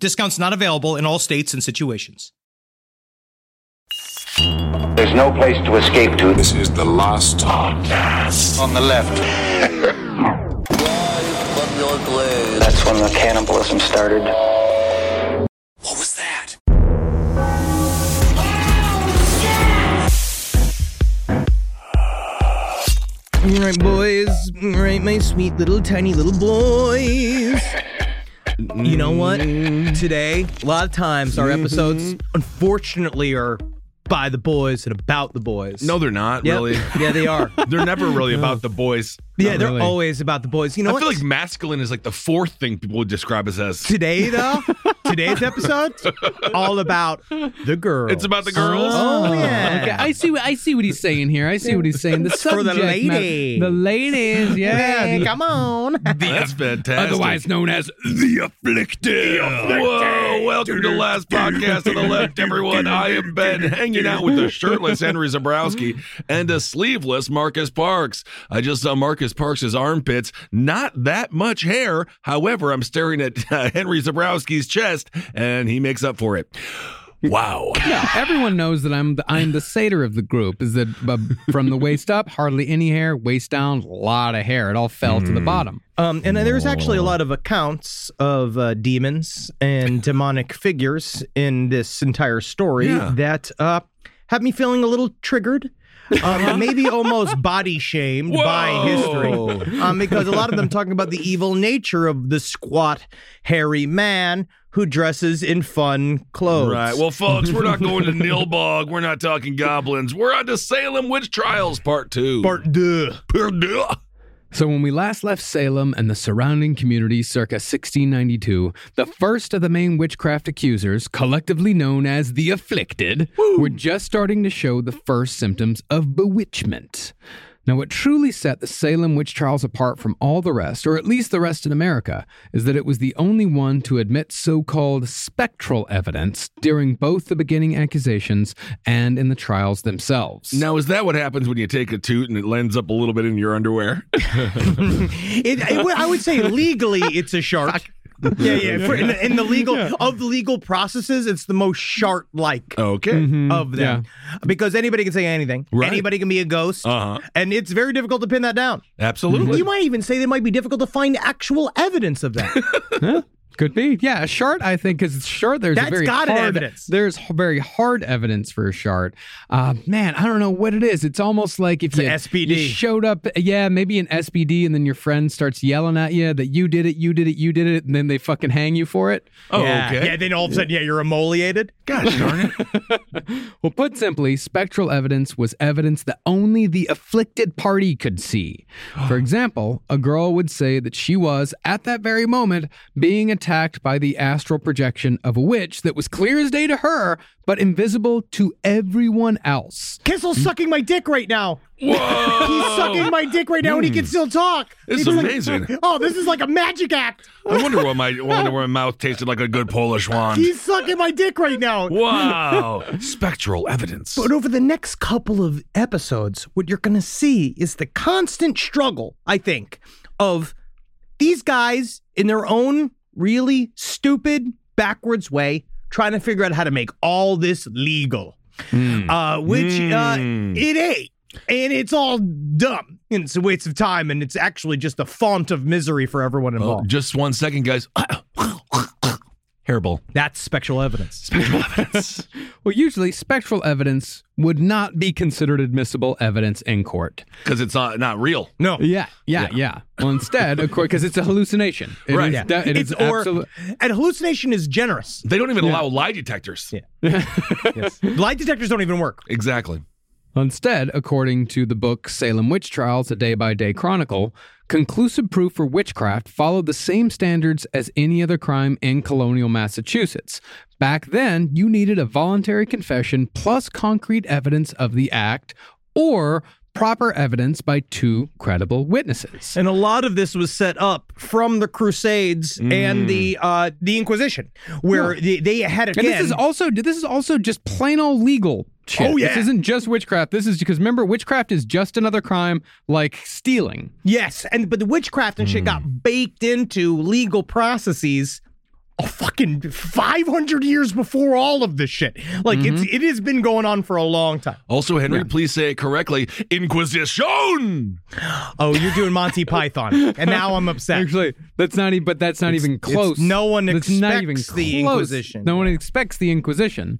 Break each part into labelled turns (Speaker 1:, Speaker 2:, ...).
Speaker 1: Discounts not available in all states and situations.
Speaker 2: There's no place to escape to.
Speaker 3: This is the last on the left.
Speaker 2: That's when the cannibalism started.
Speaker 3: What was that?
Speaker 4: Right, boys. Right, my sweet little tiny little boys. You know what? Today, a lot of times our episodes, unfortunately, are by the boys and about the boys.
Speaker 5: No, they're not
Speaker 4: Yep.
Speaker 5: really.
Speaker 4: Yeah, they are.
Speaker 5: They're never really about the boys.
Speaker 4: yeah, they're always about the boys. You know
Speaker 5: I
Speaker 4: what?
Speaker 5: feel like masculine is like the fourth thing people would describe us as.
Speaker 4: Today, though, today's episode, all about the girls.
Speaker 5: It's about the girls.
Speaker 4: Oh, yeah.
Speaker 6: Okay, I see. What, I see what he's saying here. I see what he's saying. The
Speaker 4: For the
Speaker 6: subject matter-
Speaker 4: ladies.
Speaker 6: the ladies, yeah.
Speaker 4: Yeah, come on.
Speaker 5: That's fantastic.
Speaker 6: Otherwise known as
Speaker 5: the afflicted. Whoa, welcome to Last Podcast on the Left, everyone. I am Ben, hanging out with the shirtless Henry Zabrowski and a sleeveless Marcus Parks. I just saw Marcus Parks's armpits, not that much hair. However, I'm staring at uh, Henry Zabrowski's chest, and he makes up for it. Wow.
Speaker 6: no. Everyone knows that I'm the, I'm the satyr of the group. Is that uh, from the waist up, hardly any hair. Waist down, a lot of hair. It all fell to the bottom.
Speaker 4: Um, and there's actually a lot of accounts of uh, demons and demonic figures in this entire story
Speaker 5: Yeah.
Speaker 4: that uh, have me feeling a little triggered. Um, maybe almost body shamed by
Speaker 5: Whoa.
Speaker 4: history. Um, because a lot of them talking about the evil nature of the squat, hairy man who dresses in fun clothes.
Speaker 5: Right. Well, folks, we're not going to Nilbog. We're not talking goblins. We're on to Salem Witch Trials Part 2.
Speaker 4: Part duh.
Speaker 5: Part two.
Speaker 6: So, when we last left Salem and the surrounding community circa 1692, the first of the main witchcraft accusers, collectively known as the afflicted, were just starting to show the first symptoms of bewitchment. Now, what truly set the Salem witch trials apart from all the rest, or at least the rest in America, is that it was the only one to admit so called spectral evidence during both the beginning accusations and in the trials themselves.
Speaker 5: Now, is that what happens when you take a toot and it lends up a little bit in your underwear?
Speaker 4: It, it, would- I would say legally, it's a shark. Yeah, yeah. For, in, the, in the legal of legal processes, it's the most shark-like.
Speaker 5: Okay.
Speaker 4: of them because anybody can say anything.
Speaker 5: Mm, Right.
Speaker 4: Anybody can be a ghost.
Speaker 5: Uh-huh.
Speaker 4: And it's very difficult to pin that down.
Speaker 5: Absolutely.
Speaker 4: You might even say they might be difficult to find actual evidence of that.
Speaker 6: Could be, yeah. A shard, I think, is shard. There's
Speaker 4: That's
Speaker 6: a very
Speaker 4: got
Speaker 6: hard
Speaker 4: evidence.
Speaker 6: There's h- very hard evidence for a shard. Uh, man, I don't know what it is. It's almost like if
Speaker 4: an
Speaker 6: you,
Speaker 4: SPD.
Speaker 6: you showed up, yeah, maybe an SPD, and then your friend starts yelling at you that you did it, you did it, you did it, and then they fucking hang you for it.
Speaker 5: Oh,
Speaker 4: yeah.
Speaker 5: okay.
Speaker 4: Yeah, then all of a sudden, yeah, you're emoliated.
Speaker 5: Gosh darn it.
Speaker 6: Well, put simply, spectral evidence was evidence that only the afflicted party could see. For example, a girl would say that she was, at that very moment, being attacked by the astral projection of a witch that was clear as day to her, but invisible to everyone else.
Speaker 4: Kissel's sucking my dick right now.
Speaker 5: Whoa.
Speaker 4: He's sucking my dick right now and he can still talk.
Speaker 5: Oh. Hmm. This
Speaker 4: It's
Speaker 5: is
Speaker 4: like-
Speaker 5: amazing.
Speaker 4: oh, this is like a magic act.
Speaker 5: I wonder why my I wonder why my mouth tasted like a good Polish wand.
Speaker 4: He's sucking my dick right now.
Speaker 5: Wow. Spectral evidence.
Speaker 4: But over the next couple of episodes, what you're going to see is the constant struggle, I think, of these guys in their own really stupid, backwards way, trying to figure out how to make all this legal,
Speaker 6: Hmm.
Speaker 4: uh, which uh,
Speaker 5: Mm.
Speaker 4: it ain't. And it's all dumb. And it's a waste of time. And it's actually just a font of misery for everyone
Speaker 5: Oh,
Speaker 4: involved.
Speaker 5: just one second, guys.
Speaker 3: Hairball.
Speaker 4: That's spectral evidence.
Speaker 3: Spectral evidence.
Speaker 6: Well, usually spectral evidence would not be considered admissible evidence in court.
Speaker 3: Because it's not, not real.
Speaker 4: No.
Speaker 6: Yeah, yeah, yeah. Well, instead, of course, because it's a hallucination. It
Speaker 3: Right.
Speaker 6: is
Speaker 3: Yeah.
Speaker 6: de- it
Speaker 4: it's
Speaker 6: is
Speaker 4: or
Speaker 6: absolute-
Speaker 4: and hallucination is generous.
Speaker 3: They don't even allow lie detectors.
Speaker 4: Yeah. Lie detectors don't even work.
Speaker 3: Exactly.
Speaker 6: Instead, according to the book Salem Witch Trials, a day by day chronicle, conclusive proof for witchcraft followed the same standards as any other crime in colonial Massachusetts. Back then, you needed a voluntary confession plus concrete evidence of the act or proper evidence by two credible witnesses.
Speaker 4: And a lot of this was set up from the Crusades and the uh, the Inquisition, where they, they had again.
Speaker 6: Mm. And this is also this is also just plain old legal shit.
Speaker 4: Oh, yeah.
Speaker 6: This isn't just witchcraft. This is because remember, witchcraft is just another crime like stealing.
Speaker 4: yes, and but the witchcraft and shit
Speaker 6: Mm.
Speaker 4: got baked into legal processes. A fucking 500 years before all of this shit. Like
Speaker 6: Mm-hmm.
Speaker 4: it's it has been going on for a long time.
Speaker 3: Also, Henry, please say it correctly Inquisition.
Speaker 4: Oh, you're doing Monty Python, and now I'm upset.
Speaker 6: Actually, that's not even. But that's not even close.
Speaker 4: no one
Speaker 6: That's
Speaker 4: expects the Inquisition.
Speaker 6: No one expects the Inquisition.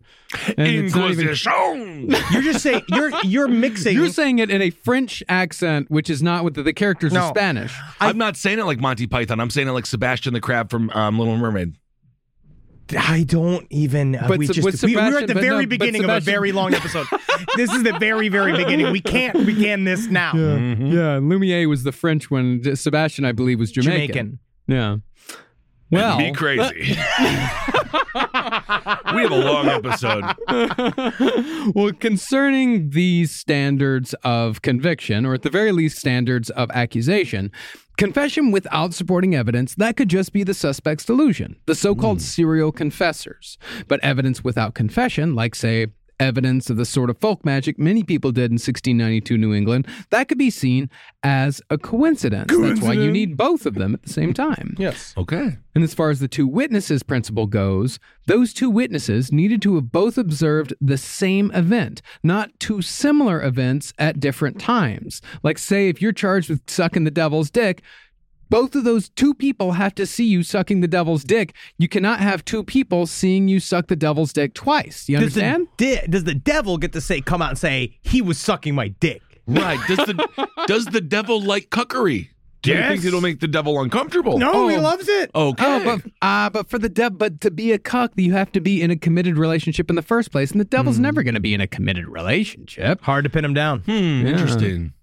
Speaker 6: And it's not even-
Speaker 3: Inquisition.
Speaker 4: You're just saying you're you're mixing.
Speaker 6: you're saying it in a French accent, which is not what the, the characters are
Speaker 4: No.
Speaker 6: Spanish.
Speaker 3: I'm not saying it like Monty Python. I'm saying it like Sebastian the Crab from um, Little Mermaid.
Speaker 4: I don't even. Uh,
Speaker 6: But
Speaker 4: we
Speaker 6: Seb-
Speaker 4: just
Speaker 6: but
Speaker 4: we, we were at
Speaker 6: Sebastian-
Speaker 4: the
Speaker 6: but
Speaker 4: very
Speaker 6: no, but
Speaker 4: beginning of a
Speaker 6: Sebastian-
Speaker 4: very long episode. this is the very very beginning. We can't begin this now.
Speaker 6: Yeah, and Lumiere was the French one. Sebastian, I believe, was Jamaican.
Speaker 4: Jamaican.
Speaker 6: Yeah. Well,
Speaker 3: Be crazy. we have a long episode.
Speaker 6: well, concerning these standards of conviction, or at the very least, standards of accusation, confession without supporting evidence, that could just be the suspect's delusion, the so called serial confessors. But evidence without confession, like, say, evidence of the sort of folk magic many people did in 1692 New England, that could be seen as a coincidence. That's why you need both of them at the same time.
Speaker 4: Yes.
Speaker 3: Okay.
Speaker 6: And as far as the two witnesses principle goes, those two witnesses needed to have both observed the same event, not two similar events at different times. Like, say, if you're charged with sucking the devil's dick, both of those two people have to see you sucking the devil's dick. You cannot have two people seeing you suck the devil's dick twice. You
Speaker 4: Does the,
Speaker 6: understand?
Speaker 4: de- does the devil get to say come out and say he was sucking my dick?
Speaker 3: Right. Does the does the devil like cuckery? Do you think
Speaker 4: Yes.
Speaker 3: it'll make the devil uncomfortable?
Speaker 4: he loves it.
Speaker 3: Okay.
Speaker 6: Oh, but ah, but for the dev, but to be a cuck, you have to be in a committed relationship in the first place, and the devil's never going to be in a committed relationship.
Speaker 4: Hard to pin him down.
Speaker 3: Hmm, Interesting.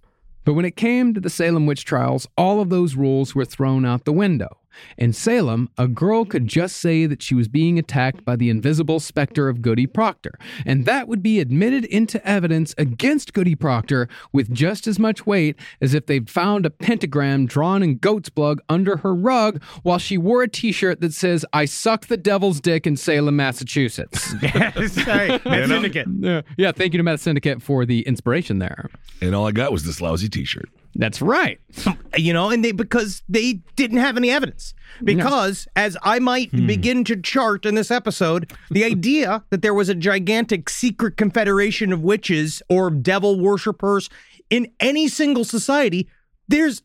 Speaker 6: But when it came to the Salem witch trials, all of those rules were thrown out the window. In Salem, a girl could just say that she was being attacked by the invisible specter of Goody Proctor, and that would be admitted into evidence against Goody Proctor with just as much weight as if they'd found a pentagram drawn in goat's blood under her rug while she wore a t shirt that says, I suck the devil's dick in Salem, Massachusetts.
Speaker 4: Yes. Hey, Mad Syndicate.
Speaker 6: yeah, yeah, thank you to Matt Syndicate for the inspiration there.
Speaker 3: And all I got was this lousy T-shirt.
Speaker 6: That's right.
Speaker 4: you know, and they because they didn't have any evidence. Because as I might begin to chart in this episode, the idea that there was a gigantic secret confederation of witches or devil worshippers in any single society, there's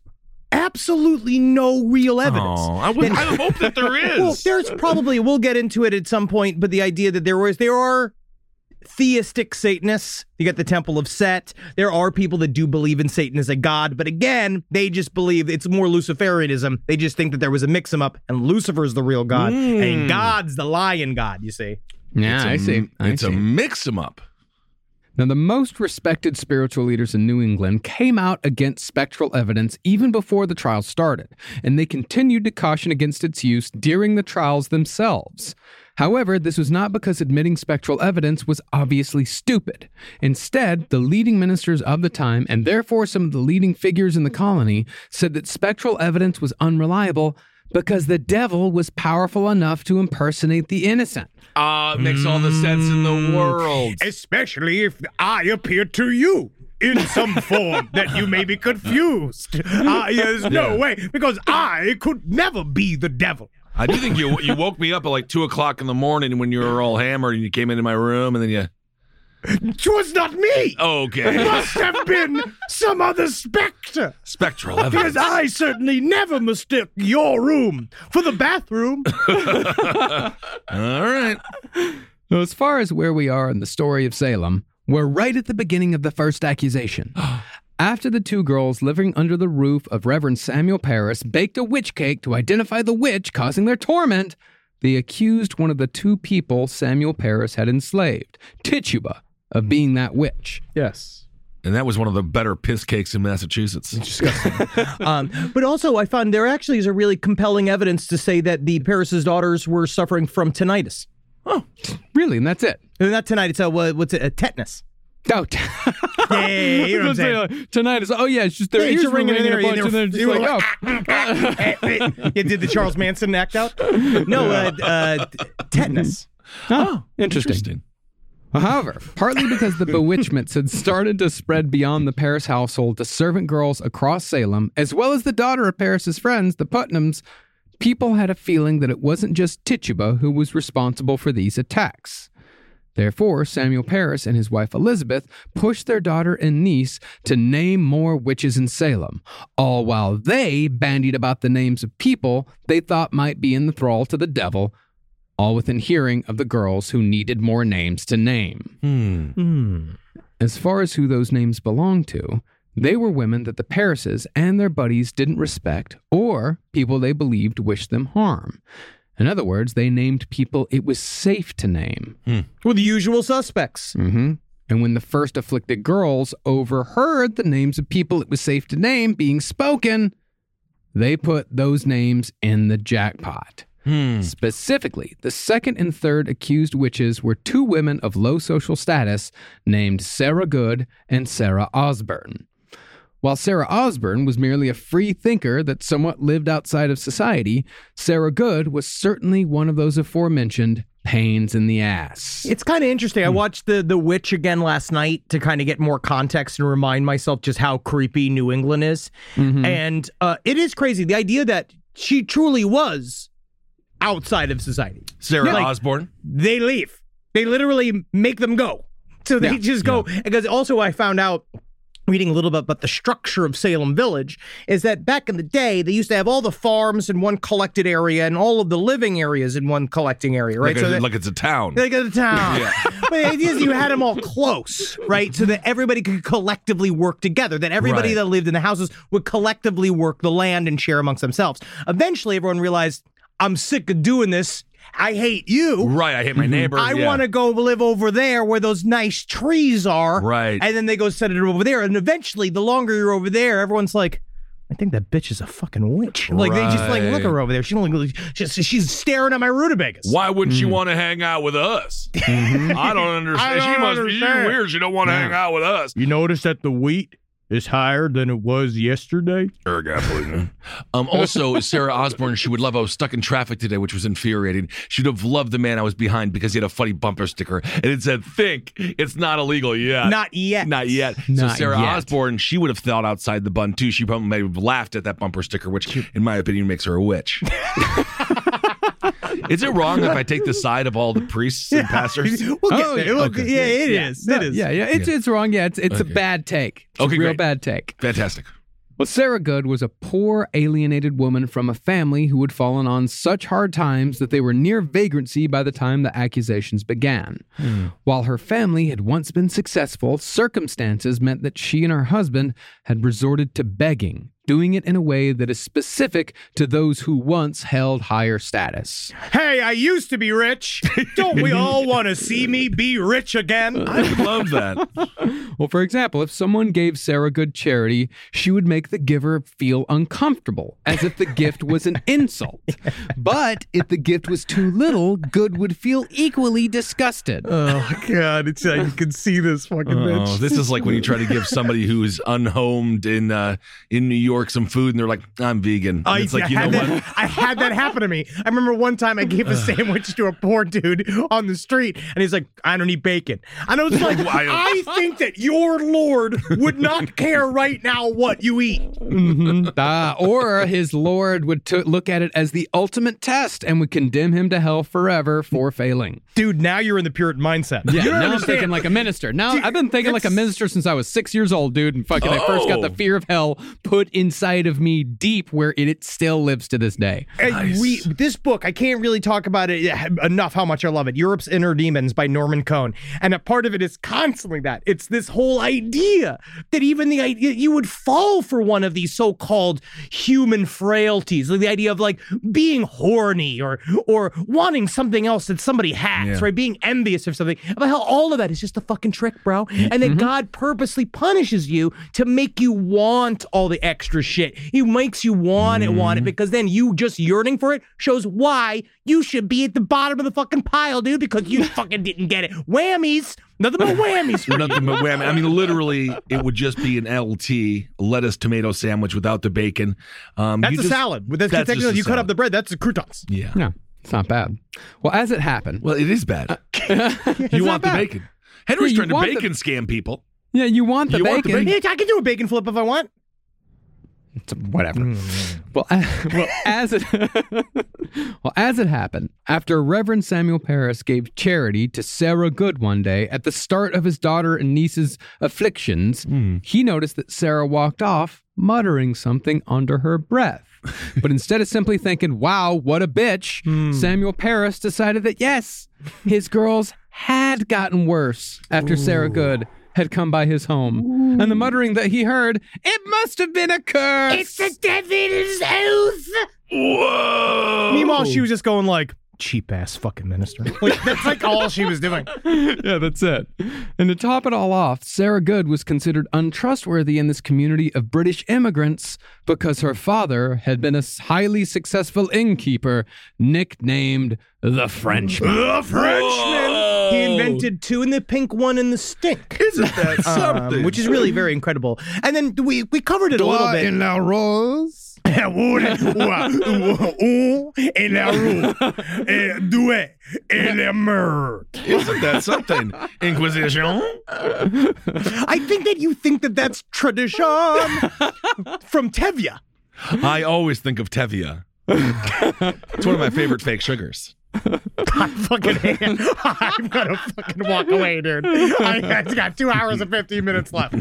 Speaker 4: absolutely no real evidence.
Speaker 3: Oh, I, would, I hope that there is.
Speaker 4: Well, there's probably we'll get into it at some point, but the idea that there was there are theistic Satanists. You got the Temple of Set. There are people that do believe in Satan as a god, but again, they just believe it's more Luciferianism. They just think that there was a mix 'em up and Lucifer's the real god and God's the lion god, you see.
Speaker 6: Yeah,
Speaker 3: It's a
Speaker 6: I see.
Speaker 3: m-
Speaker 6: I
Speaker 3: It's a
Speaker 6: see.
Speaker 3: mix 'em up.
Speaker 6: Now, the most respected spiritual leaders in New England came out against spectral evidence even before the trial started, and they continued to caution against its use during the trials themselves. However, this was not because admitting spectral evidence was obviously stupid. Instead, the leading ministers of the time, and therefore some of the leading figures in the colony, said that spectral evidence was unreliable because the devil was powerful enough to impersonate the innocent.
Speaker 3: Ah, it makes all the sense in the world.
Speaker 4: Especially if I appear to you. In some form that you may be confused. there's no way, because I could never be the devil.
Speaker 3: I do think you you woke me up at like two o'clock in the morning when you were all hammered and you came into my room and then you
Speaker 4: It was not me.
Speaker 3: Okay.
Speaker 4: Must have been some other specter.
Speaker 3: Spectral evidence.
Speaker 4: Because I certainly never mistook your room for the bathroom.
Speaker 3: All right.
Speaker 6: Now, as far as where we are in the story of Salem, we're right at the beginning of the first accusation. After the two girls living under the roof of Reverend Samuel Paris baked a witch cake to identify the witch causing their torment, they accused one of the two people Samuel Paris had enslaved, Tituba, of being that witch.
Speaker 7: Yes.
Speaker 3: And that was one of the better piss cakes in Massachusetts.
Speaker 4: Um, but also, I found there actually is a really compelling evidence to say that the Paris's daughters were suffering from tinnitus.
Speaker 6: Really, and that's it.
Speaker 4: Uh, Not tinnitus. Uh, what- what's it? Uh, tetanus.
Speaker 6: Oh,
Speaker 4: Yeah, yeah, yeah, you know what I'm saying.
Speaker 6: tonight is oh yeah, it's just their
Speaker 4: Yeah,
Speaker 6: ears
Speaker 4: it's
Speaker 6: were ringing, in a bunch,
Speaker 4: their-
Speaker 6: and they're just
Speaker 4: they were
Speaker 6: like, oh.
Speaker 4: you did the Charles Manson act out? No, uh, uh, tetanus. ah,
Speaker 6: Oh, interesting. However, partly because the bewitchments had started to spread beyond the Paris household to servant girls across Salem, as well as the daughter of Paris's friends, the Putnams, people had a feeling that it wasn't just Tituba who was responsible for these attacks. Therefore, Samuel Paris and his wife Elizabeth pushed their daughter and niece to name more witches in Salem, all while they bandied about the names of people they thought might be in the thrall to the devil, all within hearing of the girls who needed more names to name. As far as who those names belonged to, they were women that the Parises and their buddies didn't respect or people they believed wished them harm. In other words, they named people it was safe to name.
Speaker 4: Well, the usual suspects.
Speaker 6: Mm-hmm. And when the first afflicted girls overheard the names of people it was safe to name being spoken, they put those names in the jackpot. Specifically, the second and third accused witches were two women of low social status named Sarah Good and Sarah Osborne. While Sarah Osborne was merely a free thinker that somewhat lived outside of society, Sarah Good was certainly one of those aforementioned pains in the ass.
Speaker 4: It's kind of interesting. I
Speaker 3: Hmm.
Speaker 4: watched the the Witch again last night to kind of get more context and remind myself just how creepy New England is.
Speaker 3: Mm-hmm.
Speaker 4: And uh, it is crazy the idea that she truly was outside of society.
Speaker 3: Sarah
Speaker 4: Yeah, like-
Speaker 3: Osborne.
Speaker 4: They leave. They literally make them go. So they
Speaker 3: Yeah,
Speaker 4: just go. Because also, I found out reading a little bit about the structure of Salem Village is that back in the day they used to have all the farms in one collected area and all of the living areas in one collecting area, right?
Speaker 3: Like,
Speaker 4: so
Speaker 3: a-
Speaker 4: that-
Speaker 3: like it's a town.
Speaker 4: they go to town. But the idea is you had them all close, right? So that everybody could collectively work together, that everybody
Speaker 3: Right.
Speaker 4: that lived in the houses would collectively work the land and share amongst themselves. Eventually, everyone realized, I'm sick of doing this. I hate you.
Speaker 3: right. I hate my neighbor.
Speaker 4: I want to go live over there where those nice trees are.
Speaker 3: Right.
Speaker 4: And then they go set it over there. And eventually, the longer you're over there, everyone's like, I think that bitch is a fucking witch. Like they just like look
Speaker 3: Right.
Speaker 4: her over there. She only she's, she's staring at my rutabagas.
Speaker 3: Why wouldn't she want to hang out with us? I don't understand.
Speaker 4: I
Speaker 3: she
Speaker 4: don't
Speaker 3: must be
Speaker 4: understand.
Speaker 3: you weird. She don't want to hang out with us.
Speaker 4: You notice that the wheat is higher than it was yesterday?
Speaker 5: Um, also, Sarah Osborne, she would love. I was stuck in traffic today, which was infuriating. She'd have loved the man I was behind because he had a funny bumper sticker and it said, Think it's not illegal yet.
Speaker 4: Uh, Not yet.
Speaker 5: Not yet. so
Speaker 6: Not
Speaker 5: Sarah
Speaker 6: yet.
Speaker 5: Osborne, she would have thought outside the bun too. She probably may have laughed at that bumper sticker, which, in my opinion, makes her a witch. Is it wrong if I take the side of all the priests and pastors?
Speaker 4: We'll get
Speaker 6: Oh,
Speaker 4: there.
Speaker 6: yeah.
Speaker 4: We'll-
Speaker 6: Okay.
Speaker 4: Yeah, it is. It
Speaker 6: No,
Speaker 4: is.
Speaker 6: Yeah, yeah. It's it's wrong. Yeah, it's it's
Speaker 5: Okay.
Speaker 6: a bad take. It's
Speaker 5: Okay,
Speaker 6: a real
Speaker 5: great.
Speaker 6: bad take.
Speaker 5: Fantastic.
Speaker 6: Well, Sarah Good was a poor, alienated woman from a family who had fallen on such hard times that they were near vagrancy by the time the accusations began.
Speaker 5: Hmm.
Speaker 6: While her family had once been successful, circumstances meant that she and her husband had resorted to begging, doing it in a way that is specific to those who once held higher status.
Speaker 4: Hey, I used to be rich. Don't we all want to see me be rich again?
Speaker 3: I would love that.
Speaker 6: Well, for example, if someone gave Sarah good charity, she would make the giver feel uncomfortable, as if the gift was an insult. But if the gift was too little, good would feel equally disgusted.
Speaker 4: Oh God, it's like you can see this fucking
Speaker 3: Oh, this is like when you try to give somebody who is unhomed in uh, in New York some food, and they're like, "I'm vegan." And it's like, you know
Speaker 4: had that,
Speaker 3: what?
Speaker 4: I had that happen to me. I remember one time I gave a sandwich to a poor dude on the street, and he's like, "I don't eat bacon," and I was like, "I think that you your lord would not care right now what you eat.
Speaker 6: Ah, or his lord would to look at it as the ultimate test and would condemn him to hell forever for failing.
Speaker 4: Dude, now you're in the Puritan mindset. You
Speaker 6: Yeah,
Speaker 4: don't
Speaker 6: now I'm
Speaker 4: understand.
Speaker 6: thinking like a minister. Now I've been thinking like a minister since I was six years old, dude. And fucking, I first got the
Speaker 3: Oh.
Speaker 6: fear of hell put inside of me deep, where it, it still lives to this day.
Speaker 4: And we this book I can't really talk about it enough how much I love it. Europe's Inner Demons by Norman Cohn, and a part of it is constantly that it's this whole idea that even the idea you would fall for one of these so-called human frailties, like the idea of like being horny or or wanting something else that somebody has, right? Being envious of something. But hell, all of that is just a fucking trick, bro. And then God purposely punishes you to make you want all the extra shit. He makes you want it, want it, because then you just yearning for it shows why you should be at the bottom of the fucking pile, dude, because you fucking didn't get it. Whammies. Nothing but whammies. for you.
Speaker 3: Nothing but wham. I mean, literally, it would just be an LT lettuce tomato sandwich without the bacon. Um,
Speaker 4: That's
Speaker 3: you
Speaker 4: a
Speaker 3: just-
Speaker 4: salad. With that's
Speaker 3: that's
Speaker 4: technically-
Speaker 3: just a
Speaker 4: you cut up
Speaker 3: salad.
Speaker 4: the bread. That's the croutons.
Speaker 3: Yeah.
Speaker 6: No, it's not bad. Well, as it happened,
Speaker 3: Well, it is
Speaker 4: Uh,
Speaker 3: bad. you want the
Speaker 6: bad.
Speaker 3: bacon. Henry's
Speaker 6: Yeah, you
Speaker 3: trying to
Speaker 6: want the-
Speaker 3: bacon scam people.
Speaker 6: yeah, you want the
Speaker 3: You
Speaker 6: bacon.
Speaker 3: want the bacon.
Speaker 4: Bitch, I can do a bacon flip if I want.
Speaker 6: It's- whatever. Well, a- well, as it well as it happened, after Reverend Samuel Paris gave charity to Sarah Good one day at the start of his daughter and niece's afflictions, he noticed that Sarah walked off muttering something under her breath. But instead of simply thinking, "Wow, what a bitch," Samuel Paris decided that yes, his girls had gotten worse after Sarah Good. Had come by his home, and the muttering that he heard, it must have been a curse.
Speaker 4: devil's oath.
Speaker 3: Whoa.
Speaker 4: Meanwhile, she was just going like cheap ass fucking minister. Oh. Like that's like all she was doing.
Speaker 6: yeah, that's it. And to top it all off, Sarah Good was considered untrustworthy in this community of British immigrants because her father had been a highly successful innkeeper nicknamed the Frenchman.
Speaker 3: The Frenchman.
Speaker 4: He invented two in the pink, one in the stink.
Speaker 3: Isn't that something?
Speaker 4: Um, which is really very incredible. And then we we covered it a little bit.
Speaker 6: La Rose.
Speaker 4: Eh, e
Speaker 3: Isn't that something? Inquisition.
Speaker 4: I think that you think that that's tradition from Tevya.
Speaker 3: I always think of Tevia. it's one of my favorite fake sugars.
Speaker 4: I fucking hate it. I'm gonna fucking walk away, dude. I, I got two hours and fifteen minutes left.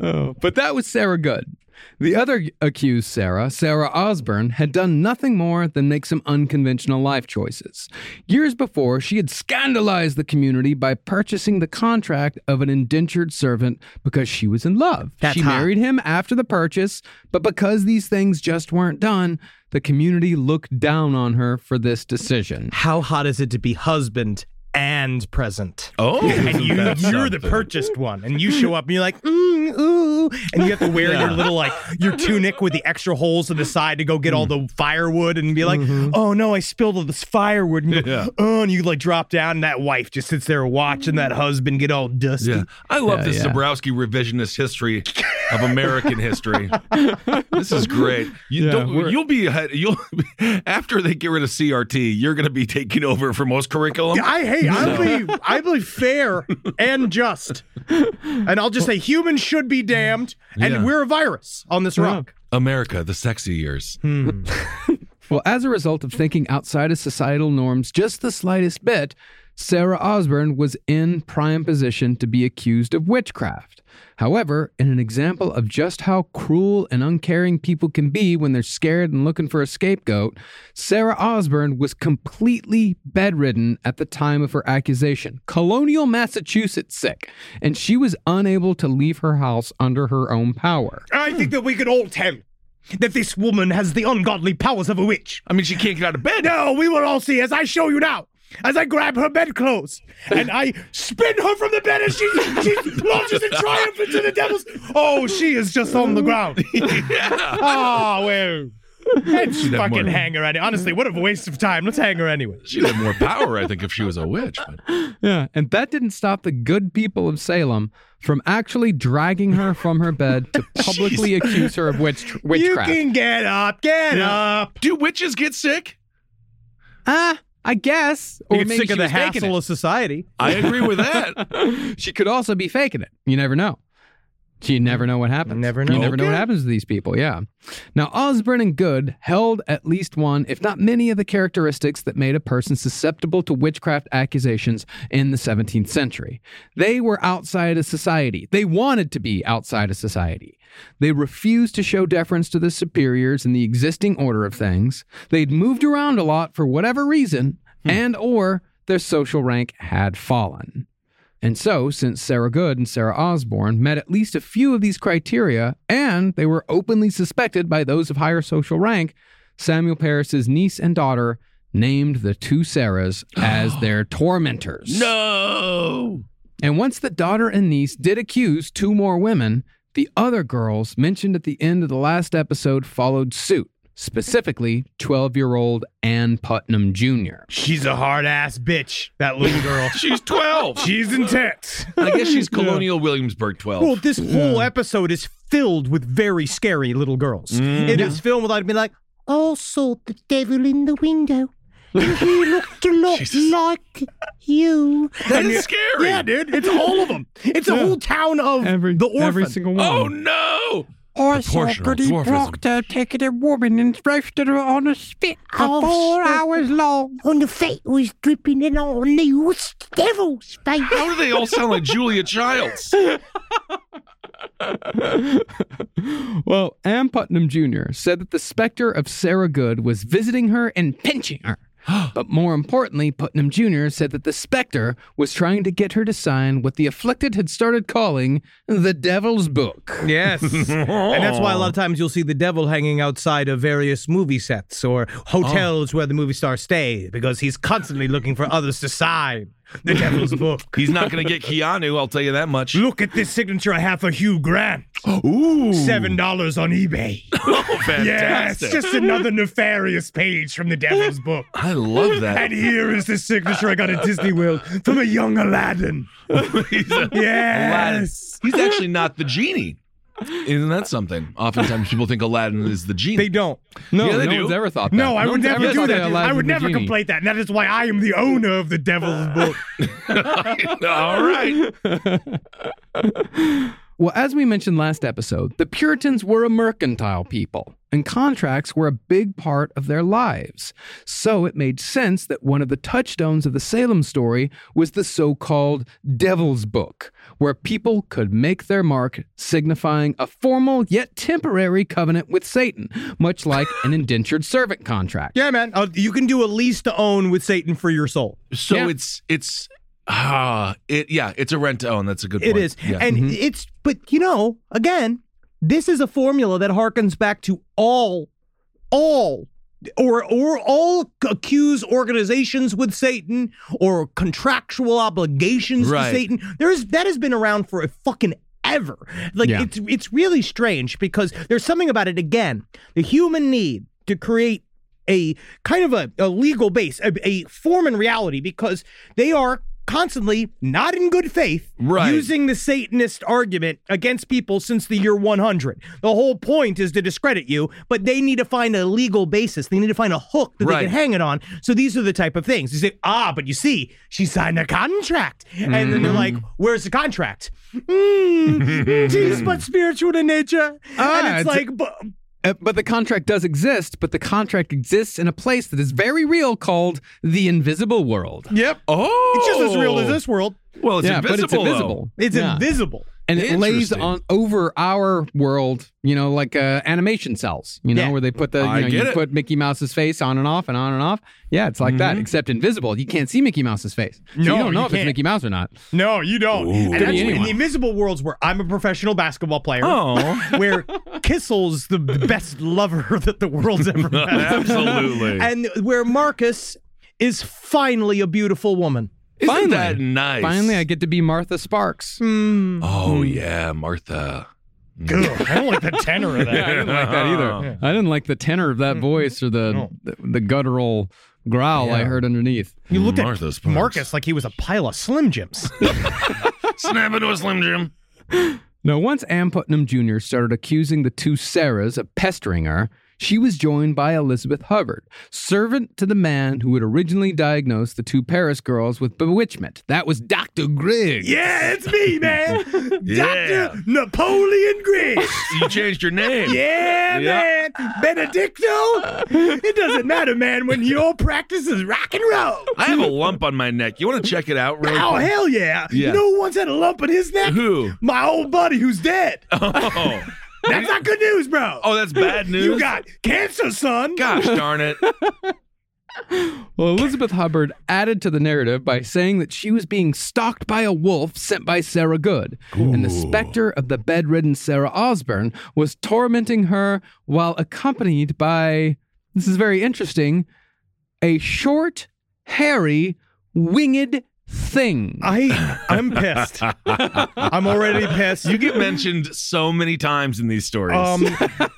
Speaker 6: Oh, but that was Sarah Good. The other accused Sarah, Sarah Osborne, had done nothing more than make some unconventional life choices. Years before, she had scandalized the community by purchasing the contract of an indentured servant because she was in love.
Speaker 4: That's
Speaker 6: she
Speaker 4: hot.
Speaker 6: married him after the purchase, but because these things just weren't done, the community looked down on her for this decision.
Speaker 4: How hot is it to be husband and present?
Speaker 3: Oh,
Speaker 4: and you, you're the purchased one, and you show up and you're like, mm, ooh, and you have to wear your little like your tunic with the extra holes to the side to go get all
Speaker 3: Mm-hmm.
Speaker 4: the firewood, and be like, oh no, I spilled all this firewood, and you, go, oh, and you like drop down, and that wife just sits there watching that husband get all dusty.
Speaker 3: Yeah, I love
Speaker 6: Yeah,
Speaker 3: this
Speaker 6: yeah.
Speaker 3: Zabrowski revisionist history of American history. this is great. You
Speaker 6: Yeah,
Speaker 3: don't,
Speaker 6: we're-
Speaker 3: you'll be ahead- you'll after they get rid of CRT, you're going to be taking over for most curriculum.
Speaker 4: I hate. I believe. I believe fair and just, and I'll just say humans should be damned, and
Speaker 3: Yeah.
Speaker 4: we're a virus on this rock.
Speaker 3: America, the sexy years.
Speaker 6: Well, as a result of thinking outside of societal norms just the slightest bit, Sarah Osborne was in prime position to be accused of witchcraft. However, in an example of just how cruel and uncaring people can be when they're scared and looking for a scapegoat, Sarah Osborne was completely bedridden at the time of her accusation, colonial Massachusetts sick, and she was unable to leave her house under her own power.
Speaker 3: Hmm.
Speaker 4: I think that we can all tell that this woman has the ungodly powers of a witch.
Speaker 3: I mean, she can't get out of bed.
Speaker 4: No, we will all see as I show you now. As I grab her bedclothes and I spin her from the bed, and she, she launches in triumph into the devil's. Oh, she is just on the ground. Ah, well. Let's
Speaker 3: have
Speaker 4: fucking
Speaker 3: more-
Speaker 4: hang her anyway. Honestly, what a waste of time. Let's hang her anyway.
Speaker 3: She'd have more power, I think, if she was a witch. But
Speaker 6: Yeah, and that didn't stop the good people of Salem from actually dragging her from her bed to publicly accuse her of witch,
Speaker 4: You
Speaker 6: witchcraft.
Speaker 4: can get up, get
Speaker 3: Yeah.
Speaker 4: up.
Speaker 3: do witches get sick?
Speaker 6: Ah, I I guess. Or
Speaker 4: You get
Speaker 6: maybe
Speaker 4: sick of
Speaker 6: she
Speaker 4: the
Speaker 6: was faking
Speaker 4: hassle of society.
Speaker 3: I agree with that.
Speaker 6: it. She could also be faking it. You never know. You never know what happens.
Speaker 4: Never know.
Speaker 6: You never know what
Speaker 3: Okay.
Speaker 6: happens to these people. Yeah. Now, Osborne and Good held at least one, if not many, of the characteristics that made a person susceptible to witchcraft accusations in the 17th century. They were outside of society. They wanted to be outside of society. They refused to show deference to their superiors in the existing order of things. They'd moved around a lot for whatever reason,
Speaker 4: Hmm.
Speaker 6: and or their social rank had fallen. And so, since Sarah Good and Sarah Osborne met at least a few of these criteria, and they were openly suspected by those of higher social rank, Samuel Parris's niece and daughter named the two Sarahs as their tormentors.
Speaker 3: No.
Speaker 6: And once the daughter and niece did accuse two more women, the other girls mentioned at the end of the last episode followed suit, specifically 12 year old Ann Putnam Jr.
Speaker 4: She's a hard ass bitch, that little girl.
Speaker 3: She's 12.
Speaker 4: She's intense.
Speaker 3: I guess she's Colonial Williamsburg 12.
Speaker 4: Well, this whole episode is filled with very scary little girls. It is filled with I'd be like, also the devil in the window. And he looked a lot like you.
Speaker 3: that is scary.
Speaker 4: Yeah, dude, it's all of them. It's a whole town of the orphan.
Speaker 6: one.
Speaker 3: Oh, no.
Speaker 7: I saw
Speaker 3: Proportional
Speaker 7: Goody
Speaker 3: dwarfism.
Speaker 7: Proctor taking a woman and roasted her on a spit for four hours long. And the fat was dripping in our news. Devil's face.
Speaker 3: How do they all sound like Julia Childs?
Speaker 6: Well, Ann Putnam Jr. said that the specter of Sarah Good was visiting her and pinching her. But more importantly, Putnam Jr. said that the specter was trying to get her to sign what the afflicted had started calling the Devil's Book.
Speaker 4: Yes. and that's why a lot of times you'll see the devil hanging outside of various movie sets or
Speaker 3: Oh.
Speaker 4: hotels where the movie stars stay because he's constantly looking for others to sign the devil's book.
Speaker 3: He's not going to get Keanu, I'll tell you that much.
Speaker 4: Look at this signature I have for Hugh Grant. Ooh. Seven dollars on eBay.
Speaker 3: Oh,
Speaker 4: Yes,
Speaker 3: fantastic.
Speaker 4: just another nefarious page from the devil's book.
Speaker 3: I love
Speaker 4: And
Speaker 3: that.
Speaker 4: here is the signature I got at Disney World from a young Aladdin.
Speaker 3: He's a-
Speaker 4: Yes.
Speaker 3: He's actually not the genie. Isn't that something? Oftentimes people think Aladdin is the genie.
Speaker 4: They don't.
Speaker 6: No,
Speaker 3: Yeah, they
Speaker 6: no
Speaker 3: do.
Speaker 6: one's ever thought that.
Speaker 4: No, I
Speaker 6: No
Speaker 4: would
Speaker 6: one's
Speaker 4: never
Speaker 6: ever
Speaker 4: do
Speaker 6: thought
Speaker 4: that.
Speaker 6: Aladdin
Speaker 4: I would
Speaker 6: was a
Speaker 4: never
Speaker 6: genie.
Speaker 4: complete that. And that is why I am the owner of the devil's book.
Speaker 3: All right.
Speaker 6: Well, as we mentioned last episode, the Puritans were a mercantile people, and contracts were a big part of their lives. So it made sense that one of the touchstones of the Salem story was the so called Devil's Book, where people could make their mark, signifying a formal yet temporary covenant with Satan, much like an indentured servant contract.
Speaker 4: Yeah, man. Uh, you can do a lease to own with Satan for your soul.
Speaker 3: So
Speaker 6: Yeah.
Speaker 3: it's it's ah it yeah, it's a rent to own. That's a good
Speaker 4: It
Speaker 3: point.
Speaker 4: is.
Speaker 3: Yeah. Mm-hmm.
Speaker 4: And it's, but you know, again, this is a formula that harkens back to all, all, or or all accuse organizations with Satan or contractual obligations
Speaker 3: Right.
Speaker 4: to Satan. There's that has been around for a fucking ever. Like
Speaker 6: Yeah.
Speaker 4: it's it's really strange because there's something about it again. The human need to create a kind of a, a legal base, a, a form in reality, because they are constantly not in good faith
Speaker 3: Right.
Speaker 4: using the satanist argument against people since the year 100 the whole point is to discredit you but they need to find a legal basis they need to find a hook that
Speaker 3: Right.
Speaker 4: they can hang it on so these are the type of things you say ah but you see she signed a contract and then
Speaker 6: Mm-hmm.
Speaker 4: they're like where's the contract mm, she's but spiritual in nature
Speaker 6: Ah,
Speaker 4: and it's,
Speaker 6: it's-
Speaker 4: like but,
Speaker 6: Uh, but the contract does exist, but the contract exists in a place that is very real called the invisible world.
Speaker 4: yep
Speaker 3: Oh
Speaker 4: it's just as real as this world
Speaker 3: Well it's
Speaker 6: yeah,
Speaker 3: invisible.
Speaker 6: but it's
Speaker 3: though.
Speaker 6: invisible.
Speaker 4: it's
Speaker 6: Yeah.
Speaker 4: invisible
Speaker 6: and it lays
Speaker 3: Interesting.
Speaker 6: on over our world, you know, like uh, animation cells, you know,
Speaker 4: Yeah.
Speaker 6: where they put the,
Speaker 3: I
Speaker 6: you know,
Speaker 3: get
Speaker 6: you
Speaker 3: it.
Speaker 6: put Mickey Mouse's face on and off and on and off. Yeah, it's like that, except invisible. You can't see Mickey Mouse's face. So
Speaker 4: No,
Speaker 6: you don't know
Speaker 4: you
Speaker 6: if it's
Speaker 4: can't.
Speaker 6: Mickey Mouse or not.
Speaker 4: No, you don't. And that's
Speaker 6: be
Speaker 4: in
Speaker 6: anyone.
Speaker 4: the invisible worlds where I'm a professional basketball player,
Speaker 3: Oh.
Speaker 4: where Kissel's the best lover that the world's ever had.
Speaker 3: Absolutely.
Speaker 4: And where Marcus is finally a beautiful woman.
Speaker 3: Isn't
Speaker 6: Finally.
Speaker 3: that nice?
Speaker 6: Finally, I get to be Martha Sparks.
Speaker 3: Oh yeah, Martha.
Speaker 4: Ugh, I don't like the tenor of that.
Speaker 6: I didn't like that either. I didn't like the tenor of that voice or the the, the guttural growl I heard underneath.
Speaker 4: You looked
Speaker 3: Martha
Speaker 4: at
Speaker 3: Sparks.
Speaker 4: Marcus like he was a pile of Slim Jims.
Speaker 3: Snap into a Slim Jim.
Speaker 6: Now, once Ann Putnam Jr. started accusing the two Sarahs of pestering her, she was joined by Elizabeth Hubbard, servant to the man who had originally diagnosed the two Paris girls with bewitchment. That was Dr. Griggs.
Speaker 4: Yeah, it's me, man.
Speaker 5: Yeah.
Speaker 4: Dr. Napoleon Griggs.
Speaker 5: You changed your name.
Speaker 4: Yeah,
Speaker 5: Yeah.
Speaker 4: man. Benedicto. It doesn't matter, man, when your practice is rock and roll.
Speaker 5: I have a lump on my neck. You want to check it out, really?
Speaker 4: Oh,
Speaker 5: quick?
Speaker 4: hell yeah.
Speaker 5: Yeah.
Speaker 4: You know who once had a lump in his neck?
Speaker 5: Who?
Speaker 4: My old buddy who's dead.
Speaker 5: Oh.
Speaker 4: That's not good news, bro.
Speaker 5: oh, that's bad news.
Speaker 4: You got cancer, son.
Speaker 5: Gosh darn it.
Speaker 6: Well, Elizabeth Hubbard added to the narrative by saying that she was being stalked by a wolf sent by Sarah Good, and the specter of the bedridden Sarah Osborne was tormenting her while accompanied by this is very interesting a short, hairy, winged thing.
Speaker 4: I, I'm pissed. I'm already pissed.
Speaker 5: You get mentioned so many times in these stories.
Speaker 4: Um,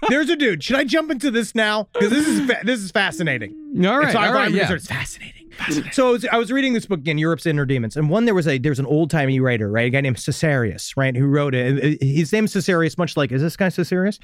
Speaker 4: there's a dude. Should I jump into this now? Because this is fa- this is fascinating.
Speaker 6: all right,
Speaker 4: so I-
Speaker 6: all right,
Speaker 4: I'm
Speaker 6: yeah.
Speaker 4: research- It's fascinating. fascinating. So I was, I was reading this book again, Europe's Inner Demons, and one there was a there was an old timey writer, right, a guy named Caesarius, right, who wrote it. And, uh, His name's Caesarius, much like is this guy Caesarius?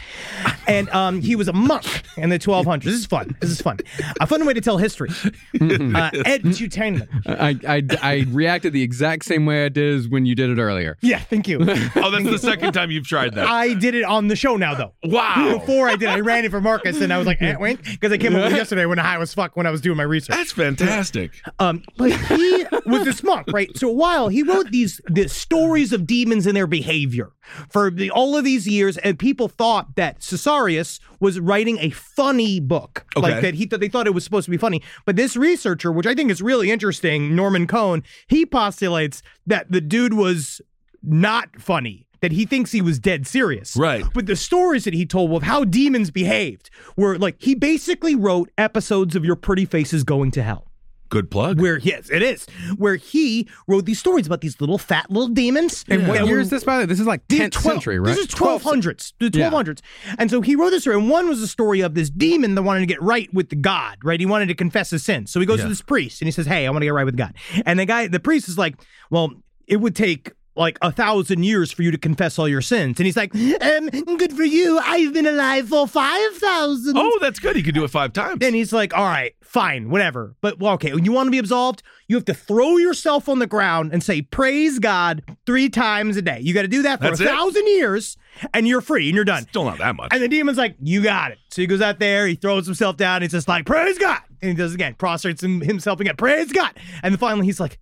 Speaker 4: And um, he was a monk in the 1200s. This is fun. This is fun. A fun way to tell history. Uh, edutainment.
Speaker 6: I, I, I reacted the exact same way I did as when you did it earlier.
Speaker 4: Yeah, thank you.
Speaker 5: oh, that's the second time you've tried that.
Speaker 4: I did it on the show now though.
Speaker 5: wow.
Speaker 4: Before I did, I ran it for Marcus, and I was like, eh, wink, because I came up with it yesterday when I was fuck when I was doing my research.
Speaker 5: That's fantastic.
Speaker 4: Um, but he was this monk, right? So a while he wrote these the stories of demons and their behavior for the, all of these years, and people thought that Cesarius was writing a funny book,
Speaker 5: Okay.
Speaker 4: like that he thought they thought it was supposed to be funny. But this researcher, which I think is really interesting, Norman Cohn, he postulates that the dude was not funny. That he thinks he was dead serious.
Speaker 5: Right.
Speaker 4: But the stories that he told of how demons behaved were like, he basically wrote episodes of Your Pretty Faces Going to Hell
Speaker 5: Good plug.
Speaker 4: where yes, it is where he wrote these stories about these little fat little demons.
Speaker 6: And what
Speaker 4: that
Speaker 6: year
Speaker 4: were-
Speaker 6: is this, by the way? This is like 10th
Speaker 4: Twelve-
Speaker 6: century, right?
Speaker 4: This is 1200s, the
Speaker 6: Yeah.
Speaker 4: 1200s. And so he wrote this story, and one was the story of this demon that wanted to get right with the God, right? He wanted to confess his sins. So he goes to this priest and he says, Hey, I want to get right with God. And the guy, the priest is like, Well, it would take like a thousand years for you to confess all your sins. And he's like, um, Good for you. I've been alive for 5,000.
Speaker 5: Oh, that's good. You could do it five times.
Speaker 4: And he's like, all right, fine, whatever. But, well, okay, when you want to be absolved, you have to throw yourself on the ground and say, praise God, three times a day. You got to do that for
Speaker 5: That's
Speaker 4: a
Speaker 5: it?
Speaker 4: thousand years, and you're free and you're done.
Speaker 5: Still not that much.
Speaker 4: And the demon's like, you got it. So he goes out there, he throws himself down, he's just like, praise God. And he does it again, prostrates him, himself again, praise God. And then finally he's like,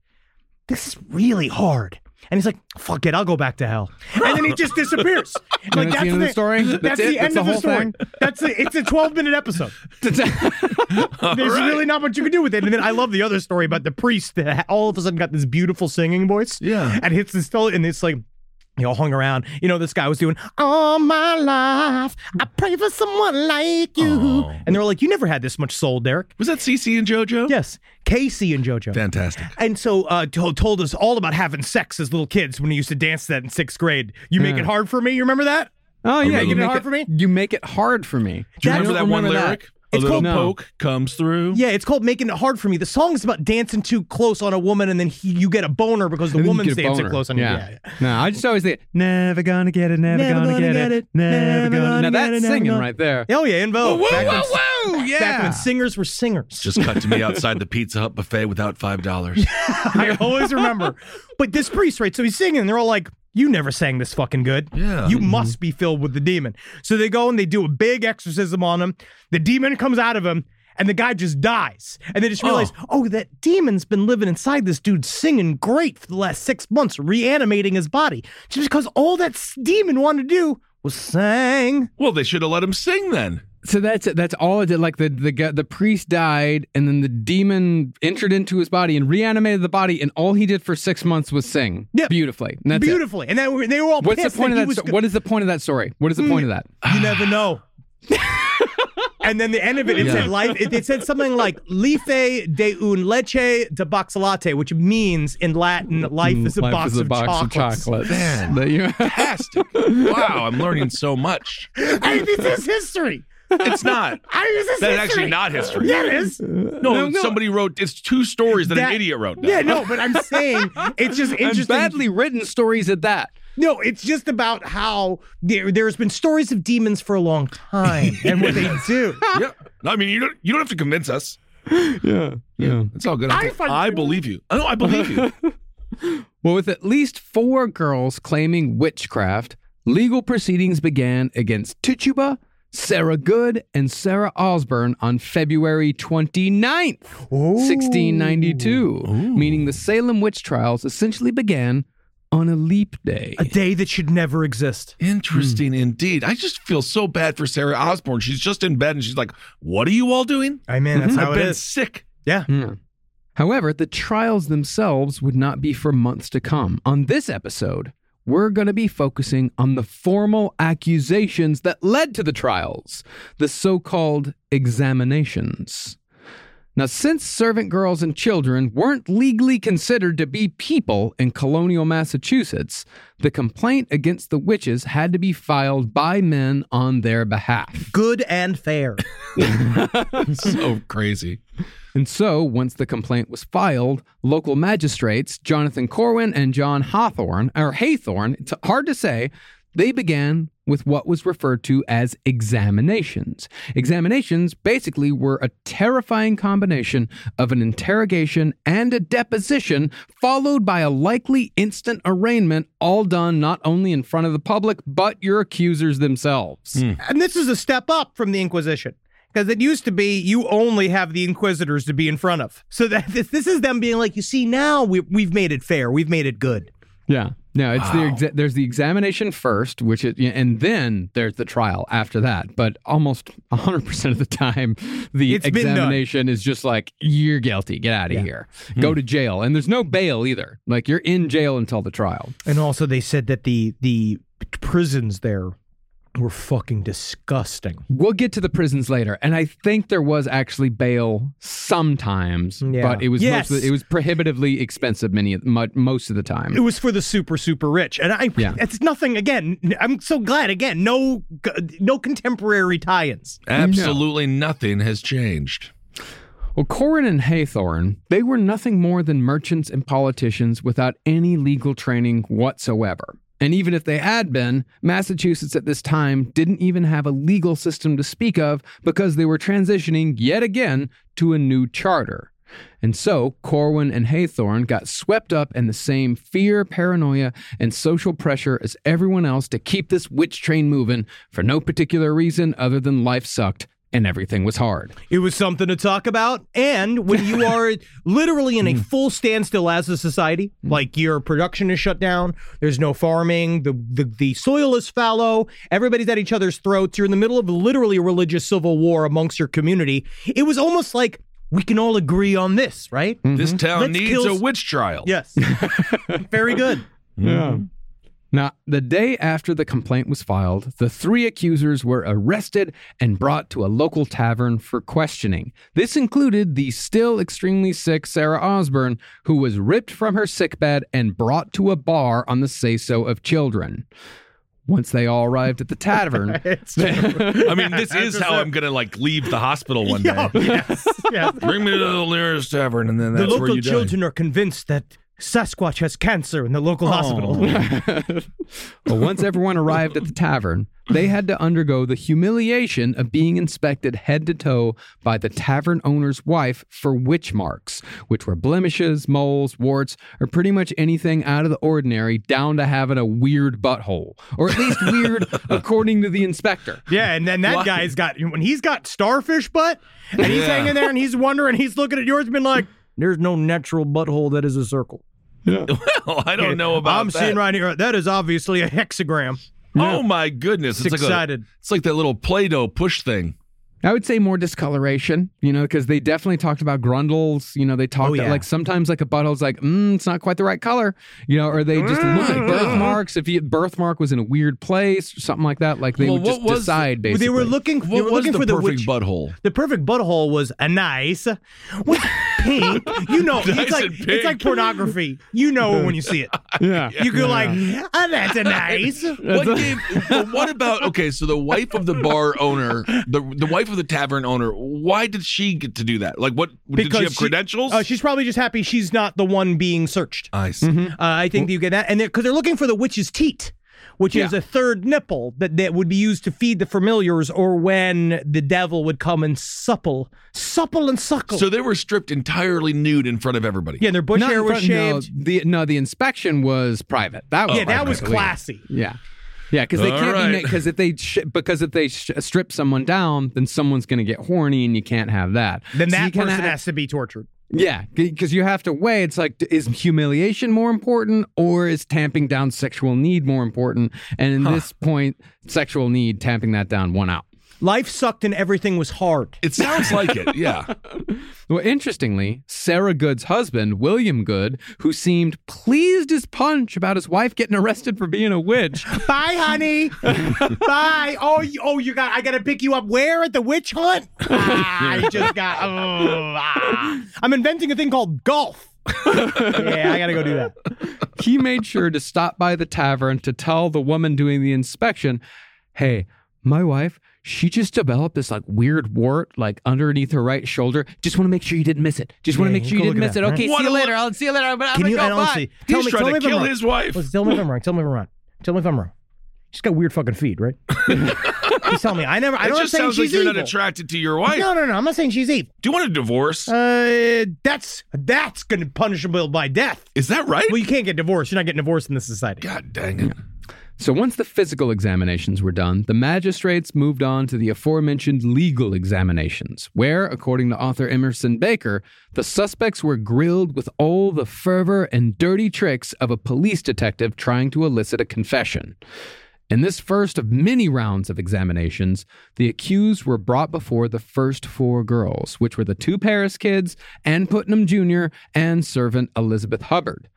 Speaker 4: this is really hard. And he's like, fuck it, I'll go back to hell. And then he just disappears. And like,
Speaker 6: that's the end of the story?
Speaker 4: That's,
Speaker 6: That's
Speaker 4: the
Speaker 6: it?
Speaker 4: end
Speaker 6: That's the
Speaker 4: of the
Speaker 6: whole
Speaker 4: story.
Speaker 6: thing?
Speaker 4: That's a, it's a 12 minute episode. There's really not much you can do with it. And then I love the other story about the priest that all of a sudden got this beautiful singing voice.
Speaker 5: Yeah.
Speaker 4: And hits this and it's like they all hung around. You know, this guy was doing all my life. I pray for someone like you. And they were like, You never had this much soul, Derek.
Speaker 5: Was that CC and JoJo?
Speaker 4: Yes. Casey and JoJo.
Speaker 5: Fantastic.
Speaker 4: And so uh, to- told us all about having sex as little kids when he used to dance that in sixth grade. You make
Speaker 6: Yeah.
Speaker 4: it hard for me. You remember that?
Speaker 6: Oh, yeah.
Speaker 5: Making
Speaker 6: You
Speaker 5: it
Speaker 6: make
Speaker 4: hard
Speaker 6: it-
Speaker 4: for me?
Speaker 6: You make it hard for me.
Speaker 5: Do you
Speaker 4: That's-
Speaker 5: remember that one
Speaker 6: remember that.
Speaker 5: lyric?
Speaker 4: It's
Speaker 5: a little
Speaker 4: called-
Speaker 6: No.
Speaker 5: poke comes through.
Speaker 4: Yeah, it's called "Making It Hard for Me." The song's about dancing too close on a woman, and then he, you get a boner because the
Speaker 6: And then you
Speaker 4: woman's
Speaker 6: get a
Speaker 4: dancing
Speaker 6: boner.
Speaker 4: close on you.
Speaker 6: yeah.
Speaker 4: Yeah, yeah.
Speaker 6: No, I just always think, never gonna get it, never, gonna, get, it, never gonna. now
Speaker 4: get
Speaker 6: that's
Speaker 4: it, never
Speaker 6: singing
Speaker 4: gonna-
Speaker 6: right there.
Speaker 4: Oh yeah, in vogue.
Speaker 6: Whoa,
Speaker 4: back
Speaker 6: whoa,
Speaker 4: when,
Speaker 6: whoa,
Speaker 4: Back
Speaker 6: yeah.
Speaker 4: when singers were singers.
Speaker 5: Just cut to me outside the Pizza Hut buffet without five dollars.
Speaker 4: I always remember. But this priest, right? So he's singing, and they're all like, "You never sang this fucking good.
Speaker 5: Yeah.
Speaker 6: Mm-hmm.
Speaker 4: you must be filled with the demon." So they go and they do a big exorcism on him. The demon comes out of him. And the guy just dies. And they just realize, oh, that demon's been living inside this dude singing great for the last six months, reanimating his body. Just because all that s- demon wanted to do was sing.
Speaker 5: well, they should have let him sing then.
Speaker 6: So that's it. That's all it did. Like the the guy- the priest died, and then the demon entered into his body and reanimated the body, and all he did for six months was sing
Speaker 4: Yep.
Speaker 6: beautifully. And that's it.
Speaker 4: Beautifully. And then they were all
Speaker 6: What's the
Speaker 4: pissed
Speaker 6: point of
Speaker 4: he
Speaker 6: that?
Speaker 4: was
Speaker 6: sto-
Speaker 4: go- Mm.
Speaker 6: what is the point of that story? What is the point of that?
Speaker 4: You never know. and then the end of it, it said life. It, it said something like "life de un leche de boxolate," which means in Latin, Mm, "life is a box, of, chocolates.
Speaker 6: Man. That you-
Speaker 5: Fantastic. wow, I'm learning so much.
Speaker 4: hey, this is history.
Speaker 5: It's not.
Speaker 4: Hey, this is
Speaker 5: That's
Speaker 4: history.
Speaker 5: actually not history.
Speaker 4: Yeah, it is.
Speaker 5: No, somebody wrote. It's two stories that, an
Speaker 4: That-
Speaker 5: idiot wrote. Down.
Speaker 4: Yeah, no, but I'm saying it's just
Speaker 6: and
Speaker 4: interesting.
Speaker 6: badly written stories at that.
Speaker 4: No, it's just about how there, there's been stories of demons for a long time and what they do.
Speaker 3: yeah. No, I mean, you don't you don't have to convince us.
Speaker 6: Yeah. Yeah.
Speaker 3: It's all good. I, I believe you. I know. I believe you.
Speaker 6: Well, with at least four girls claiming witchcraft, legal proceedings began against Tituba, Sarah Good, and Sarah Osborne on February 29th, 1692, meaning the Salem witch trials essentially began on a leap day.
Speaker 4: A day that should never exist.
Speaker 3: Interesting indeed. I just feel so bad for Sarah Osborne. She's just in bed and she's like, "What are you all doing?
Speaker 4: I mean, that's how
Speaker 3: I've
Speaker 4: it
Speaker 3: been
Speaker 4: is.
Speaker 3: sick."
Speaker 4: Yeah.
Speaker 6: However, the trials themselves would not be for months to come. On this episode, we're going to be focusing on the formal accusations that led to the trials, the so called examinations. Now, since servant girls and children weren't legally considered to be people in colonial Massachusetts, the complaint against the witches had to be filed by men on their behalf.
Speaker 4: Good and fair.
Speaker 3: so crazy.
Speaker 6: And so, once the complaint was filed, local magistrates Jonathan Corwin and John Hawthorne, or Haythorne, it's hard to say, they began with what was referred to as examinations. Examinations basically were a terrifying combination of an interrogation and a deposition, followed by a likely instant arraignment, all done not only in front of the public, but your accusers themselves.
Speaker 4: And this is a step up from the Inquisition. Because it used to be you only have the inquisitors to be in front of. So that this, this is them being like, you see, now we, we've made it fair. We've made it good.
Speaker 6: Yeah. No, it's the exa- there's the examination first, which is, and then there's the trial after that. But almost 100% of the time, the
Speaker 4: It's been done.
Speaker 6: examination is just like you're guilty, get out of here,
Speaker 4: Hmm.
Speaker 6: go to jail, and there's no bail either. Like you're in jail until the trial.
Speaker 4: And also, they said that the the prisons there were fucking disgusting.
Speaker 6: We'll get to the prisons later, and I think there was actually bail sometimes,
Speaker 4: Yeah.
Speaker 6: but it was
Speaker 4: Yes.
Speaker 6: mostly, it was prohibitively expensive many mo- most of the time.
Speaker 4: It was for the super super rich, and I.
Speaker 6: Yeah.
Speaker 4: It's nothing. Again, I'm so glad. Again, no no contemporary tie-ins.
Speaker 3: Absolutely nothing has changed.
Speaker 6: Well, Corin and Haythorne, they were nothing more than merchants and politicians without any legal training whatsoever. And even if they had been, Massachusetts at this time didn't even have a legal system to speak of because they were transitioning yet again to a new charter. And so Corwin and Haythorne got swept up in the same fear, paranoia, and social pressure as everyone else to keep this witch train moving for no particular reason other than life sucked and everything was hard.
Speaker 4: It was something to talk about. And when you are literally
Speaker 3: Mm-hmm.
Speaker 4: in a full standstill as a society, like your production is shut down, there's no farming, the, the, the soil is fallow, everybody's at each other's throats, you're in the middle of literally a religious civil war amongst your community. It was almost like we can all agree on this, right?
Speaker 3: This town
Speaker 4: Mm-hmm. Let's
Speaker 3: needs
Speaker 4: kill
Speaker 3: a
Speaker 4: s-
Speaker 3: witch trial.
Speaker 4: Yes. Very good.
Speaker 6: Now, the day after the complaint was filed, the three accusers were arrested and brought to a local tavern for questioning. This included the still extremely sick Sarah Osborne, who was ripped from her sickbed and brought to a bar on the say so of children. Once they all arrived at the tavern,
Speaker 3: I mean, this is how I'm gonna like leave the hospital one
Speaker 4: Yeah,
Speaker 3: day.
Speaker 4: yes, yes.
Speaker 3: Bring me to the nearest tavern, and then
Speaker 4: The
Speaker 3: that's where
Speaker 4: local
Speaker 3: you die.
Speaker 4: children are convinced that Sasquatch has cancer in the
Speaker 3: Oh.
Speaker 4: local hospital.
Speaker 6: Well, once everyone arrived at the tavern, they had to undergo the humiliation of being inspected head to toe by the tavern owner's wife for witch marks, which were blemishes, moles, warts, or pretty much anything out of the ordinary, down to having a weird butthole, or at least weird according to the inspector.
Speaker 4: Yeah, and then that guy's got when he's got starfish butt, and he's hanging there and he's wondering, he's looking at yours, and being like, "There's no natural butthole that is a circle."
Speaker 3: Well, Oh, I don't know about
Speaker 4: I'm
Speaker 3: that.
Speaker 4: seeing right here that is obviously a hexagram.
Speaker 3: Oh my goodness! It's,
Speaker 4: It's
Speaker 3: like
Speaker 4: excited.
Speaker 3: A, it's like that little Play-Doh push thing.
Speaker 6: I would say more discoloration, you know, because they definitely talked about grundles. You know, they talked
Speaker 4: Oh, yeah.
Speaker 6: like sometimes like a butthole's like, mm, it's not quite the right color, you know, or they just look at birthmarks. If you birthmark was in a weird place or something like that, like they
Speaker 3: Well,
Speaker 6: would just
Speaker 3: what was-
Speaker 6: decide basically.
Speaker 4: They were looking.
Speaker 3: What
Speaker 4: they were
Speaker 3: was
Speaker 4: looking
Speaker 3: the
Speaker 4: for the
Speaker 3: perfect
Speaker 4: witch.
Speaker 3: butthole?
Speaker 4: the perfect butthole was a nice, was pink. You know, it's like
Speaker 5: Dyson
Speaker 4: it's like
Speaker 5: pink.
Speaker 4: pornography. You know it when you see it.
Speaker 6: Yeah.
Speaker 4: You go
Speaker 6: Yeah.
Speaker 4: like, oh, that's a nice.
Speaker 6: That's
Speaker 5: What,
Speaker 6: a-
Speaker 5: gave, but what about okay? So the wife of the bar owner, the the wife of the tavern owner, why did she get to do that? Like, what did she have credentials?
Speaker 4: Uh, she's probably just happy she's not the one being searched.
Speaker 5: I see.
Speaker 4: Uh, I think that you get that, and because they're, looking for the witch's teat, which is
Speaker 5: Yeah.
Speaker 4: a third nipple that, that would be used to feed the familiars, or when the devil would come and supple, supple and suckle.
Speaker 5: So they were stripped entirely nude in front of everybody.
Speaker 4: yeah, and their bush
Speaker 6: Not in
Speaker 4: hair was
Speaker 6: front- no,
Speaker 4: shaved.
Speaker 6: the no, the inspection was private. That was
Speaker 4: yeah, that
Speaker 6: private,
Speaker 4: was
Speaker 6: I believe.
Speaker 4: classy.
Speaker 6: Yeah, yeah, because they
Speaker 5: All
Speaker 6: can't
Speaker 5: right.
Speaker 6: be because if they sh- because if they sh- strip someone down, then someone's going to get horny, and you can't have that.
Speaker 4: Then
Speaker 6: So you
Speaker 4: that
Speaker 6: kinda
Speaker 4: person
Speaker 6: ha-
Speaker 4: has to be tortured.
Speaker 6: Yeah, because you have to weigh. It's like, d- is humiliation more important, or is tamping down sexual need more important? And in this point, sexual need tamping that down one out.
Speaker 4: Life sucked and everything was hard.
Speaker 5: it sounds like it. Yeah,
Speaker 6: Well, interestingly, Sarah Good's husband, William Good, who seemed pleased as punch about his wife getting arrested for being a witch,
Speaker 4: Bye, honey. Bye. Oh, you, oh, you got. I gotta pick you up. Where at the witch hunt? Ah, I just got. oh, ah. I'm inventing a thing called golf. yeah, I gotta go do that.
Speaker 6: he made sure to stop by the tavern to tell the woman doing the inspection, "Hey, my wife, she just developed this like weird wart like underneath her right shoulder. Just want to make sure you didn't miss it. Just want to
Speaker 4: Yeah,
Speaker 6: make sure
Speaker 4: go
Speaker 6: you didn't
Speaker 4: look
Speaker 6: miss
Speaker 4: at
Speaker 6: it.
Speaker 4: that.
Speaker 6: Okay,
Speaker 5: What
Speaker 6: see you
Speaker 5: a-
Speaker 6: later. I'll see you later. I'm, I'm
Speaker 4: Can
Speaker 6: gonna
Speaker 4: you?
Speaker 6: go.
Speaker 4: And
Speaker 6: Bye."
Speaker 4: honestly, tell
Speaker 5: he's
Speaker 4: me, tell me
Speaker 5: trying to
Speaker 4: if I'm
Speaker 5: kill
Speaker 4: wrong.
Speaker 5: his wife.
Speaker 4: Listen, tell me if I'm wrong. Tell me if I'm wrong. Tell me if I'm wrong. She's got weird fucking feet, right? He's telling me. I never. I
Speaker 5: it
Speaker 4: don't
Speaker 5: just
Speaker 4: saying
Speaker 5: sounds like
Speaker 4: she's
Speaker 5: you're
Speaker 4: evil.
Speaker 5: not attracted to your wife.
Speaker 4: no, no, no. I'm not saying she's evil.
Speaker 5: Do you want a divorce?
Speaker 4: Uh, that's that's gonna be punishable by death.
Speaker 5: Is that right?
Speaker 4: Well, you can't get divorced. You're not getting divorced in this society.
Speaker 5: God dang it!
Speaker 6: So once the physical examinations were done, the magistrates moved on to the aforementioned legal examinations, where, according to author Emerson Baker, the suspects were grilled with all the fervor and dirty tricks of a police detective trying to elicit a confession. In this first of many rounds of examinations, the accused were brought before the first four girls, which were the two Paris kids, Ann Putnam Jr., and servant Elizabeth Hubbard.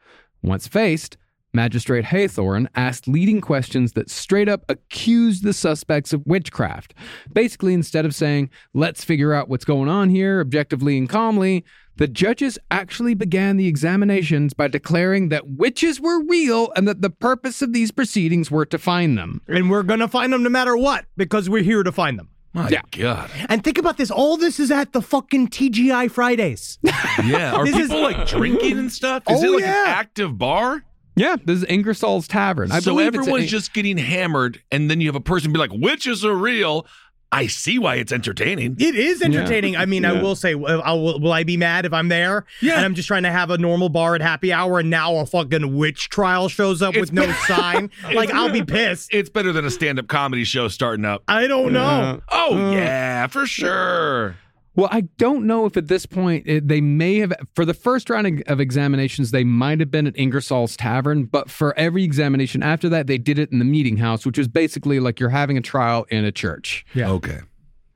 Speaker 6: Once faced, Magistrate Haythorne asked leading questions that straight up accused the suspects of witchcraft. Basically, instead of saying, let's figure out what's going on here objectively and calmly, the judges actually began the examinations by declaring that witches were real and that the purpose of these proceedings were to find them.
Speaker 4: And we're gonna find them no matter what because we're here to find them.
Speaker 5: My God.
Speaker 4: And think about this. All this is at the fucking TGI Fridays.
Speaker 5: Yeah. Are
Speaker 4: This is-
Speaker 5: people like drinking and stuff? Is
Speaker 4: Oh,
Speaker 5: it like
Speaker 4: yeah.
Speaker 5: an active bar?
Speaker 6: Yeah, this is Ingersoll's Tavern. I
Speaker 5: so
Speaker 6: believe it's a-
Speaker 5: everyone's just getting hammered, and then you have a person be like, "Witches are real." I see why it's entertaining.
Speaker 4: It is entertaining. I mean, I will say, uh, I will, will I be mad if I'm there?
Speaker 5: Yeah.
Speaker 4: And I'm just trying to have a normal bar at happy hour, and now a fucking witch trial shows up with no sign. Like, I'll be pissed.
Speaker 5: It's better than a stand-up comedy show starting up.
Speaker 4: I don't know.
Speaker 5: Oh yeah, for sure.
Speaker 6: Well, I don't know if at this point it, they may have, for the first round of examinations, they might have been at Ingersoll's Tavern, but for every examination after that, they did it in the meeting house, which was basically like you're having a trial in a church.
Speaker 5: Okay.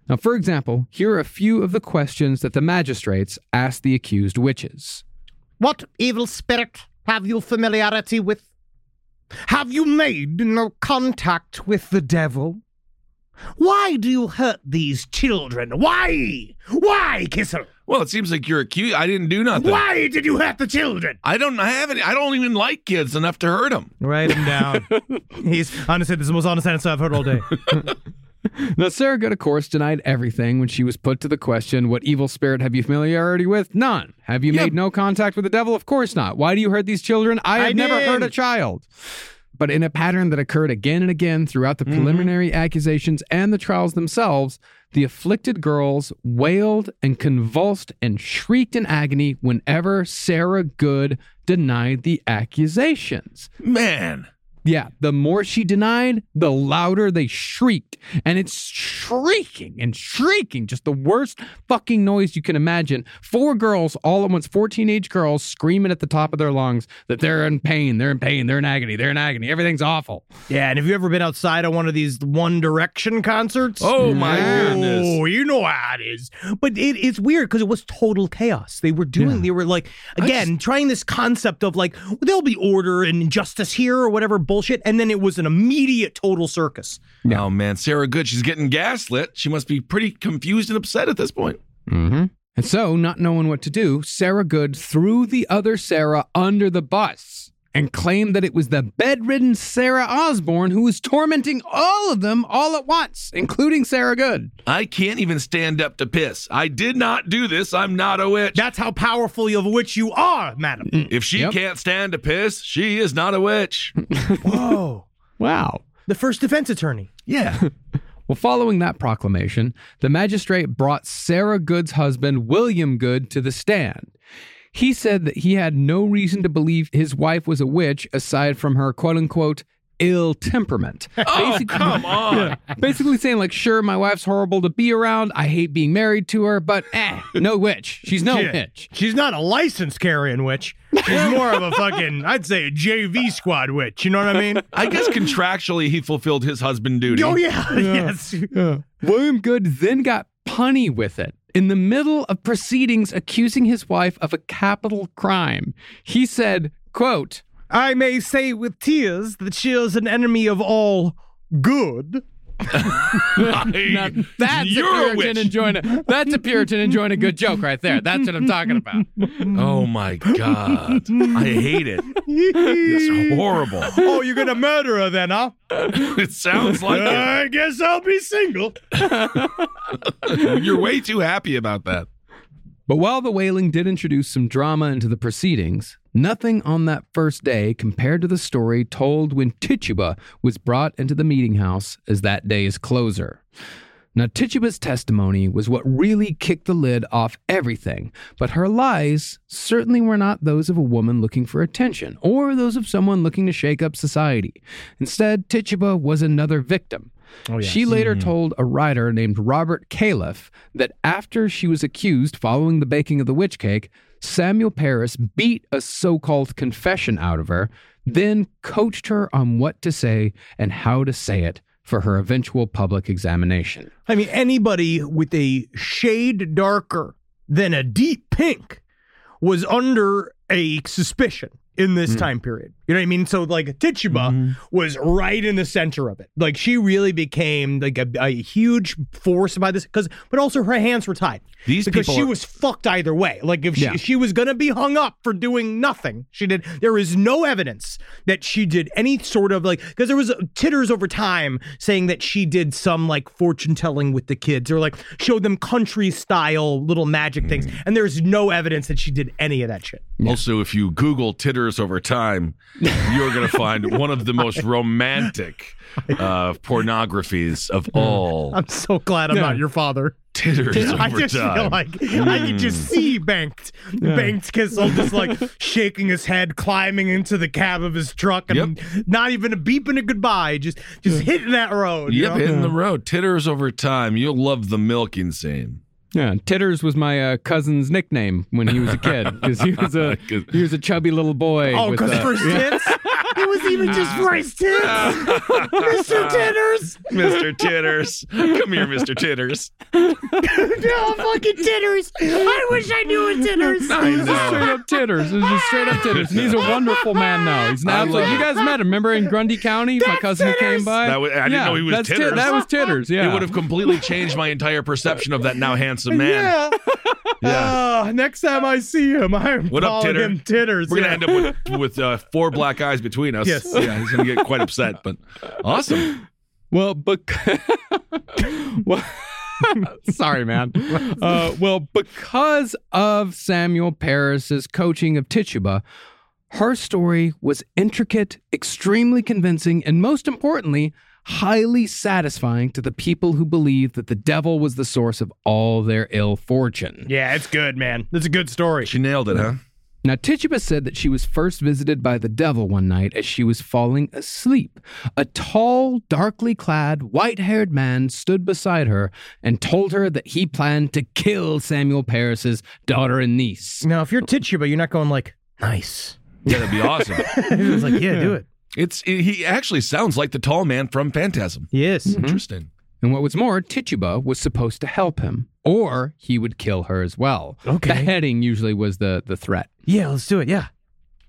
Speaker 6: Now, for example, here are a few of the questions that the magistrates asked the accused witches.
Speaker 4: What evil spirit have you familiarity with? Have you made no contact with the devil? Why do you hurt these children? Why? Why, Kissel?
Speaker 5: Well, it seems like you're accused. I didn't do nothing.
Speaker 4: Why did you hurt the children?
Speaker 5: I don't I haven't. I don't even like kids enough to hurt them.
Speaker 4: Write him down. He's honestly, this is the most honest answer I've heard all day.
Speaker 6: Now, Sarah Good, of course, denied everything when she was put to the question, What evil spirit have you familiarity with? None. Have you made no contact with the devil? Of course not. Why do you hurt these children? I have
Speaker 4: I
Speaker 6: never
Speaker 4: did.
Speaker 6: hurt a child. But in a pattern that occurred again and again throughout the preliminary accusations and the trials themselves, the afflicted girls wailed and convulsed and shrieked in agony whenever Sarah Good denied the accusations.
Speaker 5: Man.
Speaker 6: Yeah, the more she denied, the louder they shrieked. And it's shrieking and shrieking, just the worst fucking noise you can imagine. Four girls all at once, four teenage girls screaming at the top of their lungs that they're in pain, they're in pain, they're in agony, they're in agony, everything's awful.
Speaker 4: yeah, and have you ever been outside on one of these One Direction concerts?
Speaker 5: Oh my goodness.
Speaker 4: Oh, you know how it is. But it, it's weird because it was total chaos. They were doing, they were like, again, trying this concept of like, there'll be order and justice here or whatever bullshit. And then it was an immediate total circus.
Speaker 5: Oh man, Sarah Good. She's getting gaslit. She must be pretty confused and upset at this point.
Speaker 6: Mm-hmm. And so, not knowing what to do, Sarah Good threw the other Sarah under the bus and claimed that it was the bedridden Sarah Osborne who was tormenting all of them all at once, including Sarah Good.
Speaker 5: I can't even stand up to piss. I did not do this. I'm not a witch.
Speaker 4: That's how powerful of a witch you are, madam.
Speaker 5: If she
Speaker 6: Yep.
Speaker 5: can't stand to piss, she is not a witch.
Speaker 4: Whoa.
Speaker 6: Wow.
Speaker 4: The first defense attorney.
Speaker 5: Yeah.
Speaker 6: Well, following that proclamation, the magistrate brought Sarah Good's husband, William Good, to the stand. He said that he had no reason to believe his wife was a witch aside from her quote unquote ill temperament.
Speaker 5: oh, come on.
Speaker 6: Basically saying, like, sure, my wife's horrible to be around. I hate being married to her, but eh, no witch. She's no witch.
Speaker 4: She's not a licensed carrying witch. She's more of a fucking, I'd say a JV squad witch. You know what I mean?
Speaker 5: I guess contractually he fulfilled his husband duty.
Speaker 4: Oh, yeah. Yes.
Speaker 6: William Good then got punny with it. In the middle of proceedings accusing his wife of a capital crime, he said, quote,
Speaker 4: I may say with tears that she is an enemy of all good.
Speaker 6: Now, that's
Speaker 5: You're a
Speaker 6: a
Speaker 5: witch.
Speaker 6: Puritan enjoying a, that's a Puritan enjoying a good joke right there. That's what I'm talking about.
Speaker 5: Oh my god. I hate it. It's horrible.
Speaker 4: Oh, you're going to murder her then, huh?
Speaker 5: It sounds like
Speaker 4: I guess I'll be single.
Speaker 5: it. You're way too happy about that.
Speaker 6: But while the wailing did introduce some drama into the proceedings, nothing on that first day compared to the story told when Tituba was brought into the meeting house as that day's closer. Now, Tituba's testimony was what really kicked the lid off everything, but her lies certainly were not those of a woman looking for attention or those of someone looking to shake up society. Instead, Tituba was another victim. She later told a writer named Robert Califf that after she was accused following the baking of the witch cake, Samuel Paris beat a so called confession out of her, then coached her on what to say and how to say it for her eventual public examination.
Speaker 4: I mean, anybody with a shade darker than a deep pink was under a suspicion in this time period. You know what I mean? So, like, Tituba was right in the center of it. Like, she really became like a, a huge force by this because, but also her hands were tied.
Speaker 5: These
Speaker 4: because
Speaker 5: people
Speaker 4: she
Speaker 5: are-
Speaker 4: was fucked either way. Like, if she,
Speaker 6: Yeah.
Speaker 4: if she was gonna be hung up for doing nothing, she did. There is no evidence that she did any sort of like because there was titters over time saying that she did some like fortune telling with the kids or like showed them country style little magic things,
Speaker 5: Mm.
Speaker 4: and there's no evidence that she did any of that shit.
Speaker 5: Also, if you Google titters over time, you're going to find one of the most romantic uh, pornographies of all
Speaker 4: I'm so glad I'm not your father.
Speaker 5: titters over
Speaker 4: I just
Speaker 5: time. Hmm.
Speaker 4: feel like I can just see Banked, Banked Kissel just like shaking his head, climbing into the cab of his truck, and not even a beep and a goodbye, just just hitting that road. you
Speaker 5: Yep,
Speaker 4: know?
Speaker 5: in the road. Titters over time. You'll love the milking scene.
Speaker 6: Yeah, Titters was my uh, cousin's nickname when he was a kid because he was a he was a chubby little boy.
Speaker 4: Oh,
Speaker 6: with,
Speaker 4: because
Speaker 6: uh,
Speaker 4: for tits? It was even just for his tits. Mr. Titters.
Speaker 5: Mr. Titters. Come here, Mr. Titters.
Speaker 7: No Oh, fucking dinners. I wish I knew a dinners.
Speaker 6: It was just straight up titters. It was just straight up titters. And he's a wonderful man now. He's now
Speaker 5: love
Speaker 6: like, you
Speaker 5: it.
Speaker 6: guys met him. Remember in Grundy County, my cousin who came by.
Speaker 5: That was- I didn't know he was
Speaker 6: that's Tit-
Speaker 5: titters.
Speaker 6: that was titters. Yeah,
Speaker 5: It would have completely changed my entire perception of that now handsome man.
Speaker 4: Yeah. Uh, next time I see him, I'm
Speaker 5: What up,
Speaker 4: calling
Speaker 5: Titter?
Speaker 4: him Titters.
Speaker 5: We're
Speaker 4: yeah.
Speaker 5: gonna end up with, with uh, four black eyes between us.
Speaker 4: Yes.
Speaker 5: Yeah, he's gonna get quite upset, but awesome.
Speaker 6: Well, but well, sorry, man. Uh, well, because of Samuel Paris's coaching of Tituba, her story was intricate, extremely convincing, and most importantly, highly satisfying to the people who believed that the devil was the source of all their ill fortune.
Speaker 4: Yeah, it's good, man. It's a good story.
Speaker 5: She nailed it, huh?
Speaker 6: Now, Tituba said that she was first visited by the devil one night as she was falling asleep. A tall, darkly clad, white haired man stood beside her and told her that he planned to kill Samuel Paris's daughter and niece.
Speaker 4: Now, if you're Tituba, you're not going like, nice.
Speaker 5: Yeah, that'd be awesome.
Speaker 4: It's like, yeah, do it.
Speaker 5: It's he actually sounds like the tall man from Phantasm.
Speaker 4: Yes.
Speaker 5: Interesting.
Speaker 6: And what was more, Tituba was supposed to help him, or he would kill her as well.
Speaker 4: Okay.
Speaker 6: Beheading usually was the, the threat.
Speaker 4: Yeah, let's do it. Yeah.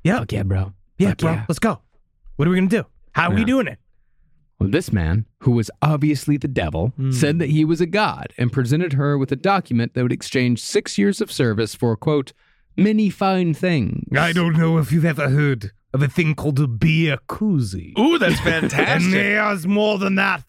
Speaker 4: Yeah.
Speaker 6: yeah, bro.
Speaker 4: Yeah,
Speaker 6: Fuck
Speaker 4: bro.
Speaker 6: yeah.
Speaker 4: Let's go. What are we going to do? How are we
Speaker 6: Yeah.
Speaker 4: doing it?
Speaker 6: Well, Well, this man, who was obviously the devil,
Speaker 4: Hmm.
Speaker 6: said that he was a god and presented her with a document that would exchange six years of service for, quote, many fine things.
Speaker 4: I don't know if you've ever heard of a thing called a beer koozie.
Speaker 5: Ooh, that's
Speaker 4: And
Speaker 5: fantastic.
Speaker 4: there's more than that.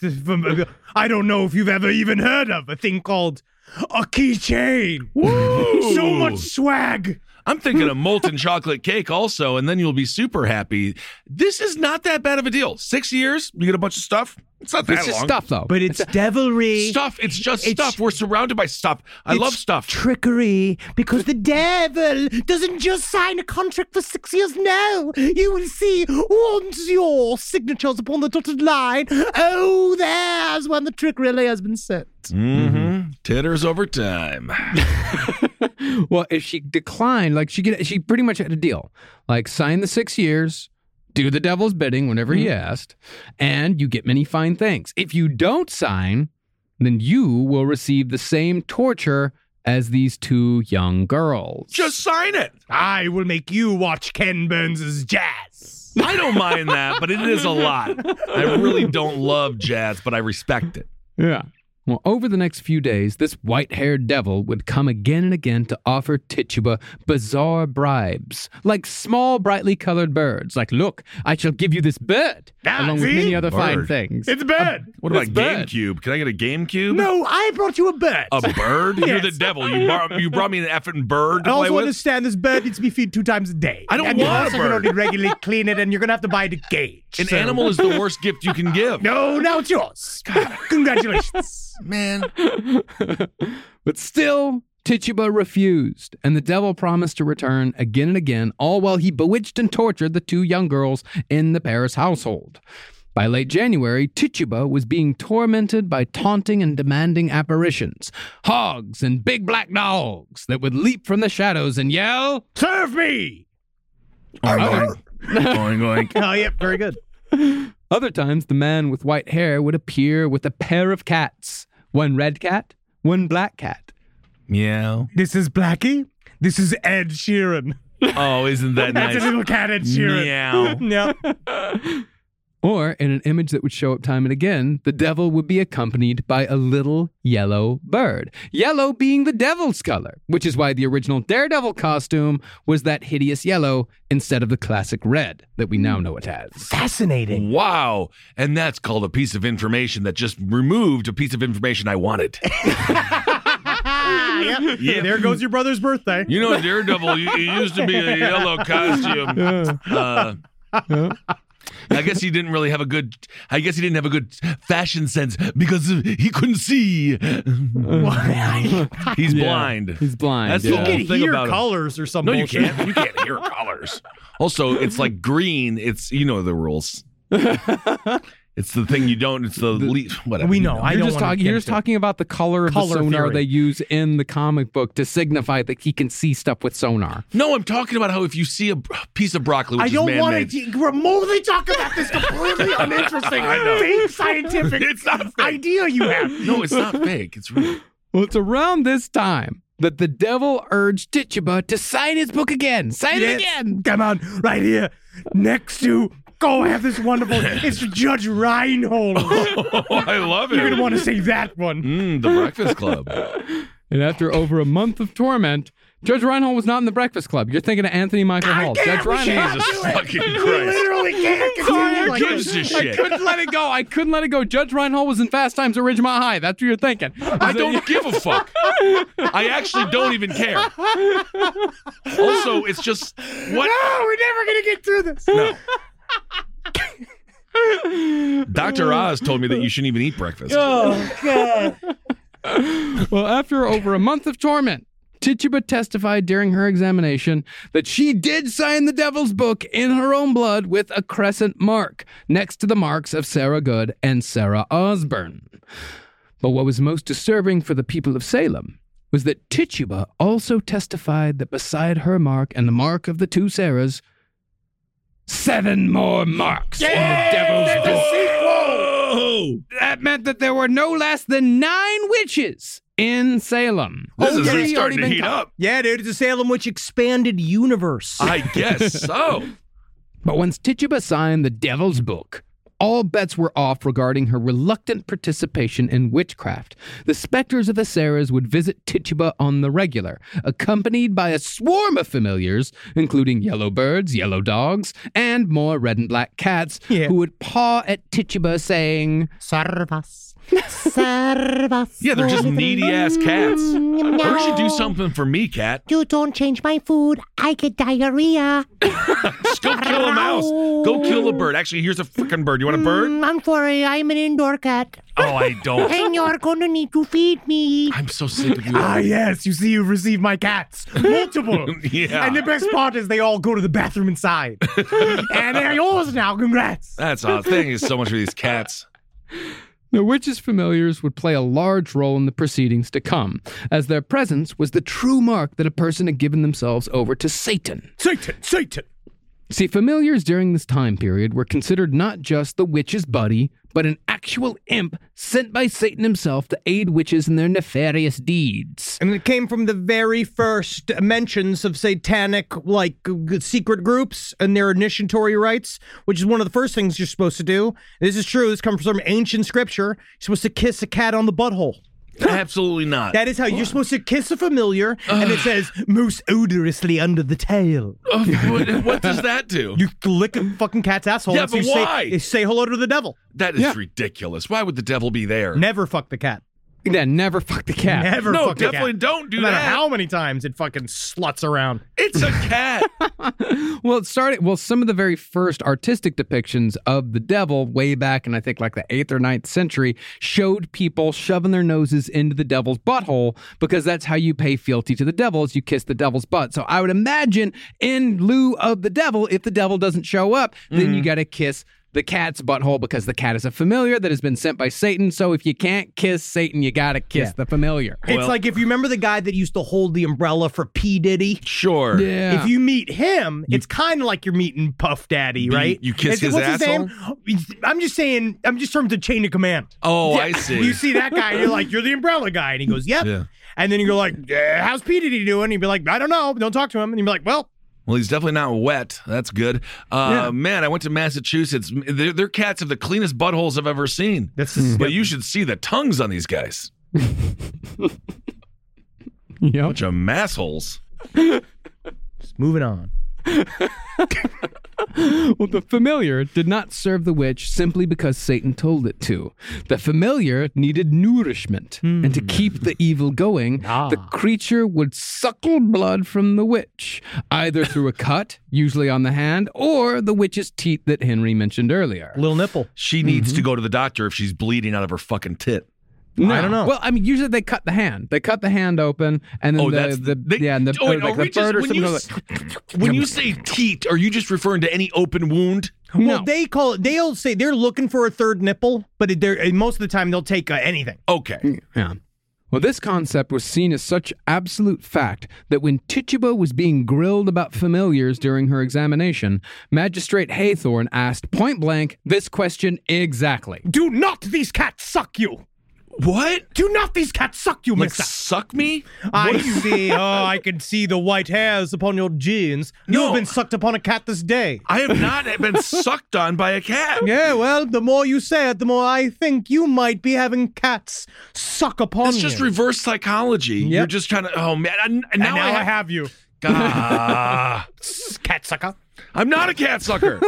Speaker 4: I don't know if you've ever even heard of a thing called a keychain. So much swag.
Speaker 5: I'm thinking a molten chocolate cake also, and then you'll be super happy. This is not that bad of a deal. Six years, you get a bunch of stuff. It's not that
Speaker 6: It's just
Speaker 5: long.
Speaker 6: stuff, though.
Speaker 4: But it's devilry.
Speaker 5: Stuff. It's just
Speaker 4: It's-
Speaker 5: stuff. We're surrounded by stuff. I
Speaker 4: It's
Speaker 5: love stuff.
Speaker 4: Trickery, because the devil doesn't just sign a contract for six years. No, you will see once your signature's upon the dotted line. Oh, there's when the trickery really has been set.
Speaker 5: Mm-hmm. Titters over time.
Speaker 6: well, if she declined, like she get, she pretty much had a deal, like sign the six years, do the devil's bidding whenever
Speaker 4: Hmm.
Speaker 6: he asked, and you get many fine things. If you don't sign, then you will receive the same torture as these two young girls.
Speaker 5: Just sign it.
Speaker 4: I will make you watch Ken Burns' jazz.
Speaker 5: I don't mind that, but it is a lot. I really don't love jazz, but I respect it.
Speaker 6: Yeah. Well, over the next few days, this white haired devil would come again and again to offer Tituba bizarre bribes, like small, brightly colored birds. Like, look, I shall give you this bird,
Speaker 4: Ah,
Speaker 6: along with
Speaker 4: see?
Speaker 6: many other fine
Speaker 5: Bird.
Speaker 6: things.
Speaker 4: It's bad.
Speaker 5: What
Speaker 6: That's
Speaker 5: about
Speaker 6: bad.
Speaker 5: GameCube? Can I get a GameCube?
Speaker 4: no, I brought you a bird.
Speaker 5: A bird? You're the
Speaker 4: Yes.
Speaker 5: devil. You, bar- you brought me an effing bird
Speaker 4: I
Speaker 5: to play
Speaker 4: also
Speaker 5: with.
Speaker 4: understand this bird needs to be feed two times a day.
Speaker 5: I don't
Speaker 4: and
Speaker 5: want a
Speaker 4: you're also
Speaker 5: bird.
Speaker 4: going to regularly clean it, and you're going to have to buy the gauge.
Speaker 5: An
Speaker 4: so-
Speaker 5: animal is the worst gift you can give.
Speaker 4: No, now it's yours. Congratulations.
Speaker 5: Man.
Speaker 6: but still, Tituba refused, and the devil promised to return again and again, all while he bewitched and tortured the two young girls in the Paris household. By late January, Tituba was being tormented by taunting and demanding apparitions, hogs and big black dogs that would leap from the shadows and yell,
Speaker 4: Serve me.
Speaker 5: Oink, oink, oink.
Speaker 4: Oh, yeah, very good.
Speaker 6: Other times, the man with white hair would appear with a pair of cats one red cat, one black cat.
Speaker 5: Meow.
Speaker 4: This is Blackie. This is Ed Sheeran.
Speaker 5: Oh, isn't that
Speaker 4: That's
Speaker 5: nice?
Speaker 4: a little cat, Ed Sheeran.
Speaker 5: Meow.
Speaker 4: yeah.
Speaker 6: Or, in an image that would show up time and again, the devil would be accompanied by a little yellow bird. Yellow being the devil's color, which is why the original Daredevil costume was that hideous yellow instead of the classic red that we now know it as.
Speaker 4: Fascinating.
Speaker 5: Wow. And that's called a piece of information that just removed a piece of information I wanted.
Speaker 4: Yeah, Ah, there goes your brother's birthday.
Speaker 5: You know, Daredevil, you, it used to be a yellow costume. Uh, I guess he didn't really have a good. I guess he didn't have a good fashion sense because he couldn't see. He's blind.
Speaker 6: He's blind.
Speaker 5: That's
Speaker 6: yeah.
Speaker 5: the whole
Speaker 4: can
Speaker 5: thing
Speaker 4: hear
Speaker 5: about him.
Speaker 4: colors or
Speaker 5: No,
Speaker 4: something.
Speaker 5: you can't. You can't hear colors. Also, it's like green. It's you know the rules. It's the thing you don't. It's the, leaf. Whatever.
Speaker 4: We
Speaker 5: you
Speaker 4: know. I
Speaker 6: You're
Speaker 4: don't
Speaker 6: just,
Speaker 4: wanna
Speaker 6: talking,
Speaker 4: get
Speaker 6: you're just
Speaker 4: into it.
Speaker 6: talking about the color of the
Speaker 4: Color
Speaker 6: sonar
Speaker 4: theory.
Speaker 6: they use in the comic book to signify that he can see stuff with sonar.
Speaker 5: No, I'm talking about how if you see a b- piece of broccoli, which
Speaker 4: I don't
Speaker 5: is
Speaker 4: want
Speaker 5: man-made,
Speaker 4: to. We're mostly talking about this completely uninteresting, fake scientific
Speaker 5: It's not fake.
Speaker 4: idea you have.
Speaker 5: No, it's not fake. It's real.
Speaker 6: Well, it's around this time that the devil urged Tituba to sign his book again. Sign it
Speaker 4: Yes.
Speaker 6: again.
Speaker 4: Come on, right here, next to. Go have this wonderful. It's Judge Reinhold.
Speaker 5: Oh, I love it.
Speaker 4: You're gonna want to say that one.
Speaker 5: Mm, the Breakfast Club.
Speaker 6: And after over a month of torment, Judge Reinhold was not in the Breakfast Club. You're thinking of Anthony Michael Hall. Judge Reinhold.
Speaker 5: Jesus fucking
Speaker 4: We
Speaker 5: Christ.
Speaker 4: literally can't
Speaker 6: Sorry, I
Speaker 4: continue like
Speaker 6: couldn't-
Speaker 4: this.
Speaker 5: gives a
Speaker 6: I
Speaker 5: shit?
Speaker 6: couldn't let it go. I couldn't let it go. Judge Reinhold was in Fast Times at Ridgemont High. That's what you're thinking.
Speaker 5: I don't give a fuck. I actually don't even care. Also, it's just what
Speaker 4: No, we're never gonna get through this.
Speaker 5: Dr. Oz told me that you shouldn't even eat breakfast.
Speaker 6: Well, after over a month of torment, Tituba testified during her examination that she did sign the devil's book in her own blood with a crescent mark next to the marks of Sarah Good and Sarah Osborne. But what was most disturbing for the people of Salem was that Tituba also testified that beside her mark and the mark of the two Sarahs, seven more marks were the devil's book.
Speaker 5: Whoa!
Speaker 6: That meant that there were no less than nine witches in Salem.
Speaker 5: This
Speaker 6: Oh,
Speaker 5: is
Speaker 6: three
Speaker 5: really starting
Speaker 6: already
Speaker 5: to
Speaker 6: been
Speaker 5: heat
Speaker 6: caught.
Speaker 5: up.
Speaker 4: Yeah, dude, it's a Salem Witch expanded universe.
Speaker 5: I guess so.
Speaker 6: But once Tituba signed the devil's book, all bets were off regarding her reluctant participation in witchcraft. The specters of the Sarahs would visit Tituba on the regular, accompanied by a swarm of familiars, including yellow birds, yellow dogs, and more red and black cats,
Speaker 4: Yeah.
Speaker 6: who would paw at Tituba, saying,
Speaker 7: Servas. Servas.
Speaker 5: Yeah, they're just needy ass cats. Or you should do something for me, cat.
Speaker 7: You don't change my food. I get diarrhea.
Speaker 5: Just go kill a mouse. Go kill a bird. Actually, here's a freaking bird. You want a bird?
Speaker 7: Mm, I'm sorry. I'm an indoor cat.
Speaker 5: Oh, I don't.
Speaker 7: And you're gonna need to feed me.
Speaker 5: I'm so sick of you.
Speaker 4: Ah, yes, you see, you've received my cats. Multiple.
Speaker 5: Yeah.
Speaker 4: And the best part is they all go to the bathroom inside. and they're yours now. Congrats.
Speaker 5: That's odd. Thank you so much for these cats.
Speaker 6: The witches' familiars would play a large role in the proceedings to come, as their presence was the true mark that a person had given themselves over to Satan.
Speaker 4: Satan, Satan.
Speaker 6: See, familiars during this time period were considered not just the witch's buddy, but an actual imp sent by Satan himself to aid witches in their nefarious deeds.
Speaker 4: And it came from the very first mentions of satanic, like g- secret groups and their initiatory rites, which is one of the first things you're supposed to do. This is true. This comes from ancient scripture. You're supposed to kiss a cat on the butthole.
Speaker 5: Absolutely not.
Speaker 4: That is how you're supposed to kiss a familiar, and it says moose odorously under the tail.
Speaker 5: Oh, what, what does that do?
Speaker 4: You lick a fucking cat's asshole.
Speaker 5: Yeah,
Speaker 4: and so
Speaker 5: but
Speaker 4: you say-
Speaker 5: why?
Speaker 4: you say hello to the devil.
Speaker 5: that is ridiculous. Why would the devil be there?
Speaker 4: Never fuck the cat.
Speaker 6: Yeah, never fuck the cat.
Speaker 4: Never.
Speaker 5: No,
Speaker 4: fuck the cat.
Speaker 5: definitely don't do
Speaker 4: no matter
Speaker 5: that.
Speaker 4: how many times it fucking sluts around.
Speaker 5: It's a cat.
Speaker 6: Well, it started. Well, some of the very first artistic depictions of the devil, way back in I think like the eighth or ninth century, showed people shoving their noses into the devil's butthole because that's how you pay fealty to the devil is you kiss the devil's butt. So I would imagine, in lieu of the devil, if the devil doesn't show up, then you got to kiss the cat's butthole because the cat is a familiar that has been sent by Satan. So if you can't kiss Satan, you got to kiss the familiar.
Speaker 4: It's like if you remember the guy that used to hold the umbrella for P Diddy.
Speaker 5: Sure.
Speaker 6: yeah.
Speaker 4: If you meet him, it's kind of like you're meeting Puff Daddy, right?
Speaker 5: you kiss
Speaker 4: It's-
Speaker 5: his
Speaker 4: what's
Speaker 5: asshole?
Speaker 4: His name? I'm just saying. I'm just from the chain of command.
Speaker 5: Oh, I
Speaker 4: You
Speaker 5: see.
Speaker 4: see that guy, and you're like, you're the umbrella guy, and he goes, yep.
Speaker 5: Yeah.
Speaker 4: And then you're like, "Yeah, how's P Diddy doing? He'd be like, I don't know. Don't talk to him. And you'd be like, well,
Speaker 5: Well, he's definitely not wet. That's good. Uh, Man, I went to Massachusetts. Their, their cats have the cleanest buttholes I've ever seen.
Speaker 4: this is
Speaker 5: But you should see the tongues on these guys. Bunch of massholes.
Speaker 4: moving on.
Speaker 6: Well, the familiar did not serve the witch simply because Satan told it to. The familiar needed nourishment, and
Speaker 5: Hmm.
Speaker 6: to keep the evil going, the
Speaker 5: Ah.
Speaker 6: creature would suckle blood from the witch, either through a cut, usually on the hand, or the witch's teeth that Henry mentioned earlier.
Speaker 4: Little nipple.
Speaker 5: She needs
Speaker 4: Mm-hmm.
Speaker 5: to go to the doctor if she's bleeding out of her fucking tit.
Speaker 6: I
Speaker 4: don't know.
Speaker 6: Well, I mean, usually they cut the hand. They cut the hand open, and then
Speaker 5: Oh,
Speaker 6: the,
Speaker 5: that's
Speaker 6: the,
Speaker 5: they-
Speaker 6: yeah, and the,
Speaker 5: oh,
Speaker 6: or
Speaker 5: and
Speaker 6: like
Speaker 5: are
Speaker 6: the
Speaker 5: we just-
Speaker 6: bird or
Speaker 5: when
Speaker 6: something.
Speaker 5: you
Speaker 6: goes
Speaker 5: s- When you say teat, are you just referring to any open wound?
Speaker 4: Well, they call it. They'll say they're looking for a third nipple, but it- they're most of the time they'll take uh, anything. Mm.
Speaker 5: Okay.
Speaker 6: Yeah. Well, this concept was seen as such absolute fact that when Tituba was being grilled about familiars during her examination, Magistrate Haythorne asked point blank this question exactly.
Speaker 4: Do not these cats suck you?
Speaker 5: What?
Speaker 4: Do not these cats suck you,
Speaker 5: Like
Speaker 4: Mister?
Speaker 5: suck me?
Speaker 4: I see. Oh, I can see the white hairs upon your jeans.
Speaker 5: No.
Speaker 4: You've been sucked upon a cat this day.
Speaker 5: I have not been sucked on by a cat.
Speaker 4: Yeah, well, the more you say it, the more I think you might be having cats suck upon
Speaker 5: That's
Speaker 4: you.
Speaker 5: just reverse psychology. You're just trying to. Oh man! And, and now,
Speaker 4: and now
Speaker 5: I,
Speaker 4: I
Speaker 5: have.
Speaker 4: have you,
Speaker 5: Ah,
Speaker 4: cat sucker.
Speaker 5: I'm not a cat sucker.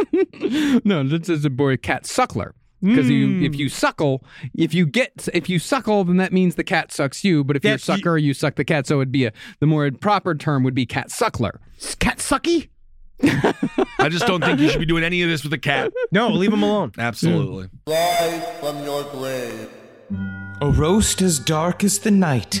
Speaker 6: No, this is a boy cat suckler. Because
Speaker 4: Hmm.
Speaker 6: you, if you suckle, if you get, if you suckle, then that means the cat sucks you. But if you're a
Speaker 4: That's y-
Speaker 6: sucker, you suck the cat. So it'd be a, the more proper term would be cat suckler.
Speaker 4: Cat sucky?
Speaker 5: I just don't think you should be doing any of this with a cat.
Speaker 4: No, leave him alone.
Speaker 5: Absolutely.
Speaker 8: A roast as dark as the night,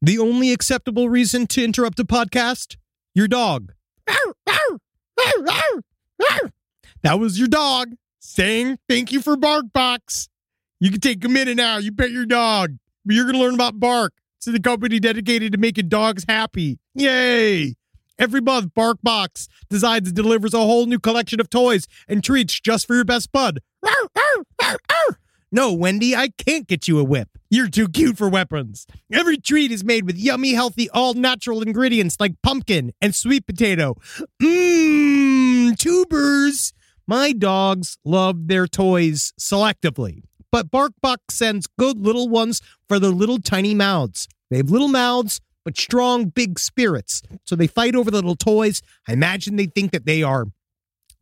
Speaker 4: The only acceptable reason to interrupt a podcast? Your dog. That was your dog
Speaker 9: saying thank you for BarkBox. You can take a minute now. You bet your dog. You're going to learn about Bark. It's the company dedicated to making dogs happy. Yay! Every month, BarkBox designs and delivers a whole new collection of toys and treats just for your best bud. Row, row, row, row. No, Wendy, I can't get you a whip. You're too cute for weapons. Every treat is made with yummy, healthy, all natural ingredients like pumpkin and sweet potato. Mmm, tubers. My dogs love their toys selectively, but BarkBox sends good little ones for their little tiny mouths. They have little mouths, but strong, big spirits. So they fight over the little toys. I imagine they think that they are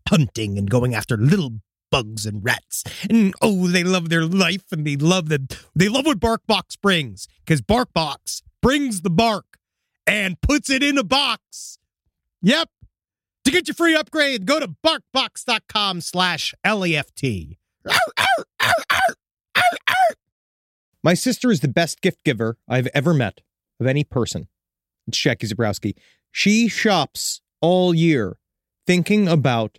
Speaker 9: hunting and going after little bugs and rats. And oh, they love their life and they love the they love what BarkBox brings because BarkBox brings the bark and puts it in a box. Yep. To get your free upgrade, go to barkbox.com slash E LEFT.
Speaker 4: My sister is the best gift giver I've ever met of any person. It's Jackie Zabrowski. She shops all year thinking about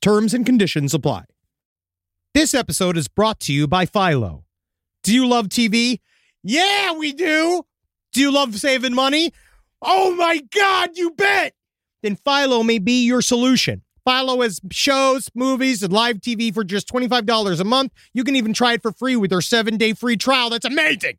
Speaker 4: Terms and conditions apply. This episode is brought to you by Philo. Do you love TV?
Speaker 9: Yeah, we do. Do you love saving money? Oh my God, you bet.
Speaker 4: Then Philo may be your solution. Philo has shows, movies, and live TV for just $25 a month. You can even try it for free with their seven day free trial. That's amazing.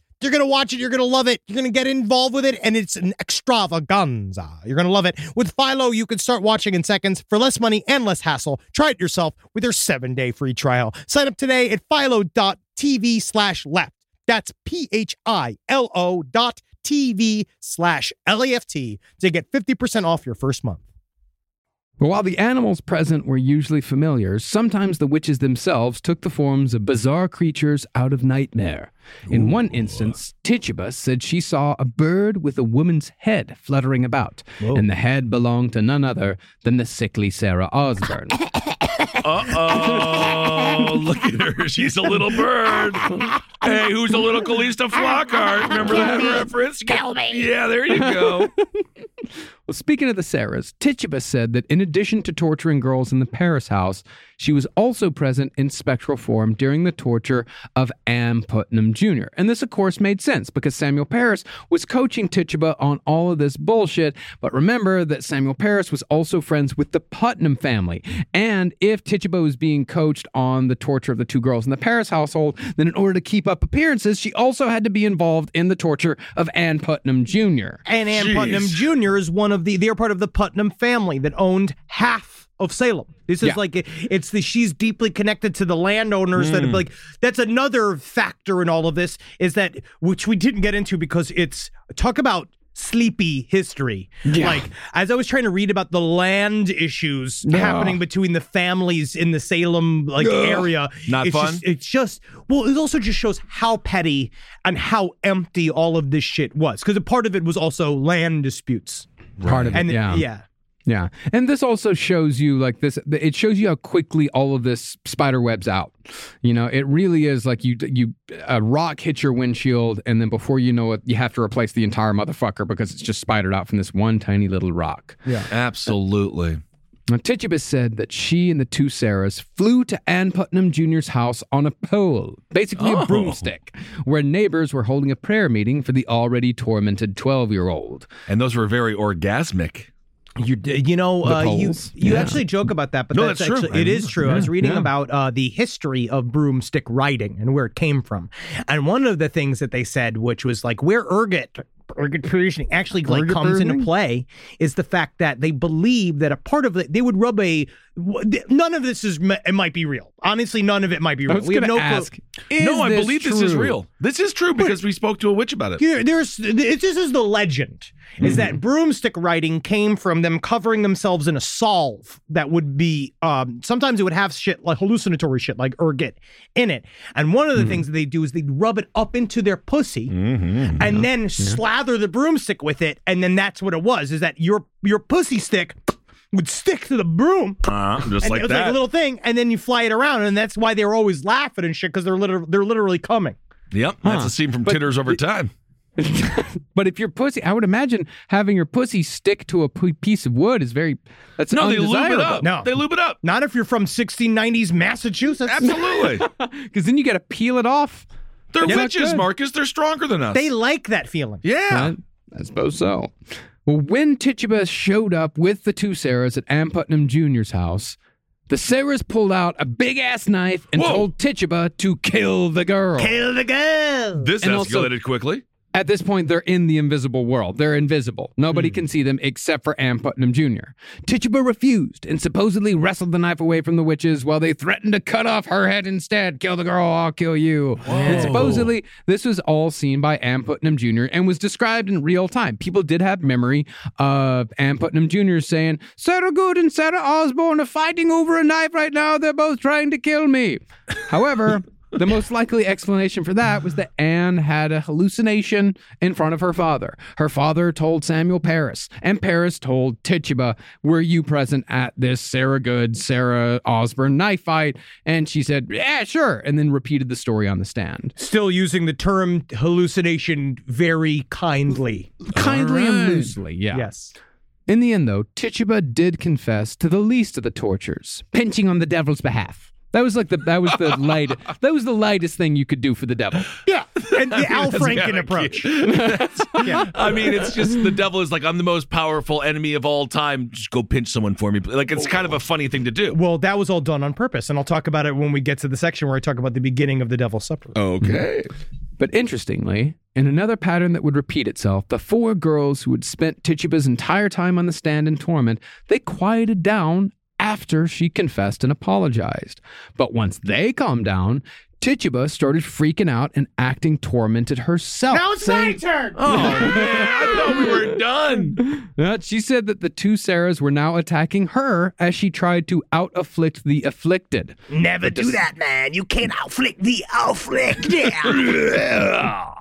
Speaker 4: You're going to watch it. You're going to love it. You're going to get involved with it. And it's an extravaganza. You're going to love it. With Philo, you can start watching in seconds for less money and less hassle. Try it yourself with your seven day free trial. Sign up today at philo.tv slash left. That's P H I L O dot TV slash L A F T to get 50% off your first month.
Speaker 6: But while the animals present were usually familiars, sometimes the witches themselves took the forms of bizarre creatures out of nightmare. In one instance, Tituba said she saw a bird with a woman's head fluttering about, and the head belonged to none other than the sickly Sarah Osborne.
Speaker 5: Uh oh, look at her. She's a little bird. Hey, who's a little Calista Flockhart? Remember that reference? Kill me. Yeah, there you go.
Speaker 6: Well, speaking of the Sarahs, Tituba said that in addition to torturing girls in the Paris house, she was also present in spectral form during the torture of Ann Putnam Jr. And this, of course, made sense because Samuel Paris was coaching Tituba on all of this bullshit. But remember that Samuel Paris was also friends with the Putnam family. And if Tituba was being coached on the torture of the two girls in the Paris household, then in order to keep up appearances, she also had to be involved in the torture of Ann Putnam Jr.
Speaker 4: And Ann Putnam Jr. is one of the they're part of the Putnam family that owned half of Salem. This is
Speaker 6: Yeah.
Speaker 4: like it's the she's deeply connected to the landowners that
Speaker 10: Hmm.
Speaker 4: have
Speaker 6: Mm.
Speaker 4: like that's another factor in all of this is that which we didn't get into because it's talk about sleepy history.
Speaker 10: Yeah.
Speaker 4: Like as I was trying to read about the land issues
Speaker 10: Yeah.
Speaker 4: happening between the families in the Salem like
Speaker 10: Ugh.
Speaker 4: area.
Speaker 10: Not
Speaker 4: it's
Speaker 10: fun?
Speaker 4: just- it's just well, it also just shows how petty and how empty all of this shit was because a part of it was also land disputes.
Speaker 6: Part of it,
Speaker 4: And-
Speaker 6: yeah.
Speaker 4: yeah.
Speaker 6: Yeah. And this also shows you like this it shows you how quickly all of this spider webs out. You know, it really is like you you a rock hits your windshield and then before you know it you have to replace the entire motherfucker because it's just spidered out from this one tiny little rock.
Speaker 5: Yeah. Absolutely.
Speaker 6: Now, Titubus said that she and the two Sarahs flew to Ann Putnam Jr.'s house on a pole, basically
Speaker 5: Oh.
Speaker 6: a broomstick, where neighbors were holding a prayer meeting for the already tormented 12 year old.
Speaker 5: And those were very orgasmic.
Speaker 4: You did, you know,
Speaker 5: The
Speaker 4: uh, you
Speaker 5: poles.
Speaker 4: you
Speaker 5: Yeah.
Speaker 4: actually joke about that, but
Speaker 5: No,
Speaker 4: that's,
Speaker 5: that's true.
Speaker 4: actually it is true. I was
Speaker 5: Yeah,
Speaker 4: reading
Speaker 5: yeah.
Speaker 4: about uh, the history of broomstick riding and where it came from, and one of the things that they said, which was like where ergot ergot provisioning actually like
Speaker 11: Ergot
Speaker 4: comes into
Speaker 11: provisioning?
Speaker 4: play, is the fact that they believe that a part of it they would rub a w- th- none of this is it might be real. Honestly, none of it might be
Speaker 6: I
Speaker 4: real.
Speaker 6: was
Speaker 4: We have
Speaker 6: gonna
Speaker 4: no
Speaker 6: ask,
Speaker 4: clue.
Speaker 6: is
Speaker 5: no, I
Speaker 6: this
Speaker 5: believe this is
Speaker 6: true?
Speaker 5: real. This is true because we spoke to a witch about it.
Speaker 4: There- there's it, this is the legend is
Speaker 5: Mm-hmm.
Speaker 4: that broomstick riding came from them covering themselves in a salve that would be um, sometimes it would have shit like hallucinatory shit like ergot in it and one of
Speaker 5: Mm-hmm.
Speaker 4: the things that they do is they rub it up into their pussy
Speaker 5: Mm-hmm.
Speaker 4: and then slather the broomstick with it and then that's what it was is that your your pussy stick would stick to the broom
Speaker 5: Uh, just
Speaker 4: and
Speaker 5: like
Speaker 4: it was
Speaker 5: that.
Speaker 4: like a little thing and then you fly it around and that's why they were always laughing and shit because they're literally they're literally coming
Speaker 5: yep, that's a scene from Titters Over Time.
Speaker 6: But if your pussy, I would imagine having your pussy stick to a p- piece of wood is very. That's
Speaker 5: No, they lube it
Speaker 6: undesirable.
Speaker 5: up.
Speaker 4: No.
Speaker 5: They lube it up.
Speaker 4: Not if you're from 1690s Massachusetts.
Speaker 5: Absolutely.
Speaker 6: because then you got to peel it off.
Speaker 5: They're
Speaker 6: Yeah,
Speaker 5: witches,
Speaker 6: good.
Speaker 5: Marcus. They're stronger than us.
Speaker 4: They like that feeling.
Speaker 5: yeah.
Speaker 6: Right? I suppose so. Well, when Tituba showed up with the two Sarahs at Ann Putnam Jr.'s house, the Sarahs pulled out a big ass knife and
Speaker 5: Whoa.
Speaker 6: told Tituba to kill the girl.
Speaker 4: Kill the girl.
Speaker 5: This
Speaker 6: And
Speaker 5: escalated
Speaker 6: also-
Speaker 5: quickly.
Speaker 6: At this point, they're in the invisible world. They're invisible. Nobody can see them except for Ann Putnam Jr. Tituba refused and supposedly wrestled the knife away from the witches while they threatened to cut off her head instead. Kill the girl, I'll kill you. And supposedly, this was all seen by Ann Putnam Jr. and was described in real time. People did have memory of Ann Putnam Jr. saying, Sarah Good and Sarah Osborne are fighting over a knife right now. They're both trying to kill me. However, the most likely explanation for that was that Anne had a hallucination in front of her father. Her father told Samuel Paris, and Paris told Tituba, Were you present at this Sarah Good, Sarah Osborne knife fight? And she said, Yeah, sure. And then repeated the story on the stand.
Speaker 4: Still using the term hallucination very kindly.
Speaker 6: Kindly
Speaker 5: right.
Speaker 6: and loosely, yeah.
Speaker 4: Yes.
Speaker 6: In the end, though, Tituba did confess to the least of the tortures, pinching on the devil's behalf. That was like the that was the light that was the lightest thing you could do for the devil.
Speaker 4: Yeah. And the Al
Speaker 5: That's
Speaker 4: Franken
Speaker 5: kinda
Speaker 4: approach.
Speaker 5: cute. That's-
Speaker 4: Yeah.
Speaker 5: I mean, it's just the devil is like, I'm the most powerful enemy of all time. Just go pinch someone for me. Like, it's kind of a funny thing to do.
Speaker 4: Well, that was all done on purpose, and I'll talk about it when we get to the section where I talk about the beginning of the Devil's Supper.
Speaker 5: Okay.
Speaker 6: But interestingly, in another pattern that would repeat itself, the four girls who had spent Tituba's entire time on the stand in torment, they quieted down after she confessed and apologized. But once they calmed down, Tituba started freaking out and acting tormented herself.
Speaker 11: Now it's
Speaker 6: saying-
Speaker 11: my turn.
Speaker 5: Oh, man. I thought we were done.
Speaker 6: Uh, she said that the two Sarahs were now attacking her as she tried to out afflict the afflicted.
Speaker 4: Never do that, man. You can't outflick the outflick.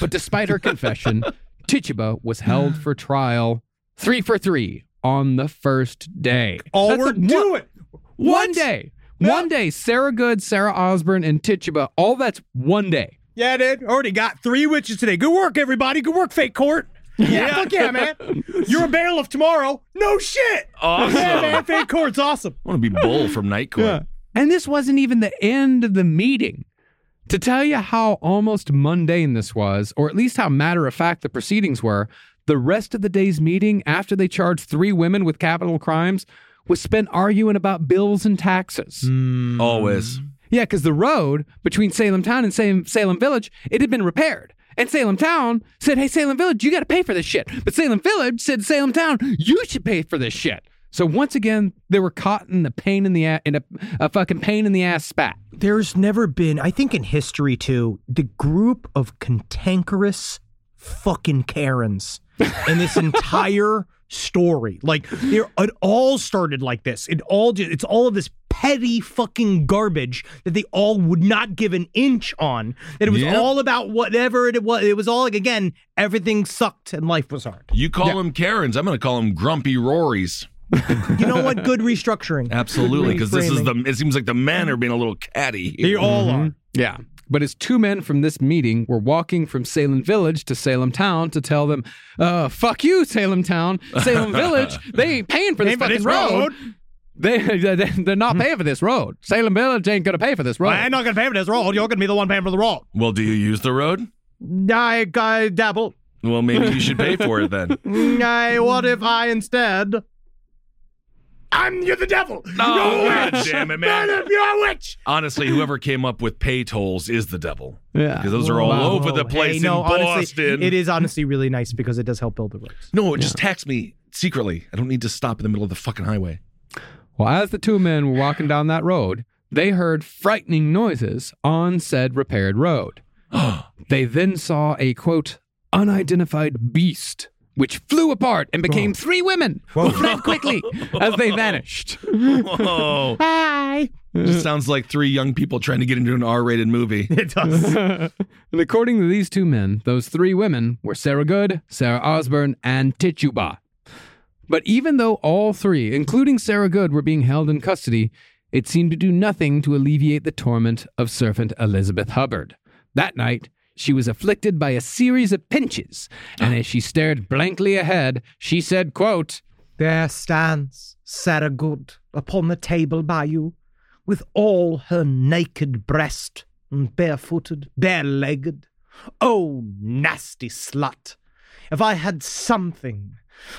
Speaker 6: But despite her confession, Tituba was held for trial three for three on the first day.
Speaker 4: all
Speaker 6: That's
Speaker 4: we're
Speaker 6: a- one-
Speaker 4: doing.
Speaker 6: One, day. One day, Sarah Good, Sarah Osborne, and Tituba, all that's one day.
Speaker 4: Yeah, dude. Already got three witches today. Good work, everybody. Good work, fake court. Yeah, fuck yeah, man. You're a bailiff tomorrow. No shit.
Speaker 5: Awesome.
Speaker 4: Yeah,
Speaker 5: I
Speaker 4: man. Fake court's awesome.
Speaker 5: want to be Bull from Night Court.
Speaker 6: And this wasn't even the end of the meeting. To tell you how almost mundane this was, or at least how matter of fact the proceedings were, the rest of the day's meeting, after they charged three women with capital crimes, was spent arguing about bills and taxes.
Speaker 5: Always.
Speaker 6: Yeah, because the road between Salem Town and Salem, Salem Village, it had been repaired. And Salem Town said, hey, Salem Village, you got to pay for this shit. But Salem Village said, Salem Town, you should pay for this shit. So once again, they were caught in the pain in the ass, in a, a fucking pain in the ass spat.
Speaker 4: there's never been, I think in history too, the group of cantankerous fucking Karens in this entire story. Like they're, it all started like this. It all just, it's all of this petty fucking garbage that they all would not give an inch on. That it was
Speaker 5: Yep.
Speaker 4: all about whatever it was. It was all like again, everything sucked and life was hard.
Speaker 5: You call them Karens. I'm going to call them Grumpy Rorys.
Speaker 4: you know what? Good restructuring.
Speaker 5: Absolutely, because this is
Speaker 4: Reframing.
Speaker 5: the. It seems like the men are being a little catty.
Speaker 6: They all are.
Speaker 4: Mm-hmm.
Speaker 6: Yeah. But as two men from this meeting were walking from Salem Village to Salem Town to tell them, uh, fuck you, Salem Town. Salem Village, they ain't paying for this
Speaker 11: Paying for
Speaker 6: fucking
Speaker 11: this
Speaker 6: road.
Speaker 11: road.
Speaker 6: They, they, they're not paying for this road. Salem Village ain't going to pay for this road.
Speaker 4: I ain't not gonna pay for this roll. You're gonna be the one paying for the roll.
Speaker 5: Mm. Well, do you use the road?
Speaker 4: I, I dabble.
Speaker 5: Well, maybe you should pay for it then.
Speaker 4: I, what if I instead?
Speaker 11: I'm you're the devil.
Speaker 5: Oh,
Speaker 11: you're a
Speaker 5: God
Speaker 11: witch.
Speaker 5: damn it, man.
Speaker 11: Madam, you're a witch.
Speaker 5: Honestly, whoever came up with pay tolls is the devil.
Speaker 6: Yeah.
Speaker 5: Because those are all
Speaker 4: Wow.
Speaker 5: over the place
Speaker 4: Hey, no,
Speaker 5: in
Speaker 4: honestly,
Speaker 5: Boston.
Speaker 4: it is honestly really nice because it does help build the roads.
Speaker 5: No, just tax me secretly. I don't need to stop in the middle of the fucking highway.
Speaker 6: Well, as the two men were walking down that road, they heard frightening noises on said repaired road. they then saw a quote, unidentified beast, which flew apart and became three women who fled quickly as they vanished.
Speaker 4: Oh.
Speaker 5: Whoa.
Speaker 7: Hi.
Speaker 5: Just sounds like three young people trying to get into an R-rated movie.
Speaker 4: It does.
Speaker 6: And according to these two men, those three women were Sarah Good, Sarah Osborne, and Tituba. But even though all three, including Sarah Good, were being held in custody, it seemed to do nothing to alleviate the torment of servant Elizabeth Hubbard. That night, she was afflicted by a series of pinches, and as she stared blankly ahead, she said, quote,
Speaker 4: There stands Sarah Good upon the table by you, with all her naked breast, and barefooted, barelegged. Oh, nasty slut! If I had something,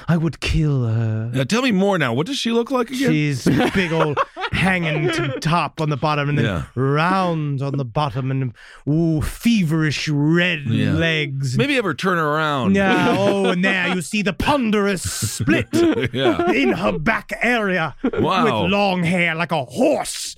Speaker 4: I would kill her.
Speaker 5: Now, tell me more now. What does she look like again?
Speaker 4: She's big old hanging to top on the bottom and then
Speaker 5: Yeah.
Speaker 4: round on the bottom and ooh, feverish red
Speaker 5: Yeah.
Speaker 4: legs.
Speaker 5: Maybe ever turn her around.
Speaker 4: Yeah, oh, and there you see the ponderous split
Speaker 5: yeah.
Speaker 4: in her back area
Speaker 5: Wow.
Speaker 4: with long hair like a horse.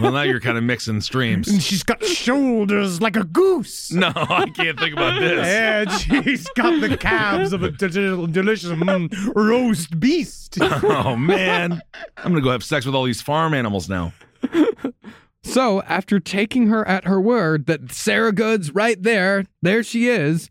Speaker 5: Well, now you're kind of mixing
Speaker 11: And
Speaker 5: streams.
Speaker 11: she's got shoulders like a goose.
Speaker 5: No, I can't think about this.
Speaker 11: And she's got the calves of a d- d- delicious mm, roast beast.
Speaker 5: Oh man, I'm gonna go have sex with all these farm animals now.
Speaker 6: So, after taking her at her word that Sarah Good's right there, there she is,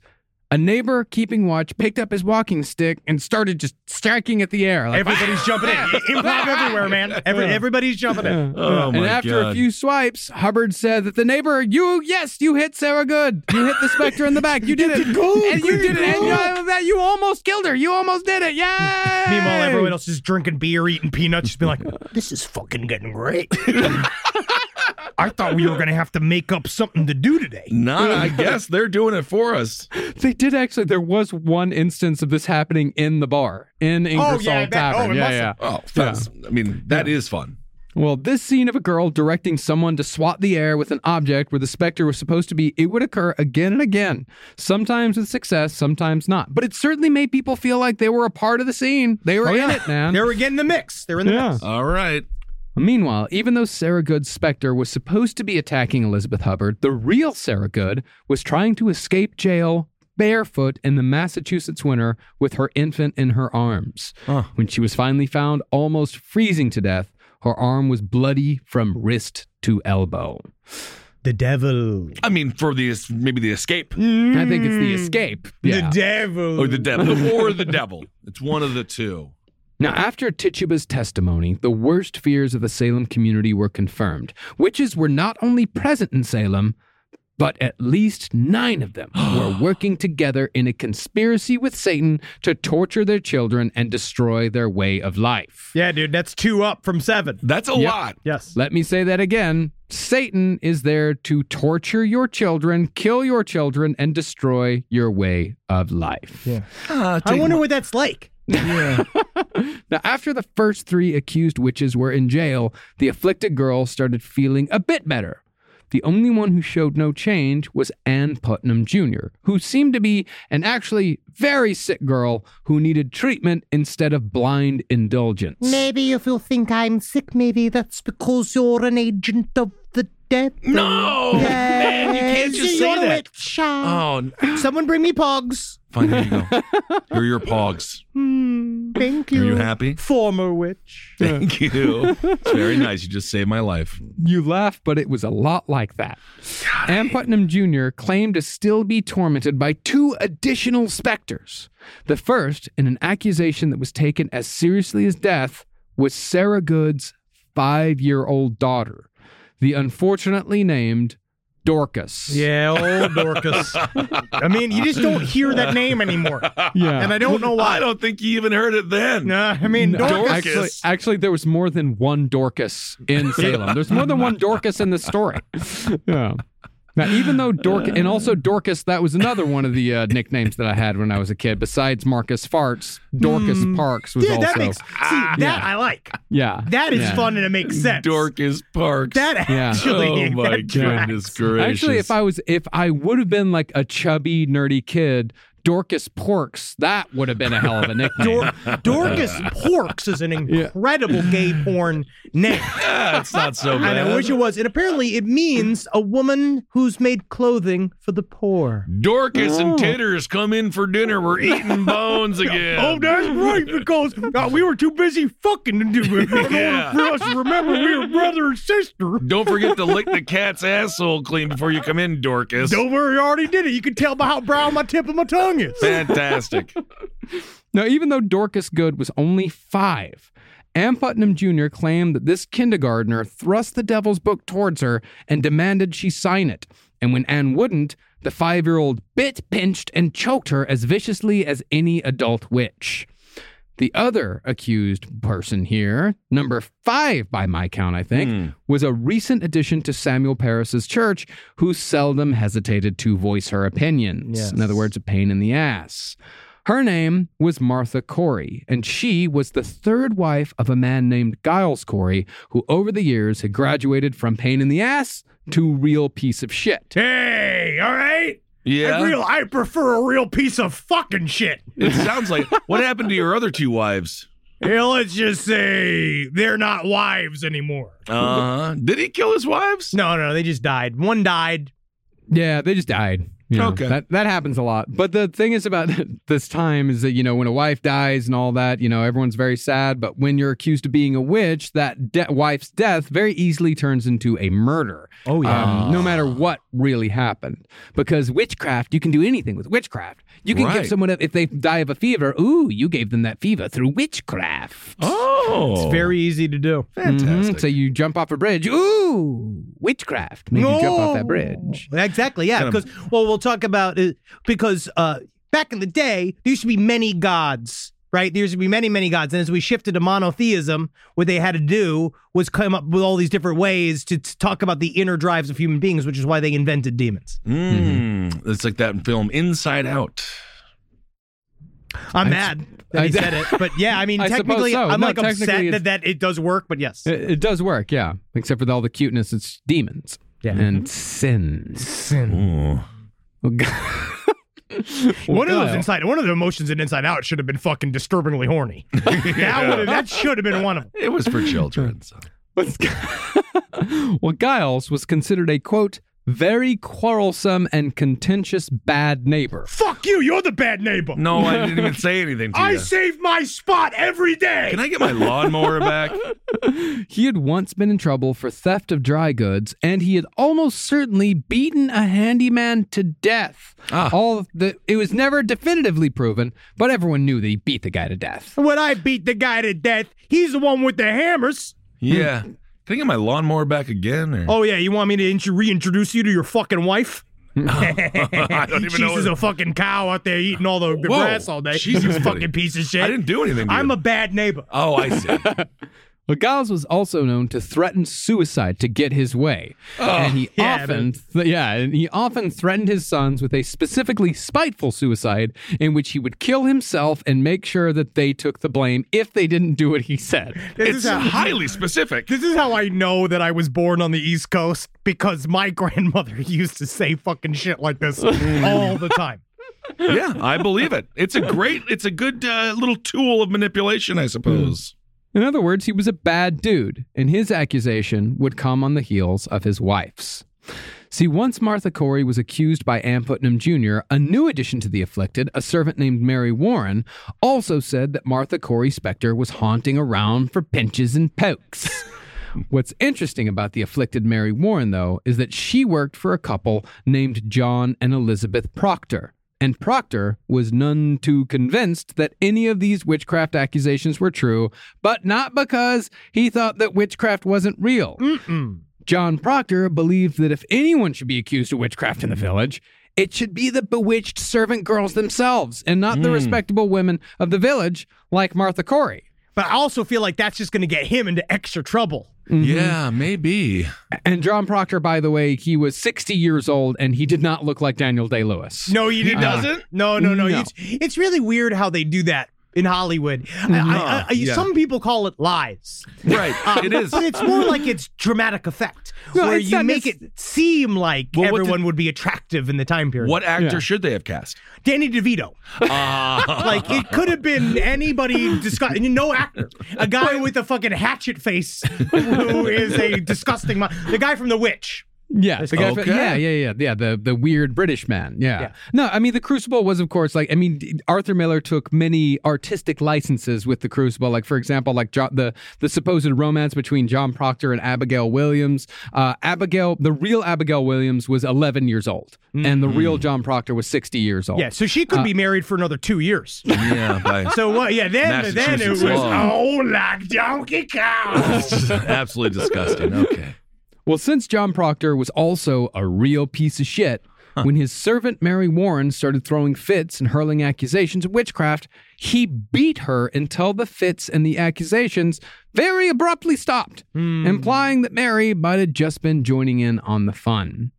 Speaker 6: a neighbor keeping watch picked up his walking stick and started just striking at the air. Like,
Speaker 11: Everybody's jumping in. Improv everywhere, man. Every, everybody's jumping in.
Speaker 5: Oh my
Speaker 6: and after
Speaker 5: God.
Speaker 6: a few swipes, Hubbard said that the neighbor, you, yes, you hit Sarah Good. You hit the specter in the back. You did it. and you did it. And you, that you almost killed her. You almost did it. Yay.
Speaker 4: Meanwhile, everyone else is drinking beer, eating peanuts, just being like,
Speaker 11: This is fucking getting great.
Speaker 4: I thought we were going to have to make up something to do today.
Speaker 5: Not, I guess they're doing it for us.
Speaker 6: They did actually. There was one instance of this happening in the bar, in Ingersoll
Speaker 11: I bet. Oh,
Speaker 6: Tavern.
Speaker 11: it
Speaker 6: yeah,
Speaker 11: must
Speaker 6: yeah.
Speaker 11: have-
Speaker 5: Oh, that's, I mean, that is fun.
Speaker 6: Well, this scene of a girl directing someone to swat the air with an object where the specter was supposed to be, it would occur again and again, sometimes with success, sometimes not. But it certainly made people feel like they were a part of the scene. They were in it, man.
Speaker 4: They're again in the mix. They're in the
Speaker 6: Yeah.
Speaker 4: mix.
Speaker 5: All right.
Speaker 6: Meanwhile, even though Sarah Good's specter was supposed to be attacking Elizabeth Hubbard, the real Sarah Good was trying to escape jail barefoot in the Massachusetts winter with her infant in her arms. When she was finally found almost freezing to death, her arm was bloody from wrist to elbow.
Speaker 4: The devil.
Speaker 5: I mean, for the es- maybe the escape
Speaker 6: I think it's the escape. Yeah.
Speaker 4: devil.
Speaker 5: or the devil or the devil. It's one of the two.
Speaker 6: Now, after Tituba's testimony, the worst fears of the Salem community were confirmed. Witches were not only present in Salem, but at least nine of them were working together in a conspiracy with Satan to torture their children and destroy their way of life.
Speaker 4: yeah, dude, that's two up from seven.
Speaker 5: That's a
Speaker 6: Yep.
Speaker 5: lot.
Speaker 4: Yes.
Speaker 6: Let me say that again. Satan is there to torture your children, kill your children, and destroy your way of life.
Speaker 4: I wonder what that's like.
Speaker 6: Now, after the first three accused witches were in jail, the afflicted girl started feeling a bit better. The only one who showed no change was Ann Putnam Jr., who seemed to be an actually very sick girl who needed treatment instead of blind indulgence.
Speaker 7: Maybe if you think I'm sick, maybe that's because you're an agent of
Speaker 4: the death.
Speaker 5: No, man, you can't just say that.
Speaker 4: Oh, someone bring me pogs.
Speaker 5: Fine, here you go. Here are your pogs.
Speaker 4: Hmm, thank
Speaker 5: Are
Speaker 4: you.
Speaker 5: you happy?
Speaker 4: Former witch.
Speaker 5: Thank you. It's very nice. You just saved my life.
Speaker 6: You laugh, but it was a lot like that. Ann Putnam Jr. claimed to still be tormented by two additional specters. The first, in an accusation that was taken as seriously as death, was Sarah Good's five year old daughter, the unfortunately named Dorcas.
Speaker 4: Yeah, old Dorcas. I mean, you just don't hear that name anymore.
Speaker 6: Yeah.
Speaker 4: And I don't know why.
Speaker 5: I don't think you even heard it then.
Speaker 4: Nah, I mean,
Speaker 6: No,
Speaker 4: Dorcas.
Speaker 6: Actually, actually, there was more than one Dorcas in Salem. There's more than one Dorcas in the story. Yeah. Now, even though Dorcas, and also Dorcas, that was another one of the uh, nicknames that I had when I was a kid. Besides Marcus Farts, Dorcas Parks was
Speaker 4: Dude,
Speaker 6: also.
Speaker 4: Hmm.
Speaker 6: Ah.
Speaker 4: that makes see that
Speaker 6: yeah.
Speaker 4: I like.
Speaker 6: yeah.
Speaker 4: That is
Speaker 6: Yeah.
Speaker 4: fun and it makes sense.
Speaker 5: Dorcas Parks.
Speaker 4: That
Speaker 6: Yeah.
Speaker 4: actually.
Speaker 5: oh my
Speaker 4: that tracks.
Speaker 5: goodness gracious!
Speaker 6: Actually, if I was, if I would have been like a chubby, nerdy kid, Dorcas Porks, that would have been a hell of a nickname.
Speaker 4: Dor- Dorcas Porks is an incredible gay porn name.
Speaker 5: Ah, it's not so
Speaker 4: And
Speaker 5: bad.
Speaker 4: I wish it was. And apparently, it means a woman who's made clothing for the poor.
Speaker 5: Dorcas and Titters come in for dinner. We're eating bones again.
Speaker 11: Oh, that's right, because uh, we were too busy fucking to do it. In
Speaker 5: Yeah.
Speaker 11: order for us to remember we were brother and sister.
Speaker 5: Don't forget to lick the cat's asshole clean before you come in, Dorcas.
Speaker 11: Don't worry, I already did it. You can tell by how brown my tip of my tongue is.
Speaker 5: Fantastic.
Speaker 6: Now, even though Dorcas Good was only five, Ann Putnam Jr. claimed that this kindergartner thrust the devil's book towards her and demanded she sign it. And when Ann wouldn't, the five year old bit, pinched, and choked her as viciously as any adult witch. The other accused person here, number five by my count, I think, was a recent addition to Samuel Paris's church who seldom hesitated to voice her opinions. In other words, a pain in the ass. Her name was Martha Corey, and she was the third wife of a man named Giles Corey, who over the years had graduated from pain in the ass to real piece of shit.
Speaker 11: Hey, all right?
Speaker 5: Yeah.
Speaker 11: I real I prefer a real piece of fucking shit.
Speaker 5: It sounds like what happened to your other two wives?
Speaker 11: Yeah, let's just say they're not wives anymore.
Speaker 5: Uh huh. Did he kill his wives?
Speaker 4: No, no, they just died. One died.
Speaker 6: Yeah, they just died. You know,
Speaker 5: Okay.
Speaker 6: That, that happens a lot. But the thing is about this time is that, you know, when a wife dies and all that, you know, everyone's very sad. But when you're accused of being a witch, that de- wife's death very easily turns into a murder.
Speaker 4: Oh,
Speaker 6: Um, no matter what really happened. Because witchcraft, you can do anything with witchcraft. You can
Speaker 5: Right.
Speaker 6: give someone, a, if they die of a fever, ooh, you gave them that fever through witchcraft.
Speaker 5: Oh,
Speaker 4: It's very easy to do.
Speaker 6: Mhm. So you jump off a bridge, ooh, witchcraft. Maybe you jump off that bridge.
Speaker 4: Exactly. Yeah. Because well, we'll talk about it because uh, back in the day, there used to be many gods, right? There used to be many, many gods, and as we shifted to monotheism, what they had to do was come up with all these different ways to, to talk about the inner drives of human beings, which is why they invented demons.
Speaker 5: Mm. It's like that film Inside Out.
Speaker 4: I'm
Speaker 6: I-
Speaker 4: mad that he
Speaker 6: I-
Speaker 4: said it, but yeah, I mean,
Speaker 6: I suppose
Speaker 4: technically,
Speaker 6: so.
Speaker 4: I'm
Speaker 6: No,
Speaker 4: like
Speaker 6: technically
Speaker 4: upset
Speaker 6: it's-
Speaker 4: that, that it does work, but yes,
Speaker 6: It, it does work, yeah. Except for all the cuteness, it's demons
Speaker 4: Yeah.
Speaker 6: and sins.
Speaker 5: Ooh.
Speaker 6: Well, g-
Speaker 11: One of those
Speaker 6: Kyle.
Speaker 11: inside, one of the emotions in Inside Out should have been fucking disturbingly horny. that, would've- that should have been one of them.
Speaker 5: It was for children. So.
Speaker 6: Let's g- well, Giles was considered a quote very quarrelsome and contentious bad neighbor.
Speaker 11: Fuck you! You're the bad neighbor.
Speaker 5: No, I didn't even say anything to
Speaker 11: I
Speaker 5: you.
Speaker 11: save my spot every day.
Speaker 5: Can I get my lawnmower back?
Speaker 6: He had once been in trouble for theft of dry goods, and he had almost certainly beaten a handyman to death.
Speaker 5: Ah.
Speaker 6: All the it was never definitively proven, but everyone knew that he beat the guy to death.
Speaker 11: When I beat the guy to death, he's the one with the hammers.
Speaker 5: Yeah. Can I get my lawnmower back again? Or?
Speaker 11: Oh yeah, you want me to int- reintroduce you to your fucking wife?
Speaker 5: I don't even
Speaker 11: She's
Speaker 5: know.
Speaker 11: just a fucking cow out there eating all the the
Speaker 5: Whoa.
Speaker 11: grass all day.
Speaker 5: Jesus,
Speaker 11: you
Speaker 5: buddy.
Speaker 11: fucking piece of shit.
Speaker 5: I didn't do anything. To
Speaker 11: I'm
Speaker 5: you.
Speaker 11: a bad neighbor.
Speaker 5: Oh, I see.
Speaker 6: But Giles was also known to threaten suicide to get his way, and he
Speaker 11: yeah,
Speaker 6: often, th- yeah, and he often threatened his sons with a specifically spiteful suicide in which he would kill himself and make sure that they took the blame if they didn't do what he said.
Speaker 11: This
Speaker 5: it's
Speaker 11: is how
Speaker 5: highly specific.
Speaker 11: this is how I know that I was born on the East Coast because my grandmother used to say fucking shit like this all the time.
Speaker 5: yeah, I believe it. It's a great, it's a good uh, little tool of manipulation, I suppose.
Speaker 6: In other words, he was a bad dude, and his accusation would come on the heels of his wife's. See, once Martha Corey was accused by Ann Putnam Jr., a new addition to the afflicted, a servant named Mary Warren, also said that Martha Corey Specter was haunting around for pinches and pokes. What's interesting about the afflicted Mary Warren, though, is that she worked for a couple named John and Elizabeth Proctor. And Proctor was none too convinced that any of these witchcraft accusations were true, but not because he thought that witchcraft wasn't real. John Proctor believed that if anyone should be accused of witchcraft in the village, it should be the bewitched servant girls themselves and not the
Speaker 4: Mm.
Speaker 6: respectable women of the village like Martha Corey.
Speaker 4: But I also feel like that's just going to get him into extra trouble.
Speaker 5: Yeah, maybe.
Speaker 6: And John Proctor, by the way, he was 60 years old and he did not look like Daniel Day Lewis.
Speaker 4: No, you didn't. No, no, no.
Speaker 6: No.
Speaker 4: It's, it's really weird how they do that in Hollywood. I-
Speaker 5: Mm-hmm.
Speaker 4: I- I- I-
Speaker 6: Yeah.
Speaker 4: Some people call it lies.
Speaker 5: Right.
Speaker 4: Um,
Speaker 5: it is.
Speaker 4: But it's more like it's dramatic effect,
Speaker 5: No,
Speaker 4: where
Speaker 5: it's
Speaker 4: you
Speaker 5: not
Speaker 4: make
Speaker 5: necess-
Speaker 4: it seem like
Speaker 5: Well, what
Speaker 4: everyone
Speaker 5: did-
Speaker 4: would be attractive in the time period.
Speaker 5: What actor should they have cast?
Speaker 4: Danny DeVito.
Speaker 5: Ah.
Speaker 4: like it could have been anybody discuss- no actor a guy with a fucking hatchet face who is a disgusting mo- the guy from the witch
Speaker 6: Yeah,
Speaker 4: That's
Speaker 6: the guy from-
Speaker 4: okay.
Speaker 6: yeah, yeah, yeah, yeah. The the weird British man. Yeah. No, I mean the Crucible was, of course, like I mean d- Arthur Miller took many artistic licenses with the Crucible. Like for example, like jo- the the supposed romance between John Proctor and Abigail Williams. Uh, Abigail, the real Abigail Williams was 11 years old,
Speaker 4: Mm.
Speaker 6: and the real John Proctor was 60 years old.
Speaker 4: yeah so she could
Speaker 6: Uh,
Speaker 4: be married for another two years
Speaker 5: yeah, by
Speaker 4: so what yeah then then it
Speaker 5: Massachusetts
Speaker 4: was
Speaker 5: law.
Speaker 4: oh like donkey cow
Speaker 5: Absolutely disgusting. Okay.
Speaker 6: Well, since John Proctor was also a real piece of shit, when his servant Mary Warren started throwing fits and hurling accusations of witchcraft, he beat her until the fits and the accusations very abruptly stopped, implying that Mary might have just been joining in on the fun.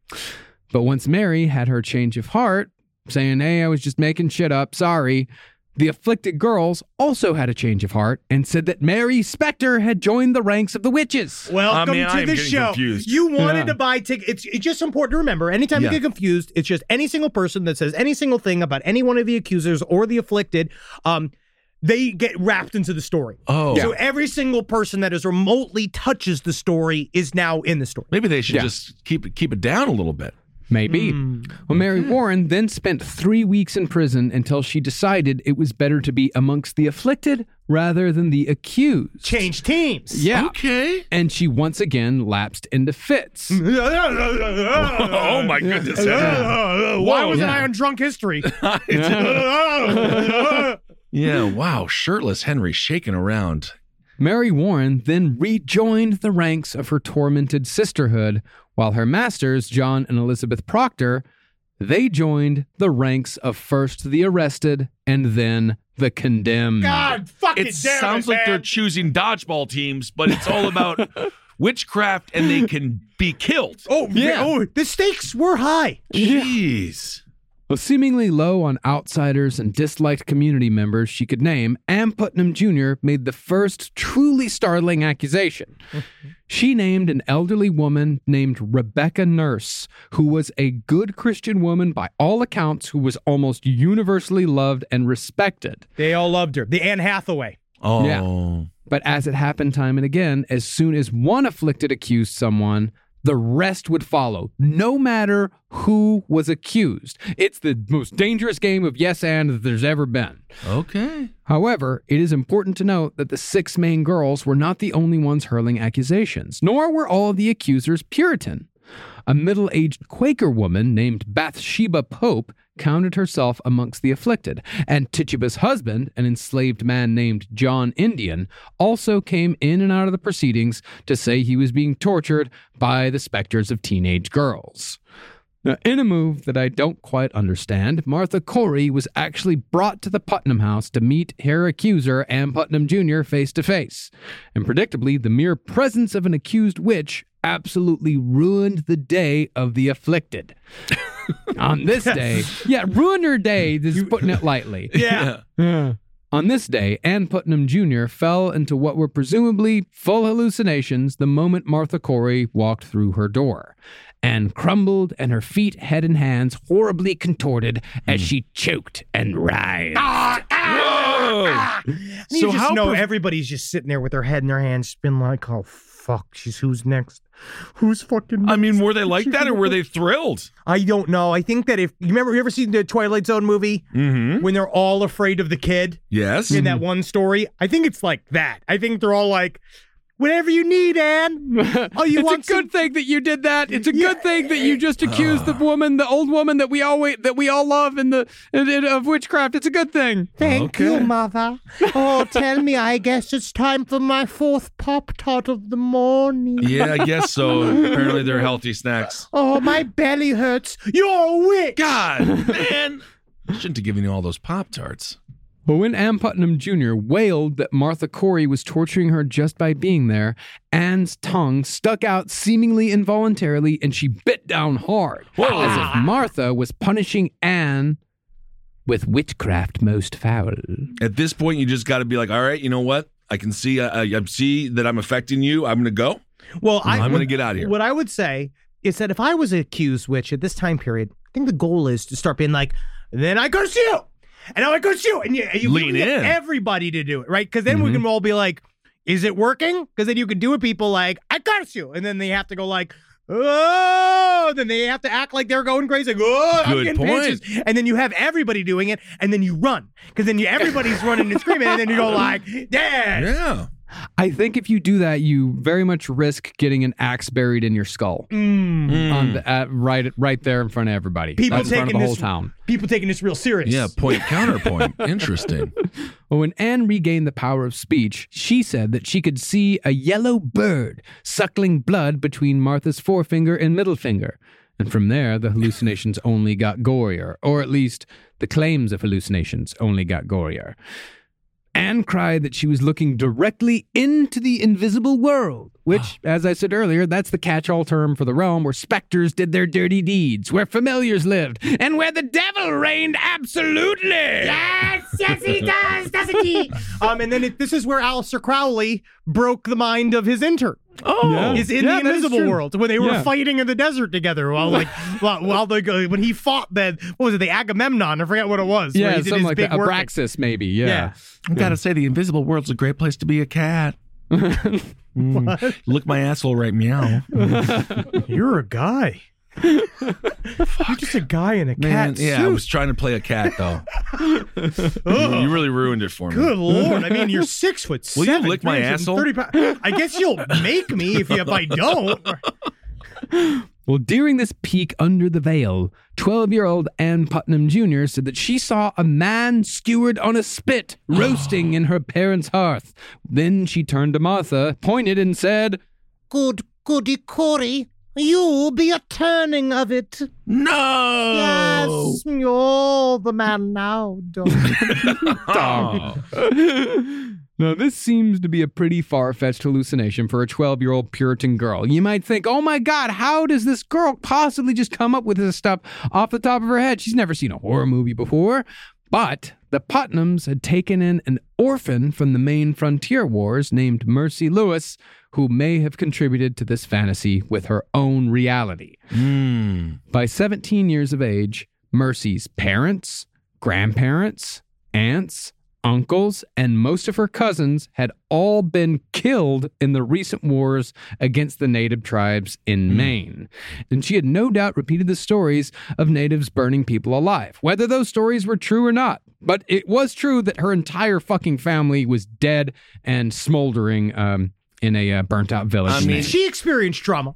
Speaker 6: But once Mary had her change of heart, saying, Hey, I was just making shit up, sorry, the afflicted girls also had a change of heart and said that Mary Spectre had joined the ranks of the witches.
Speaker 4: Welcome to the
Speaker 6: getting
Speaker 4: show.
Speaker 6: confused.
Speaker 4: You wanted
Speaker 6: Yeah.
Speaker 4: to buy tickets. It's, it's just important to remember. Anytime
Speaker 6: Yeah.
Speaker 4: you get confused, it's just any single person that says any single thing about any one of the accusers or the afflicted. Um, they get wrapped into the story.
Speaker 5: Oh.
Speaker 4: so
Speaker 5: Yeah.
Speaker 4: every single person that is remotely touches the story is now in the story.
Speaker 5: Maybe they should just keep it keep it down a little bit.
Speaker 6: Maybe. Well, Mary Warren then spent three weeks in prison until she decided it was better to be amongst the afflicted rather than the accused.
Speaker 4: Change teams.
Speaker 6: Yeah.
Speaker 5: Okay.
Speaker 6: And she once again lapsed into fits.
Speaker 4: oh
Speaker 5: my goodness.
Speaker 4: Why wasn't
Speaker 6: Yeah.
Speaker 4: I on Drunk History?
Speaker 5: Yeah. Wow. Shirtless Henry shaking around.
Speaker 6: Mary Warren then rejoined the ranks of her tormented sisterhood, while her masters, John and Elizabeth Proctor, they joined the ranks of first the arrested and then the condemned.
Speaker 4: God, fuck
Speaker 5: it. sounds like they're choosing dodgeball teams, but it's all about witchcraft, and they can be killed.
Speaker 4: Oh, oh, the stakes were high.
Speaker 5: Jeez.
Speaker 6: Well, seemingly low on outsiders and disliked community members she could name, Ann Putnam Jr. made the first truly startling accusation. She named an elderly woman named Rebecca Nurse, who was a good Christian woman by all accounts, who was almost universally loved and respected.
Speaker 4: They all loved her. The Anne Hathaway.
Speaker 5: Oh.
Speaker 6: But as it happened time and again, as soon as one afflicted accused someone, the rest would follow, no matter who was accused. It's the most dangerous game of yes and that there's ever been.
Speaker 5: Okay.
Speaker 6: However, it is important to note that the six main girls were not the only ones hurling accusations, nor were all of the accusers Puritan. A middle aged Quaker woman named Bathsheba Pope counted herself amongst the afflicted, and Tituba's husband, an enslaved man named John Indian, also came in and out of the proceedings to say he was being tortured by the specters of teenage girls. Now, in a move that I don't quite understand, Martha Corey was actually brought to the Putnam house to meet her accuser, Ann Putnam Jr., face to face. And predictably, the mere presence of an accused witch absolutely ruined the day of the afflicted. On this day, yeah, ruined her day, this is putting it lightly.
Speaker 4: Yeah.
Speaker 6: On this day, Ann Putnam Jr. fell into what were presumably full hallucinations the moment Martha Corey walked through her door. and crumbled, and her feet, head, and hands horribly contorted as she choked and writhed.
Speaker 4: Ah, You
Speaker 6: So
Speaker 4: just
Speaker 6: how
Speaker 4: know
Speaker 6: prof-
Speaker 4: everybody's just sitting there with their head in their hands, been like, "Oh fuck, she's who's next? Who's fucking?"
Speaker 5: I mean, were they like that or were they thrilled?
Speaker 4: I don't know. I think that if you remember, you ever seen the Twilight Zone movie
Speaker 5: mm-hmm.
Speaker 4: when they're all afraid of the kid?
Speaker 5: Yes.
Speaker 4: In
Speaker 6: Mm-hmm.
Speaker 4: that one story, I think it's like that. I think they're all like, "Whatever you need, Anne. Oh, you
Speaker 6: it's
Speaker 4: want
Speaker 6: a good
Speaker 4: some-
Speaker 6: thing that you did that. It's a
Speaker 4: Yeah.
Speaker 6: good thing that you just accused the woman, the old woman that we all wait, that we all love, and the and- and of witchcraft. It's a good thing.
Speaker 7: Thank you, Mother. Oh, tell me, I guess it's time for my fourth Pop Tart of the morning.
Speaker 5: Yeah, I guess so. Apparently, they're healthy snacks.
Speaker 7: Oh, my belly hurts. You're a witch.
Speaker 5: God, man. Shouldn't have given you all those Pop Tarts.
Speaker 6: But when Ann Putnam Jr. wailed that Martha Corey was torturing her just by being there, Anne's tongue stuck out seemingly involuntarily and she bit down hard. As
Speaker 4: Ah.
Speaker 6: if Martha was punishing Anne with witchcraft most foul.
Speaker 5: At this point, you just got to be like, all right, you know what? I can see, uh, I, I I see that I'm affecting you. I'm going to go.
Speaker 4: Well,
Speaker 5: I,
Speaker 4: I,
Speaker 5: am going to
Speaker 4: what-
Speaker 5: get out of here.
Speaker 4: What I would say is that if I was accused, which at this time period, I think the goal is to start being like, then I curse you, and now I curse you, and you, and you
Speaker 5: Lean
Speaker 4: you get
Speaker 5: in. Mm-hmm.
Speaker 4: everybody to do it, right? Because then we can all be like, is it working? Because then you could do it. People like, I curse you, and then they have to go like. Oh, then they have to act like they're going crazy. Like, oh, I'm
Speaker 5: Good
Speaker 4: getting
Speaker 5: point.
Speaker 4: pinches. And then you have everybody doing it, and then you run because then you, everybody's running and screaming, and then you go like, "Dad,
Speaker 5: yeah,
Speaker 6: I think if you do that, you very much risk getting an axe buried in your skull. On the, uh, right, right there in front of everybody.
Speaker 4: Mm. people
Speaker 6: That's in front
Speaker 4: taking
Speaker 6: of the
Speaker 4: this
Speaker 6: whole town.
Speaker 4: people taking this real serious."
Speaker 5: yeah. Point counterpoint. Interesting.
Speaker 6: Well, when Anne regained the power of speech, she said that she could see a yellow bird suckling blood between Martha's forefinger and middle finger. And from there, the hallucinations only got gorier, or at least the claims of hallucinations only got gorier. Anne cried that she was looking directly into the invisible world, which, as I said earlier, that's the catch all term for the realm where specters did their dirty deeds, where familiars lived, and where the devil reigned absolutely.
Speaker 7: yes, he does, doesn't he?
Speaker 4: Um, and then it, this is where Alistair Crowley broke the mind of his intern.
Speaker 5: Oh,
Speaker 4: Is in
Speaker 6: Yeah,
Speaker 4: the
Speaker 6: that is
Speaker 4: invisible
Speaker 6: true.
Speaker 4: world when they were
Speaker 6: Yeah.
Speaker 4: fighting in the desert together. While like, while, while they go, when he fought the what was it, the Agamemnon? I forget what it was. where
Speaker 6: Yeah,
Speaker 4: he did
Speaker 6: something
Speaker 4: his
Speaker 6: like
Speaker 4: big
Speaker 6: that.
Speaker 4: work-
Speaker 6: Abraxas, maybe. Yeah.
Speaker 4: Yeah.
Speaker 5: I gotta say, the invisible world's a great place to be a cat. Mm. Look my asshole right meow.
Speaker 4: You're a guy. You're just a guy in a
Speaker 5: Man,
Speaker 4: cat
Speaker 5: yeah, I
Speaker 4: suit.
Speaker 5: was trying to play a cat though. you you really ruined it for me.
Speaker 4: Good lord! I mean, you're six foot
Speaker 5: Will you
Speaker 4: seven.
Speaker 5: lick my
Speaker 4: 330 pounds. I guess you'll make me if, you, if I don't.
Speaker 6: Well, during this peek under the veil, 12 year old Ann Putnam Jr. said that she saw a man skewered on a spit roasting in her parents' hearth. Then she turned to Martha, pointed, and said,
Speaker 7: Good, goody Cory. You'll be a turning of it.
Speaker 5: Oh. No.
Speaker 7: Yes, you're the man now, Doc.
Speaker 5: Oh.
Speaker 6: Now, this seems to be a pretty far fetched hallucination for a 12 year old Puritan girl. You might think, oh my God, how does this girl possibly just come up with this stuff off the top of her head? She's never seen a horror movie before. But the Putnams had taken in an orphan from the main frontier wars named Mercy Lewis, who may have contributed to this fantasy with her own reality.
Speaker 5: Mm.
Speaker 6: By 17 years of age, Mercy's parents, grandparents, aunts, uncles, and most of her cousins had all been killed in the recent wars against the native tribes in
Speaker 5: Hmm.
Speaker 6: Maine. And she had no doubt repeated the stories of natives burning people alive, whether those stories were true or not. But it was true that her entire fucking family was dead and smoldering um, in a uh, burnt out village.
Speaker 5: I
Speaker 6: in
Speaker 5: mean,
Speaker 6: Maine.
Speaker 4: She experienced trauma.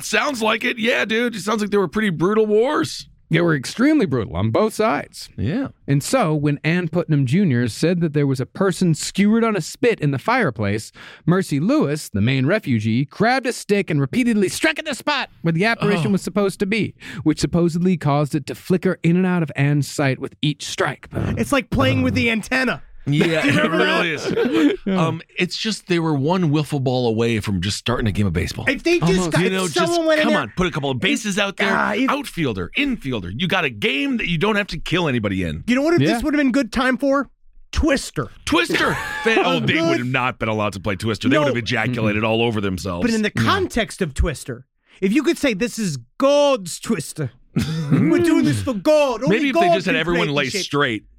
Speaker 5: Sounds like it. Yeah, dude. It sounds like they were pretty brutal wars.
Speaker 6: they were extremely brutal on both sides.
Speaker 5: Yeah.
Speaker 6: And so, when Ann Putnam Jr. said that there was a person skewered on a spit in the fireplace, Mercy Lewis, the main refugee, grabbed a stick and repeatedly struck at the spot where the apparition was supposed to be, which supposedly caused it to flicker in and out of Ann's sight with each strike.
Speaker 4: It's like playing with the antenna.
Speaker 5: Yeah, it really is. Um, it's just they were one wiffle ball away from just starting a game of baseball.
Speaker 4: If they just got
Speaker 5: Oh, you
Speaker 4: if
Speaker 5: know,
Speaker 4: someone
Speaker 5: just
Speaker 4: went in
Speaker 5: come
Speaker 4: there-
Speaker 5: on, put a couple of bases out there.
Speaker 4: Ah, if-
Speaker 5: Outfielder, infielder. You got a game that you don't have to kill anybody in.
Speaker 4: You know what? If
Speaker 6: Yeah.
Speaker 4: this would have been good time for Twister,
Speaker 5: Twister. Fan- oh, they would have not been allowed to play Twister. They
Speaker 4: No.
Speaker 5: would have ejaculated all over themselves.
Speaker 4: but in the context of Twister, If you could say this is God's twister, we're doing this for God. Only
Speaker 5: Maybe if
Speaker 4: God
Speaker 5: they just had
Speaker 4: can
Speaker 5: everyone
Speaker 4: make
Speaker 5: lay
Speaker 4: this shape.
Speaker 5: straight.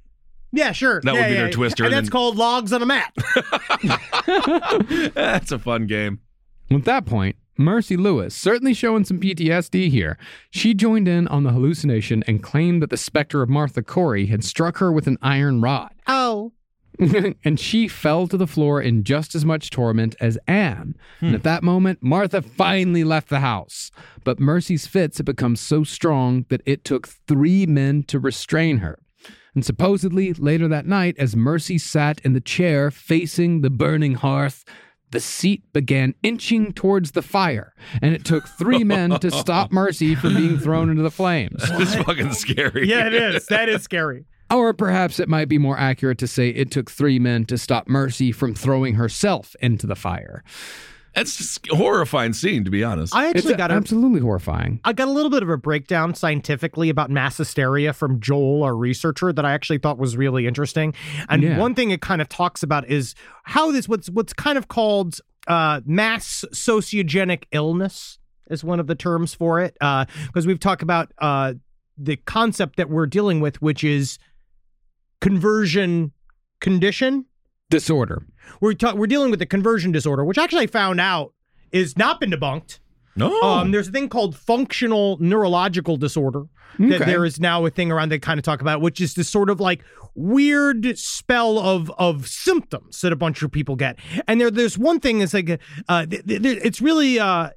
Speaker 4: Yeah, sure.
Speaker 5: That would
Speaker 4: Yeah,
Speaker 5: be
Speaker 4: yeah,
Speaker 5: their
Speaker 4: yeah.
Speaker 5: twister,
Speaker 4: and
Speaker 5: and
Speaker 4: that's
Speaker 5: then-
Speaker 4: called logs on a map.
Speaker 5: That's a fun game.
Speaker 6: At that point, Mercy Lewis, certainly showing some PTSD here, she joined in on the hallucination and claimed that the specter of Martha Corey had struck her with an iron rod.
Speaker 7: Oh.
Speaker 6: and she fell to the floor in just as much torment as Anne. And at that moment, Martha finally left the house. But Mercy's fits had become so strong that it took three men to restrain her. And supposedly, later that night, as Mercy sat in the chair facing the burning hearth, the seat began inching towards the fire, and it took three men to stop Mercy from being thrown into the flames.
Speaker 5: It's fucking scary.
Speaker 4: yeah, it is. That is scary.
Speaker 6: Or perhaps it might be more accurate to say it took three men to stop Mercy from throwing herself into the fire.
Speaker 5: That's just a horrifying scene, to be honest.
Speaker 4: I actually
Speaker 6: it's
Speaker 4: got a-
Speaker 6: absolutely horrifying.
Speaker 4: I got a little bit of a breakdown scientifically about mass hysteria from Joel, our researcher, that I actually thought was really interesting. And
Speaker 6: Yeah.
Speaker 4: one thing it kind of talks about is how this what's what's kind of called uh, mass sociogenic illness is one of the terms for it because we've talked about uh, the concept that we're dealing with, which is conversion condition.
Speaker 6: Disorder.
Speaker 4: We're ta- we're dealing with the conversion disorder, which actually I found out is not been debunked.
Speaker 5: No.
Speaker 4: Um, there's a thing called functional neurological disorder that
Speaker 6: Okay.
Speaker 4: there is now a thing around that kind of talk about, which is this sort of like weird spell of of symptoms that a bunch of people get. And there, there's one thing is like, uh, th- th- th- it's really uh,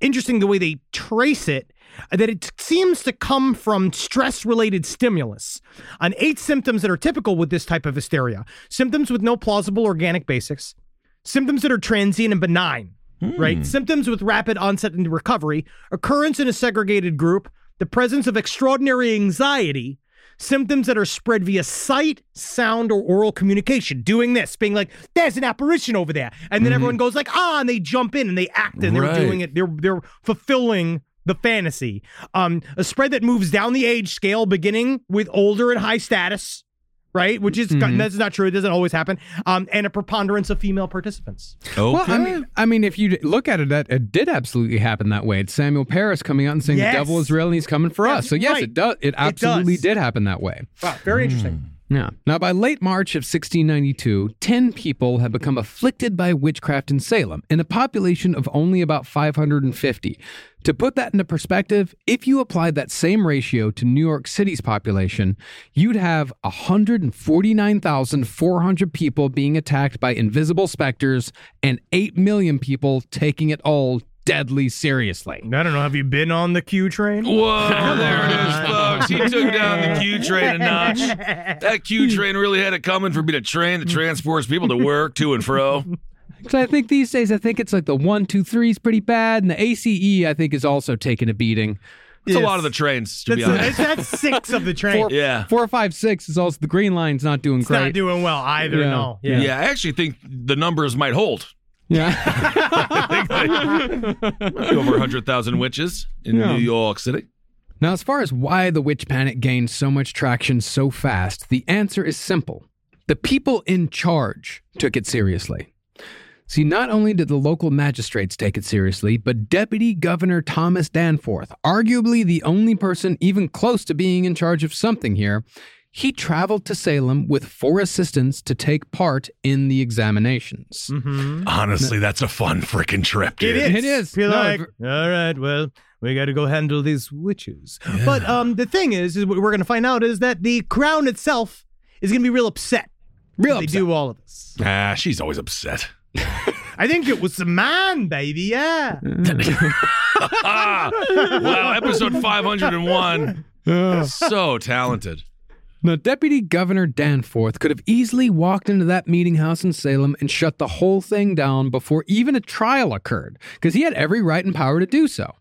Speaker 4: interesting the way they trace it. uh, That it seems to come from stress related stimulus on eight symptoms that are typical with this type of hysteria symptoms with no plausible organic basis, symptoms that are transient and benign, right? Symptoms with rapid onset and recovery, occurrence in a segregated group, the presence of extraordinary anxiety, symptoms that are spread via sight, sound, or oral communication. Doing this, being like, "There's an apparition over there," and then everyone goes like, "Ah!" and they jump in and they act and they're
Speaker 5: Right.
Speaker 4: doing it. They're they're fulfilling. The fantasy, um, a spread that moves down the age scale, beginning with older and high status, right? Which is that's not true. It doesn't always happen. Um, and a preponderance of female participants.
Speaker 5: okay.
Speaker 6: Well, I mean, I mean, if you d- look at it, that it did absolutely happen that way. It's Samuel Paris coming out and saying
Speaker 4: Yes.
Speaker 6: the devil is real and he's coming for
Speaker 4: Yeah,
Speaker 6: us. So yes,
Speaker 4: right.
Speaker 6: it does. It absolutely
Speaker 4: does.
Speaker 6: did happen that way.
Speaker 4: Wow, very interesting.
Speaker 6: Yeah. Now, by late March of 1692, 10 people had become afflicted by witchcraft in Salem in a population of only about 550. To put that into perspective, if you applied that same ratio to New York City's population, you'd have 149,400 people being attacked by invisible specters and 8 million people taking it all deadly seriously.
Speaker 4: I don't know. Have you been on the Q train?
Speaker 5: Whoa, there it is, folks. He took down the Q train a notch. That Q train really had it coming for being a train that transports people to work, to and fro.
Speaker 6: So I think these days, I think it's like the one, two, three is pretty bad, and the ACE I think is also taking a beating.
Speaker 5: It's
Speaker 4: Yes.
Speaker 5: a lot of the trains, to
Speaker 4: That's,
Speaker 5: be honest.
Speaker 4: that's six of the train.
Speaker 6: Four,
Speaker 4: it's
Speaker 5: Yeah.
Speaker 6: four, five, six is also the green line's not doing great.
Speaker 4: not doing well either.
Speaker 6: Yeah.
Speaker 4: No.
Speaker 5: Yeah. I actually think the numbers might hold.
Speaker 6: yeah,
Speaker 5: Over 100,000 witches in
Speaker 6: Yeah.
Speaker 5: New York City.
Speaker 6: Now, as far as why the witch panic gained so much traction so fast, the answer is simple. The people in charge took it seriously. See, not only did the local magistrates take it seriously, but Deputy Governor Thomas Danforth, arguably the only person even close to being in charge of something here, he traveled to Salem with four assistants to take part in the examinations.
Speaker 4: Mm-hmm.
Speaker 5: Honestly, that's a fun freaking trip, dude.
Speaker 6: It is.
Speaker 4: Be
Speaker 6: No,
Speaker 4: like,
Speaker 6: v-
Speaker 4: all right, well, we got to go handle these witches. But um, the thing is, is what we're going to find out is that the crown itself is going to be real upset.
Speaker 6: Real
Speaker 4: that They
Speaker 6: upset.
Speaker 4: do all of this.
Speaker 5: Ah, she's always upset.
Speaker 4: I think it was the man, baby. Yeah.
Speaker 5: Ah, wow, episode 501. So talented.
Speaker 6: Now, Deputy Governor Danforth could have easily walked into that meeting house in Salem and shut the whole thing down before even a trial occurred, because he had every right and power to do so.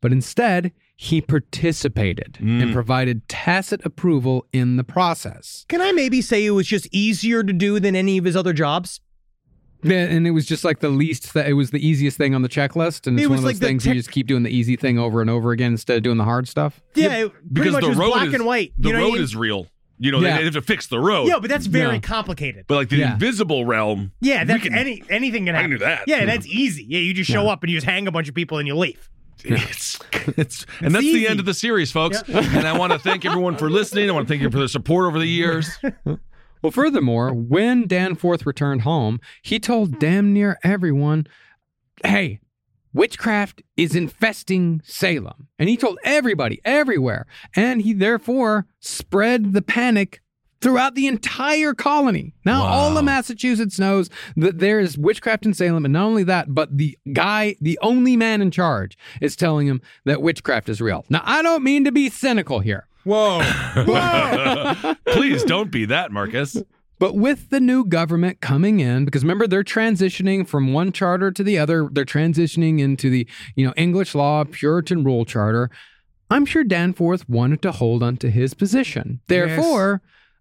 Speaker 6: But instead, he participated
Speaker 4: Mm.
Speaker 6: and provided tacit approval in the process.
Speaker 4: Can I maybe say it was just easier to do than any of his other jobs?
Speaker 6: Yeah, And it was just like the least that it was the easiest thing on the checklist. And
Speaker 4: It
Speaker 6: it's one
Speaker 4: was
Speaker 6: of
Speaker 4: like
Speaker 6: those
Speaker 4: the
Speaker 6: things
Speaker 4: tech-
Speaker 6: you just keep doing the easy thing over and over again instead of doing the hard stuff.
Speaker 4: Yeah, it pretty
Speaker 5: Because
Speaker 4: much
Speaker 5: the
Speaker 4: was
Speaker 5: road
Speaker 4: black
Speaker 5: is,
Speaker 4: and white.
Speaker 5: The
Speaker 4: you know what I
Speaker 5: road
Speaker 4: mean?
Speaker 5: is real. You know,
Speaker 6: Yeah.
Speaker 5: they, they have to fix the road.
Speaker 4: Yeah, but that's very
Speaker 6: Yeah.
Speaker 4: complicated.
Speaker 5: But like the
Speaker 6: Yeah.
Speaker 5: invisible realm.
Speaker 4: Yeah,
Speaker 5: we
Speaker 4: that's
Speaker 5: can-
Speaker 4: any anything can
Speaker 5: I
Speaker 4: happen.
Speaker 5: can do that.
Speaker 4: Yeah, that's easy. Yeah, you just show up and you just hang a bunch of people and you leave.
Speaker 3: it's it's and that's the end of the series, folks. And I want to thank everyone for listening. I want to thank you for their support over the years.
Speaker 6: Well, furthermore, when Danforth returned home, he told damn near everyone, hey, witchcraft is infesting Salem. And he told everybody, everywhere. And he therefore spread the panic throughout the entire colony. Now, all of Massachusetts knows that there is witchcraft in Salem. And not only that, but the guy, the only man in charge, is telling him that witchcraft is real. Now, I don't mean to be cynical here.
Speaker 11: Whoa.
Speaker 3: Please don't be that, Marcus.
Speaker 6: But with the new government coming in, because remember they're transitioning from one charter to the other, they're transitioning into the you know English law Puritan rule charter. I'm sure Danforth wanted to hold onto his position. Therefore,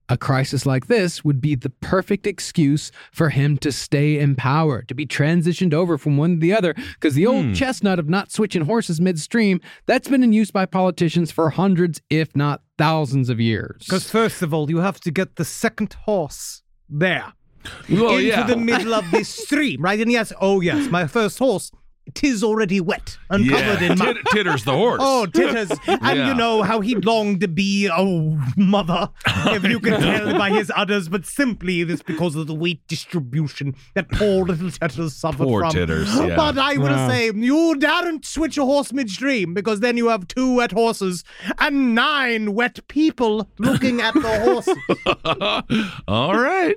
Speaker 6: a crisis like this would be the perfect excuse for him to stay in power, to be transitioned over from one to the other, because the old chestnut of not switching horses midstream that's been in use by politicians for hundreds, if not thousands, of years.
Speaker 4: Because first of all, you have to get the second horse there
Speaker 5: Oh,
Speaker 3: Well,
Speaker 4: into
Speaker 3: yeah.
Speaker 4: the middle of the stream, right? And yes, oh yes, my first horse, tis already wet and
Speaker 3: Yeah.
Speaker 4: covered in mud.
Speaker 3: Tit- titters the horse.
Speaker 4: Oh, titters! And
Speaker 3: Yeah.
Speaker 4: you know how he longed to be a mother, if you can tell by his udders. But simply, it is because of the weight distribution that poor little titters suffered
Speaker 3: Poor
Speaker 4: from.
Speaker 3: Titters, yeah.
Speaker 4: But I will
Speaker 11: Wow.
Speaker 4: say, you daren't switch a horse midstream because then you have two wet horses and nine wet people looking at the horse. Oh.
Speaker 3: All right.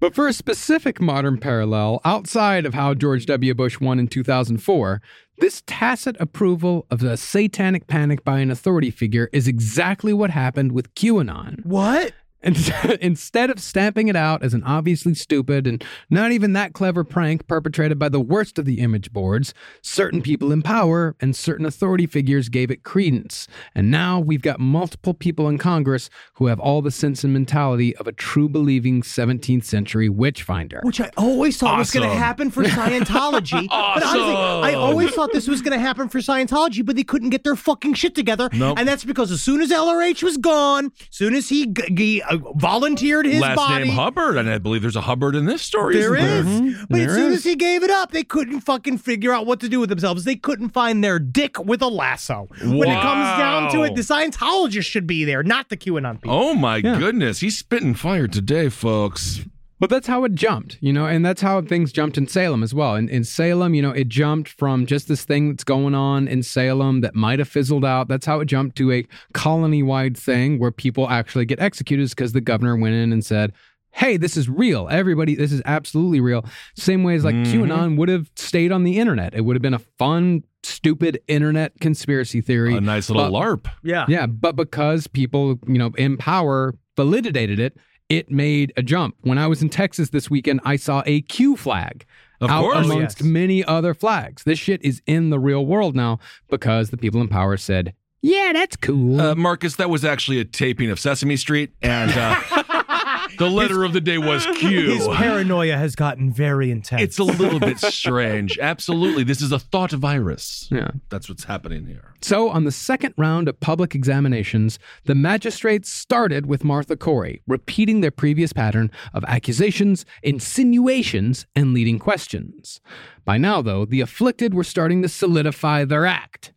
Speaker 6: But for a specific modern parallel outside of how George W. Bush won in 2004, this tacit approval of the satanic panic by an authority figure is exactly what happened with QAnon.
Speaker 4: What?
Speaker 6: And instead of stamping it out as an obviously stupid and not even that clever prank perpetrated by the worst of the image boards, certain people in power and certain authority figures gave it credence. And now we've got multiple people in Congress who have all the sense and mentality of a true believing 17th century witch finder.
Speaker 4: Which I always thought was going to
Speaker 3: Awesome.
Speaker 4: happen for Scientology. But honestly, I
Speaker 3: Awesome.
Speaker 4: always thought this was going to happen for Scientology, but they couldn't get their fucking shit together.
Speaker 3: Nope.
Speaker 4: And that's because as soon as LRH was gone, soon as he, g- he uh, volunteered his
Speaker 3: Last
Speaker 4: body,
Speaker 3: name Mm-hmm. Hubbard, and I believe there's a Hubbard in this story.
Speaker 4: there
Speaker 3: isn't
Speaker 4: is. But as
Speaker 6: There
Speaker 4: soon
Speaker 6: is.
Speaker 4: as he gave it up, they couldn't fucking figure out what to do with themselves. They couldn't find their dick with a lasso. When it comes down to
Speaker 3: Wow.
Speaker 4: it, the Scientologists should be there, not the QAnon people.
Speaker 3: Oh my goodness, he's spitting fire today, folks.
Speaker 6: But that's how it jumped, you know, and that's how things jumped in Salem as well. And in Salem, you know, it jumped from just this thing that's going on in Salem that might have fizzled out. That's how it jumped to a colony wide thing where people actually get executed because the governor went in and said, Hey, this is real. Everybody, this is absolutely real. Same way as like QAnon would have stayed on the internet. It would have been a fun, stupid internet conspiracy theory.
Speaker 5: Oh,
Speaker 3: A nice little
Speaker 6: But-
Speaker 3: LARP.
Speaker 6: yeah, but because people, you know, in power validated it, it made a jump. When I was in Texas this weekend, I saw a Q flag
Speaker 3: Of
Speaker 6: out
Speaker 3: course.
Speaker 6: amongst
Speaker 4: Yes.
Speaker 6: many other flags. This shit is in the real world now because the people in power said, "Yeah, that's cool."
Speaker 3: Uh, Marcus, that was actually a taping of Sesame Street, and uh, the letter of the day was
Speaker 4: His
Speaker 3: Q.
Speaker 4: paranoia has gotten very intense.
Speaker 3: It's a little bit strange. Absolutely. This is a thought virus.
Speaker 6: Yeah.
Speaker 3: That's what's happening here.
Speaker 6: So, on the second round of public examinations, the magistrates started with Martha Corey, repeating their previous pattern of accusations, insinuations, and leading questions. By now, though, the afflicted were starting to solidify their act.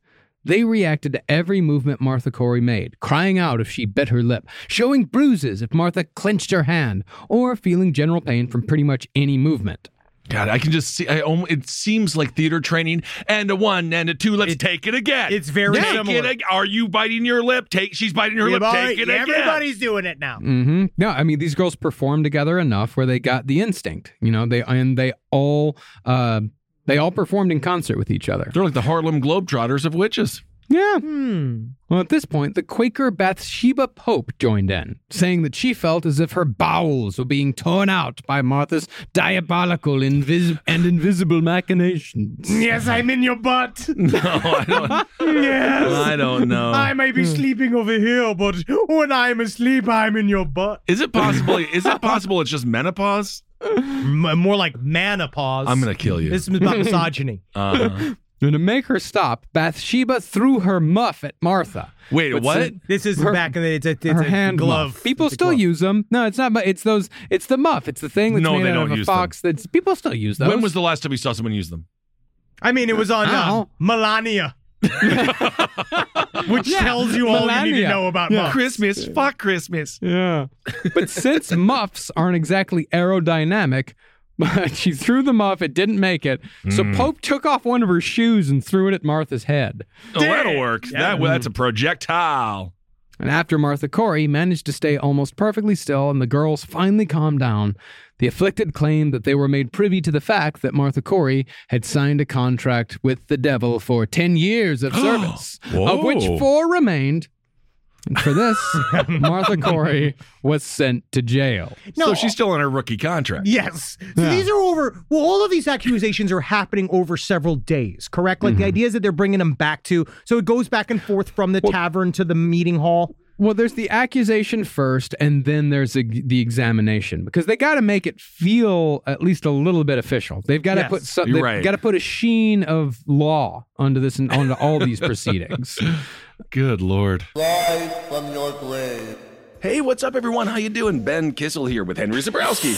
Speaker 6: They reacted to every movement Martha Corey made, crying out if she bit her lip, showing bruises if Martha clenched her hand, or feeling general pain from pretty much any movement.
Speaker 3: God, I can just see. I, almo- it seems like theater training. And a one and a two. Let's take it again.
Speaker 4: it's very
Speaker 3: Take
Speaker 4: similar.
Speaker 3: it ag- are you biting your lip? Take. She's biting her
Speaker 4: Yeah,
Speaker 3: lip.
Speaker 4: but
Speaker 3: Take it again.
Speaker 4: everybody's doing it now.
Speaker 6: hmm No, I mean these girls performed together enough where they got the instinct. You know, they and they all uh, they all performed in concert with each other.
Speaker 3: They're like the Harlem Globetrotters of witches.
Speaker 6: Yeah. Well, at this point, the Quaker Bathsheba Pope joined in, saying that she felt as if her bowels were being torn out by Martha's diabolical invis- and invisible machinations.
Speaker 4: Yes,
Speaker 8: Uh-huh.
Speaker 4: I'm in your butt.
Speaker 3: No, I don't.
Speaker 4: Yes.
Speaker 3: I don't know.
Speaker 4: I may
Speaker 8: Hmm.
Speaker 4: be sleeping over here, but when I'm asleep, I'm in your butt.
Speaker 3: is it possible? Is it possible? It's just menopause.
Speaker 8: uh,
Speaker 4: more like menopause.
Speaker 3: I'm gonna kill you.
Speaker 4: This is about misogyny.
Speaker 3: Uh-huh.
Speaker 6: And to make her stop, Bathsheba threw her muff at Martha.
Speaker 3: Wait,
Speaker 6: But
Speaker 3: what?
Speaker 6: since-
Speaker 4: This is
Speaker 6: Her-
Speaker 4: back in the it's a, it's
Speaker 6: her
Speaker 4: a
Speaker 6: hand
Speaker 4: glove.
Speaker 6: muff. People
Speaker 4: It's a
Speaker 6: still
Speaker 4: glove.
Speaker 6: use them. No, it's not. mu- It's those. It's the muff. It's the thing that's
Speaker 3: No,
Speaker 6: made
Speaker 3: they
Speaker 6: out
Speaker 3: don't
Speaker 6: of a
Speaker 3: use them.
Speaker 6: fox. That's people still use those.
Speaker 3: when was the last time you saw someone use them?
Speaker 4: I mean, it was on uh,
Speaker 6: Ow.
Speaker 4: Melania. Which tells you all you need to know about Muffs.
Speaker 12: Christmas.
Speaker 4: Fuck Christmas. Yeah.
Speaker 12: but since muffs aren't exactly aerodynamic, but she threw the muff, it didn't make it. So
Speaker 4: Hmm.
Speaker 13: Mm.
Speaker 12: Pope took off one of her shoes and threw it at Martha's head.
Speaker 13: Oh, that'll work. That that's a projectile.
Speaker 12: And after Martha Corey managed to stay almost perfectly still and the girls finally calmed down, the afflicted claimed that they were made privy to the fact that Martha Corey had signed a contract with the devil for 10 years of service, of which
Speaker 13: Whoa.
Speaker 12: four remained. And for this, Martha Corey was sent to jail.
Speaker 13: So
Speaker 4: uh,
Speaker 13: she's still on her rookie contract.
Speaker 8: Yes. So these are over. Well, all of these accusations are happening over several days, correct? Like the idea is that they're bringing them back to. So it goes back and forth from the tavern to the meeting hall.
Speaker 12: Well, there's the accusation first, and then there's the the examination because they got to make it feel at least a little bit official. They've got to
Speaker 13: Yes.
Speaker 12: put some,
Speaker 13: You're
Speaker 12: they've
Speaker 13: right.
Speaker 12: got to put a sheen of law onto this and onto all these proceedings.
Speaker 13: Good lord.
Speaker 14: Live from your grave.
Speaker 5: Hey, what's up, everyone? How you doing? Ben Kissel here with Henry Zabrowski.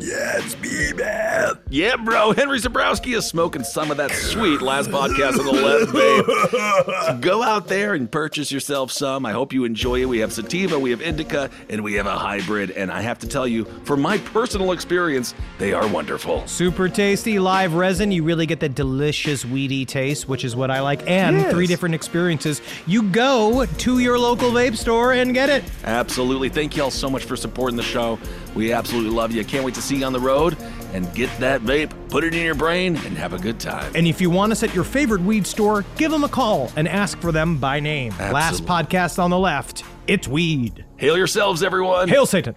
Speaker 5: yeah, it's me, man. Yeah, bro. Henry Zabrowski is smoking some of that sweet last podcast on the left, babe. So go out there and purchase yourself some. I hope you enjoy it. We have sativa, we have indica, and we have a hybrid. And I have to tell you, from my personal experience, they are wonderful.
Speaker 8: Super tasty live resin. You really get the delicious weedy taste, which is what I like. And
Speaker 5: Yes.
Speaker 8: three different experiences. You go to your local vape store and get it.
Speaker 5: Absolutely. Thank y'all so much for supporting the show. We absolutely love you. Can't wait to see you on the road. And get that vape, put it in your brain, and have a good time.
Speaker 8: And if you want us at your favorite weed store, give them a call and ask for them by name. Last podcast on the left. It's weed.
Speaker 5: Hail yourselves, everyone.
Speaker 8: Hail Satan.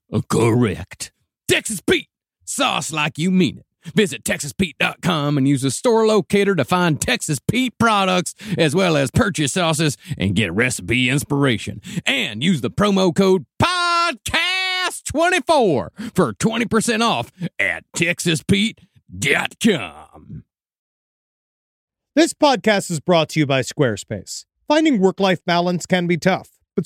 Speaker 6: correct. Texas Pete sauce like you mean it. Visit TexasPete.com and use the store locator to find Texas Pete products as well as purchase sauces and get recipe inspiration. And use the promo code PODCAST24 for 20% off at TexasPete.com.
Speaker 4: This podcast is brought to you by Squarespace. Finding work life balance can be tough, but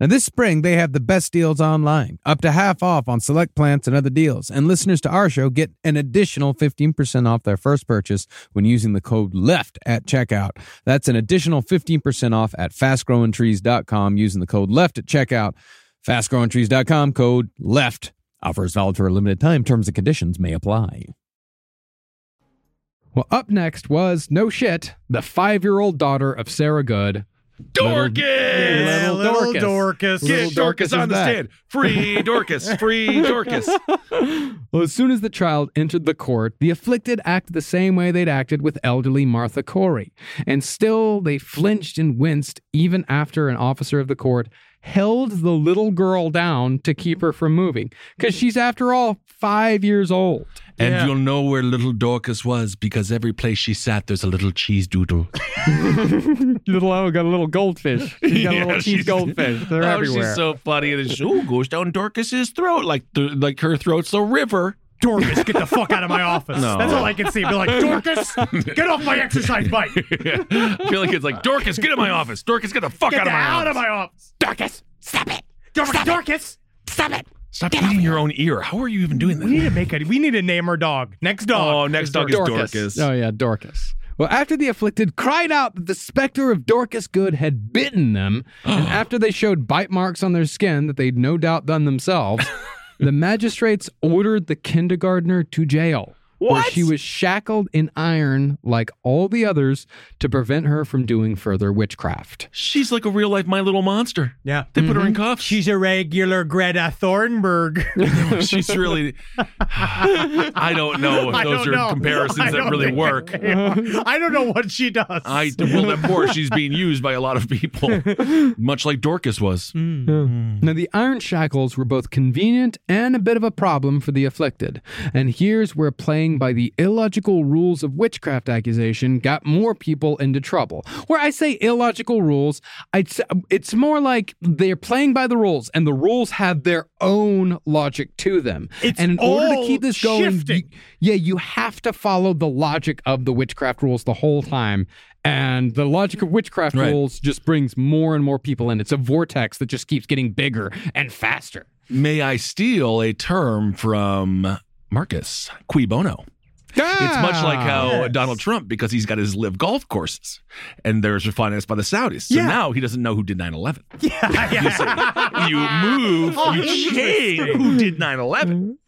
Speaker 6: Now, this spring, they have the best deals online, up to half off on select plants and other deals. And listeners to our show get an additional 15% off their first purchase when using the code LEFT at checkout. That's an additional 15% off at fastgrowingtrees.com using the code LEFT at checkout. Fastgrowingtrees.com, code LEFT. Offer is valid for a limited time. Terms and conditions may apply. Well, up next was, no shit, the five year old daughter of Sarah Good.
Speaker 3: Dorcas!
Speaker 6: Yeah, little Dorcas.
Speaker 3: Get
Speaker 6: Little
Speaker 3: Dorcas,
Speaker 6: Dorcas is
Speaker 3: on the
Speaker 6: back.
Speaker 3: stand. Free Dorcas. Free Dorcas.
Speaker 6: well, as soon as the child entered the court, the afflicted acted the same way they'd acted with elderly Martha Corey. And still, they flinched and winced even after an officer of the court held the little girl down to keep her from moving. Because she's, after all, five years old.
Speaker 5: And you'll know where little Dorcas was because every place she sat, there's a little cheese doodle.
Speaker 3: Oh,
Speaker 6: little O got a little goldfish. She got a little cheese goldfish. They're
Speaker 3: oh,
Speaker 6: everywhere.
Speaker 3: she's so funny. And it's, ooh, goes down Dorcas's throat like th- like her throat's a river.
Speaker 11: Dorcas, get the fuck out of my office.
Speaker 3: No.
Speaker 11: That's all I can see. Be like, Dorcas, get off my exercise bike.
Speaker 3: I feel like it's like Dorcas, get in my office. Dorcas, get the fuck
Speaker 11: get
Speaker 3: out of
Speaker 11: out of
Speaker 3: my office.
Speaker 11: my office. Dorcas, stop it. Dorcas, stop it.
Speaker 3: Stop eating your own ear. How are you even doing that?
Speaker 11: We need to make a. We need to name our dog. Next dog.
Speaker 3: Oh, next dog is Dorcas.
Speaker 6: Oh yeah, Dorcas. Well, after the afflicted cried out that the specter of Dorcas Good had bitten them, and after they showed bite marks on their skin that they'd no doubt done themselves, the magistrates ordered the kindergartner to jail. Where
Speaker 3: What?
Speaker 6: she was shackled in iron like all the others to prevent her from doing further witchcraft.
Speaker 3: She's like a real life My Little Monster.
Speaker 11: Yeah.
Speaker 3: They
Speaker 5: Mm.
Speaker 3: put her in cuffs.
Speaker 11: She's a regular Greta Thornburg.
Speaker 3: She's really. I don't know if
Speaker 11: I
Speaker 3: those are
Speaker 11: don't know. I
Speaker 3: comparisons that
Speaker 11: don't
Speaker 3: really
Speaker 11: think
Speaker 3: work.
Speaker 11: they are. I don't know what she does.
Speaker 3: I well, of course, she's being used by a lot of people, much like Dorcas was.
Speaker 6: Now, the iron shackles were both convenient and a bit of a problem for the afflicted. And here's where playing by the illogical rules of witchcraft accusation got more people into trouble. Where I say illogical rules, I'd say, it's more like they're playing by the rules, and the rules have their own logic to them.
Speaker 11: It's
Speaker 6: and in order to
Speaker 11: all
Speaker 6: keep this going,
Speaker 11: shifting.
Speaker 6: you- yeah, you have to follow the logic of the witchcraft rules the whole time. And the logic of witchcraft
Speaker 5: Right.
Speaker 6: rules just brings more and more people in. It's a vortex that just keeps getting bigger and faster.
Speaker 5: May I steal a term from Marcus? Qui bono. It's
Speaker 11: Ah,
Speaker 5: much like
Speaker 6: uh,
Speaker 5: how uh, Donald Trump, because he's got his live golf courses, and theirs are financed by the Saudis. So
Speaker 11: Yeah.
Speaker 5: now he doesn't know who did 9 11. You move,
Speaker 11: Oh,
Speaker 5: you change
Speaker 11: interesting.
Speaker 5: who did 9 11.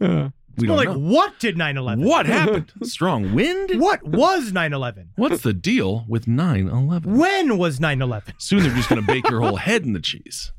Speaker 5: We don't
Speaker 11: like,
Speaker 5: know.
Speaker 11: what did 9 11?
Speaker 5: What happened? Strong wind?
Speaker 11: What was 9 11?
Speaker 5: What's the deal with 9 11?
Speaker 11: When was 9 11?
Speaker 5: Soon they're just going to bake your whole head in the cheese.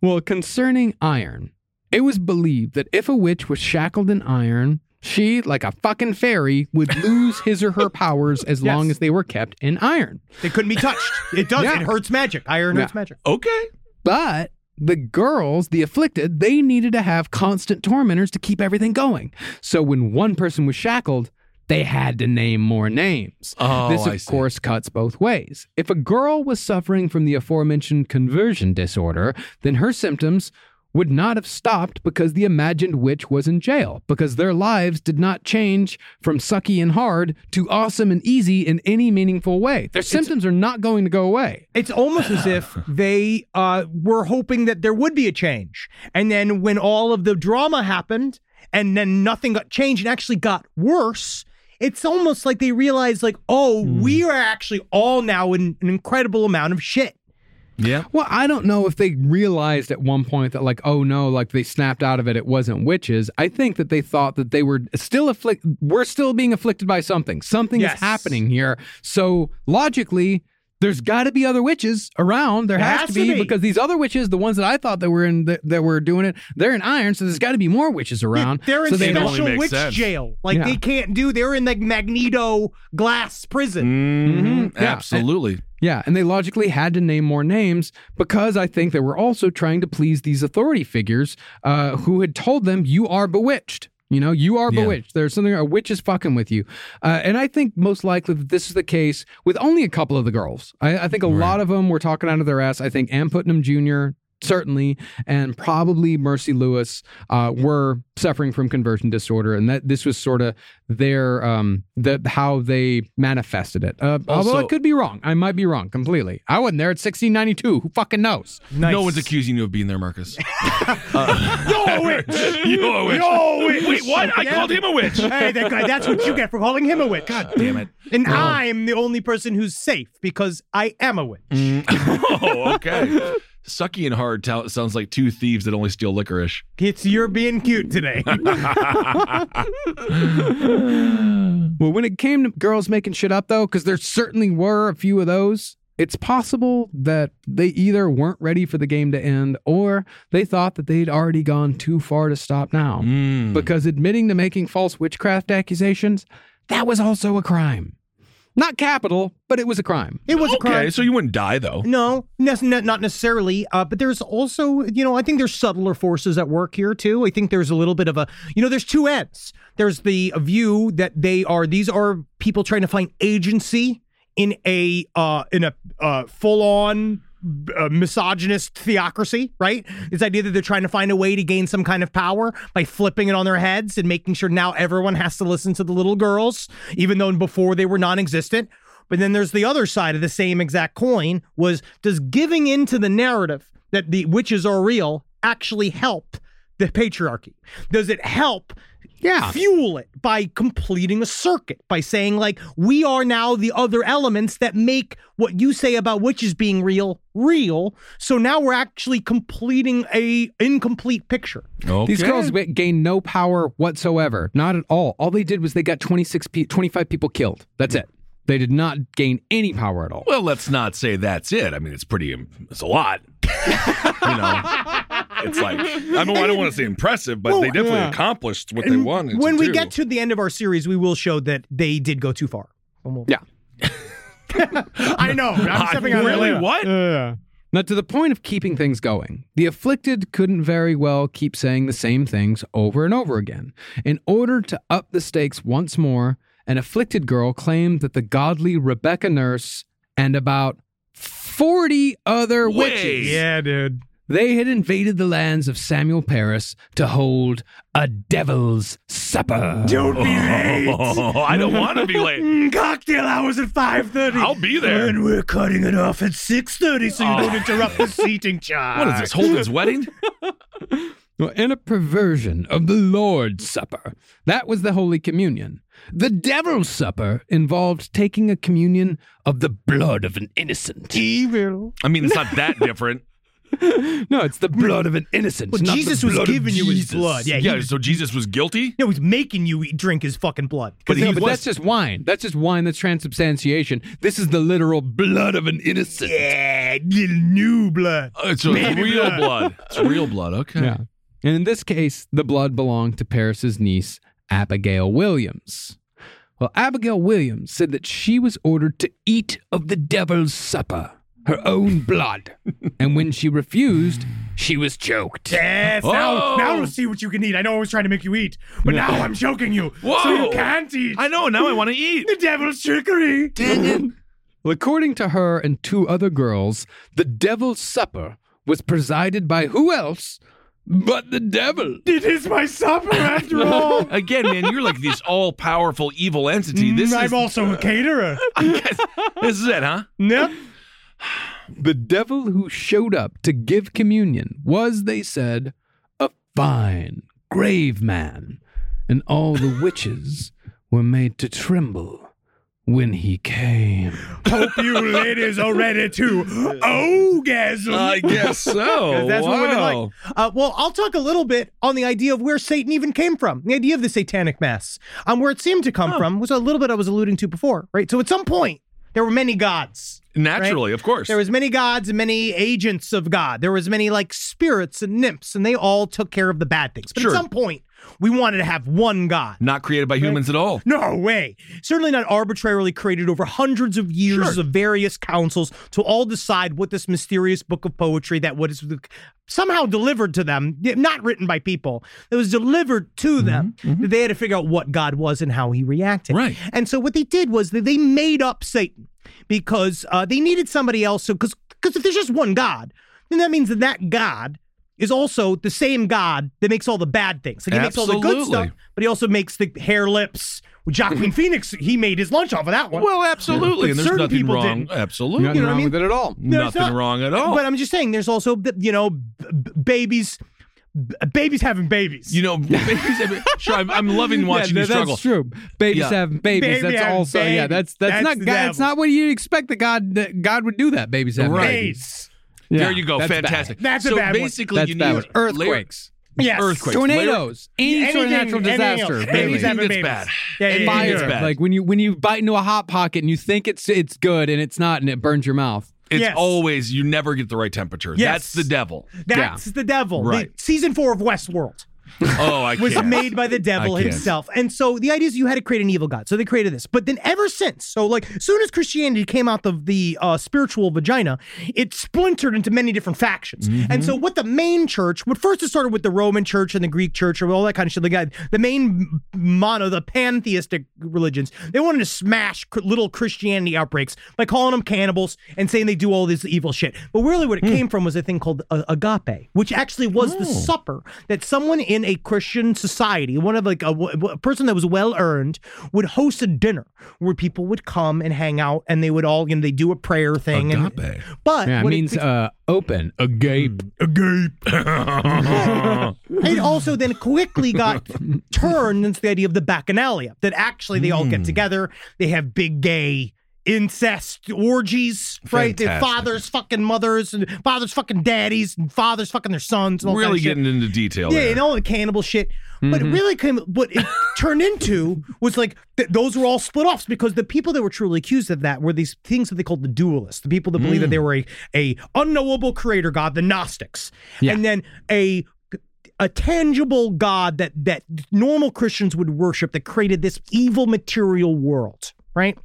Speaker 6: Well, concerning iron, it was believed that if a witch was shackled in iron, she, like a fucking fairy, would lose his or her powers as long as they were kept in iron.
Speaker 11: They couldn't be touched. It does.
Speaker 6: Yeah.
Speaker 11: It hurts magic. Iron hurts
Speaker 6: Yeah.
Speaker 11: magic.
Speaker 5: Okay.
Speaker 6: But the girls, the afflicted, they needed to have constant tormentors to keep everything going. So when one person was shackled, they had to name more names.
Speaker 5: Oh,
Speaker 6: this, of
Speaker 5: I see.
Speaker 6: course, cuts both ways. If a girl was suffering from the aforementioned conversion disorder, then her symptoms would not have stopped because the imagined witch was in jail, because their lives did not change from sucky and hard to awesome and easy in any meaningful way. Their symptoms are not going to go away.
Speaker 4: It's almost as if they uh, were hoping that there would be a change. And then when all of the drama happened and then nothing got changed and actually got worse, it's almost like they realized, like, oh,
Speaker 6: Hmm.
Speaker 4: we are actually all now in an incredible amount of shit.
Speaker 5: Yeah.
Speaker 6: Well, I don't know if they realized at one point that, like, oh no, like they snapped out of it. It wasn't witches. I think that they thought that they were still afflicted. We're still being afflicted by something. Something
Speaker 4: Yes.
Speaker 6: is happening here. So logically, there's got to be other witches around. There has, to, be, because these other witches, the ones that I thought that were in that, that were doing it, they're in iron. So there's got to be more witches around.
Speaker 4: They're in
Speaker 6: so they-
Speaker 4: special witch jail. Like
Speaker 6: Yeah.
Speaker 4: they can't do. They're in like Magneto glass prison.
Speaker 6: Yeah. Yeah, and they logically had to name more names because I think they were also trying to please these authority figures uh, who had told them, "You are bewitched." You know, you are bewitched. There's something a witch is fucking with you, uh, and I think most likely that this is the case with only a couple of the girls. I, I think a lot of them were talking out of their ass. I think Ann Putnam Jr. certainly, and probably Mercy Lewis uh, were suffering from conversion disorder, and that this was sort of their um, the how they manifested it. Uh, although
Speaker 5: Also-
Speaker 6: it could be wrong. I might be wrong completely. I wasn't there at 1692. Who fucking knows?
Speaker 5: No one's accusing you of being there, Marcus.
Speaker 4: Uh, You're a
Speaker 5: witch. You're a witch.
Speaker 4: You're a witch.
Speaker 5: Wait, what? I called him a witch.
Speaker 4: Hey, that guy, that's what you get for calling him a witch. God
Speaker 5: damn it.
Speaker 4: And I'm the only person who's safe because I am a witch.
Speaker 5: oh, okay. Sucky and hard tal- sounds like two thieves that only steal licorice.
Speaker 4: It's you're being cute today.
Speaker 6: Well, when it came to girls making shit up, though, because there certainly were a few of those, it's possible that they either weren't ready for the game to end or they thought that they'd already gone too far to stop now. Because admitting to making false witchcraft accusations, that was also a crime. Not capital, but it was a crime.
Speaker 4: It was a
Speaker 5: Okay,
Speaker 4: crime.
Speaker 5: so you wouldn't die though.
Speaker 4: No, nes- ne- not necessarily. Uh, but there's also, you know, I think there's subtler forces at work here too. I think there's a little bit of a, you know, there's two ends. There's the view that they are these are people trying to find agency in a uh, in a uh, full on. Uh, misogynist theocracy, right? This idea that they're trying to find a way to gain some kind of power by flipping it on their heads and making sure now everyone has to listen to the little girls, even though before they were non existent. But then there's the other side of the same exact coin was does giving into the narrative that the witches are real actually help the patriarchy? Does it help
Speaker 6: yeah.
Speaker 4: fuel it by completing a circuit by saying like we are now the other elements that make what you say about witches being real real. So now we're actually completing a incomplete picture.
Speaker 6: These girls wi- gained no power whatsoever, not at all. All they did was they got 26 pe- 25 people killed. That's it. They did not gain any power at all.
Speaker 5: Well, let's not say that's it. I mean, it's pretty. It's a lot. you know, it's like I mean, I don't want to say impressive, but
Speaker 4: Well,
Speaker 5: they definitely
Speaker 4: yeah.
Speaker 5: accomplished what they
Speaker 4: And
Speaker 5: wanted.
Speaker 4: when
Speaker 5: to
Speaker 4: we
Speaker 5: do.
Speaker 4: get to the end of our series, we will show that they did go too far.
Speaker 6: Yeah.
Speaker 4: I know. I'm stepping on Uh, it later.
Speaker 6: Now, to the point of keeping things going, the afflicted couldn't very well keep saying the same things over and over again. In order to up the stakes once more, an afflicted girl claimed that the godly Rebecca Nurse and about 40 other witches.
Speaker 4: Yeah, dude.
Speaker 6: They had invaded the lands of Samuel Paris to hold a devil's supper.
Speaker 5: Don't Oh, be late. I don't want to be late.
Speaker 4: Mm, Cocktail hours at five thirty.
Speaker 5: I'll be there.
Speaker 4: And we're cutting it off at six thirty, so you
Speaker 5: Oh.
Speaker 4: don't interrupt the seating chart.
Speaker 5: What is this? Holden's wedding?
Speaker 6: Well, in a perversion of the Lord's Supper. That was the Holy Communion. The Devil's Supper involved taking a communion of the blood of an innocent.
Speaker 4: Evil.
Speaker 5: I mean, it's not that different.
Speaker 6: No, it's the blood of an innocent.
Speaker 4: Well,
Speaker 6: not the
Speaker 4: Jesus was
Speaker 6: blood of
Speaker 4: giving you his
Speaker 6: Jesus.
Speaker 4: blood. Yeah,
Speaker 5: Yeah.
Speaker 4: he,
Speaker 5: So Jesus was guilty.
Speaker 4: no, he's making you eat, drink his fucking blood.
Speaker 5: But he
Speaker 6: No, but
Speaker 5: was-
Speaker 6: that's just wine. That's just wine. That's transubstantiation. This is the literal blood of an innocent.
Speaker 4: Yeah, little new blood.
Speaker 5: Uh, so it's
Speaker 4: Baby
Speaker 5: real
Speaker 4: blood.
Speaker 5: blood. It's real blood. Okay.
Speaker 6: Yeah. And in this case, the blood belonged to Paris's niece, Abigail Williams. Well, Abigail Williams said that she was ordered to eat of the devil's supper, her own blood. and when she refused, she was choked.
Speaker 4: Yes, "Eh, now,
Speaker 5: Oh.
Speaker 4: now we'll see what you can eat. I know I was trying to make you eat, but now I'm choking you. So you
Speaker 5: Whoa.
Speaker 4: can't eat.
Speaker 5: I know. Now I want to eat.
Speaker 4: the devil's trickery.
Speaker 6: Well, according to her and two other girls, the devil's supper was presided by who else but the devil.
Speaker 11: It is my supper after all.
Speaker 5: Again, man, you're like this all powerful evil entity. This
Speaker 4: Mm,
Speaker 11: I'm
Speaker 5: is
Speaker 11: also a caterer.
Speaker 5: this is it, huh?
Speaker 11: Yep.
Speaker 6: The devil who showed up to give communion was, they said, a fine, grave man, and all the witches were made to tremble when he came.
Speaker 11: Hope you ladies are ready to orgasm.
Speaker 5: I guess so.
Speaker 4: 'Cause that's what women
Speaker 5: Wow.
Speaker 4: like. Uh, well, I'll talk a little bit on the idea of where Satan even came from, the idea of the satanic mass, um, where it seemed to come from, was a little bit I was alluding to before, right? So at some point, there were many gods.
Speaker 5: Naturally,
Speaker 4: right?
Speaker 5: of course.
Speaker 4: There was many gods and many agents of God. There was many like spirits and nymphs, and they all took care of the bad things. But
Speaker 5: Sure.
Speaker 4: at some point, we wanted to have one God.
Speaker 5: Not created by humans at all.
Speaker 4: No way. Certainly not arbitrarily created over hundreds of years of various councils to all decide what this mysterious book of poetry that was somehow delivered to them, not written by people, that was delivered to them, that they had to figure out what God was and how he reacted. mm-hmm. Right. And so what they did was that they made up Satan because uh, they needed somebody else. Because because if there's just one God, then that means that that God is also the same God that makes all the bad things. Like he makes all the good
Speaker 5: Absolutely.
Speaker 4: stuff, but he also makes the hair lips. Joaquin Phoenix, he made his lunch off of that one.
Speaker 5: Well, absolutely,
Speaker 4: But
Speaker 5: and there's
Speaker 4: certain
Speaker 5: nothing
Speaker 4: people
Speaker 5: wrong.
Speaker 4: didn't.
Speaker 5: Absolutely,
Speaker 4: You know what I mean?
Speaker 6: it at all.
Speaker 4: No, it's
Speaker 5: nothing
Speaker 4: not.
Speaker 5: wrong at all.
Speaker 4: But I'm just saying, there's also you know, b- b- babies, b- babies having babies.
Speaker 5: You know, babies have- sure, I'm, I'm loving watching
Speaker 6: yeah,
Speaker 5: you
Speaker 6: th-
Speaker 5: struggle.
Speaker 6: That's true. Babies
Speaker 5: Yeah.
Speaker 6: having babies.
Speaker 4: Baby
Speaker 6: that's
Speaker 4: having
Speaker 6: also yeah.
Speaker 4: babies.
Speaker 6: That's that's,
Speaker 4: That's
Speaker 6: not
Speaker 4: the
Speaker 6: God, that's
Speaker 4: devil.
Speaker 6: not what you expect that God that God would do that. Babies having
Speaker 5: Right.
Speaker 6: babies.
Speaker 4: Babies.
Speaker 6: Yeah,
Speaker 5: there you go.
Speaker 6: that's bad.
Speaker 5: Fantastic.
Speaker 4: That's a
Speaker 5: so
Speaker 4: bad one.
Speaker 5: basically,
Speaker 6: That's
Speaker 5: you
Speaker 6: bad
Speaker 5: need
Speaker 6: one. Earthquakes.
Speaker 4: Yes.
Speaker 5: earthquakes,
Speaker 6: Tornadoes, any
Speaker 4: Anything-
Speaker 6: sort of natural
Speaker 4: anything else.
Speaker 6: disaster,
Speaker 4: Babies
Speaker 6: really.
Speaker 4: having
Speaker 5: Anything
Speaker 4: babies.
Speaker 5: that's
Speaker 4: Yeah, yeah, yeah,
Speaker 5: Anything
Speaker 4: yeah.
Speaker 5: that's bad.
Speaker 6: Like when you when you bite into a hot pocket and you think it's it's good and it's not and it burns your mouth.
Speaker 5: It's
Speaker 4: Yes.
Speaker 5: always you never get the right temperature.
Speaker 4: Yes.
Speaker 5: That's the devil.
Speaker 4: That's the devil. The
Speaker 5: Right.
Speaker 4: season four of Westworld.
Speaker 5: Oh, I
Speaker 4: was
Speaker 5: can't.
Speaker 4: made by the devil
Speaker 5: I can't.
Speaker 4: himself. And so the idea is you had to create an evil god. So they created this. But then ever since, so like as soon as Christianity came out of the uh, spiritual vagina, it splintered into many different factions.
Speaker 5: Mm-hmm.
Speaker 4: And so what the main church, what first it started with the Roman church and the Greek church and all that kind of shit, the, guy, the main mono, the pantheistic religions, they wanted to smash cr- little Christianity outbreaks by calling them cannibals and saying they do all this evil shit. But really what it
Speaker 6: Hmm.
Speaker 4: came from was a thing called uh, agape, which actually was the
Speaker 6: Oh.
Speaker 4: supper that someone in a Christian society, one of like a, a person that was well earned, would host a dinner where people would come and hang out, and they would all you know they do a prayer thing. And, but
Speaker 6: Yeah,
Speaker 4: what
Speaker 6: it
Speaker 4: Hmm.
Speaker 6: means uh, open, agape,
Speaker 5: agape.
Speaker 4: it also then quickly got turned into the idea of the bacchanalia that actually they all
Speaker 5: Hmm.
Speaker 4: get together they have big gay incest orgies right their
Speaker 5: Fantastic.
Speaker 4: fathers fucking mothers and fathers fucking daddies and fathers fucking their sons and all
Speaker 5: really
Speaker 4: kind of shit.
Speaker 5: getting into detail.
Speaker 4: Yeah,
Speaker 5: there. Mm-hmm.
Speaker 4: and all the cannibal shit. But it really came, what it turned into was like th- those were all split offs because the people that were truly accused of that were these things that they called the dualists, the people that believed
Speaker 5: Mm.
Speaker 4: that they were a, a unknowable creator god, the Gnostics, and then a a tangible god that that normal Christians would worship that created this evil material world. Right,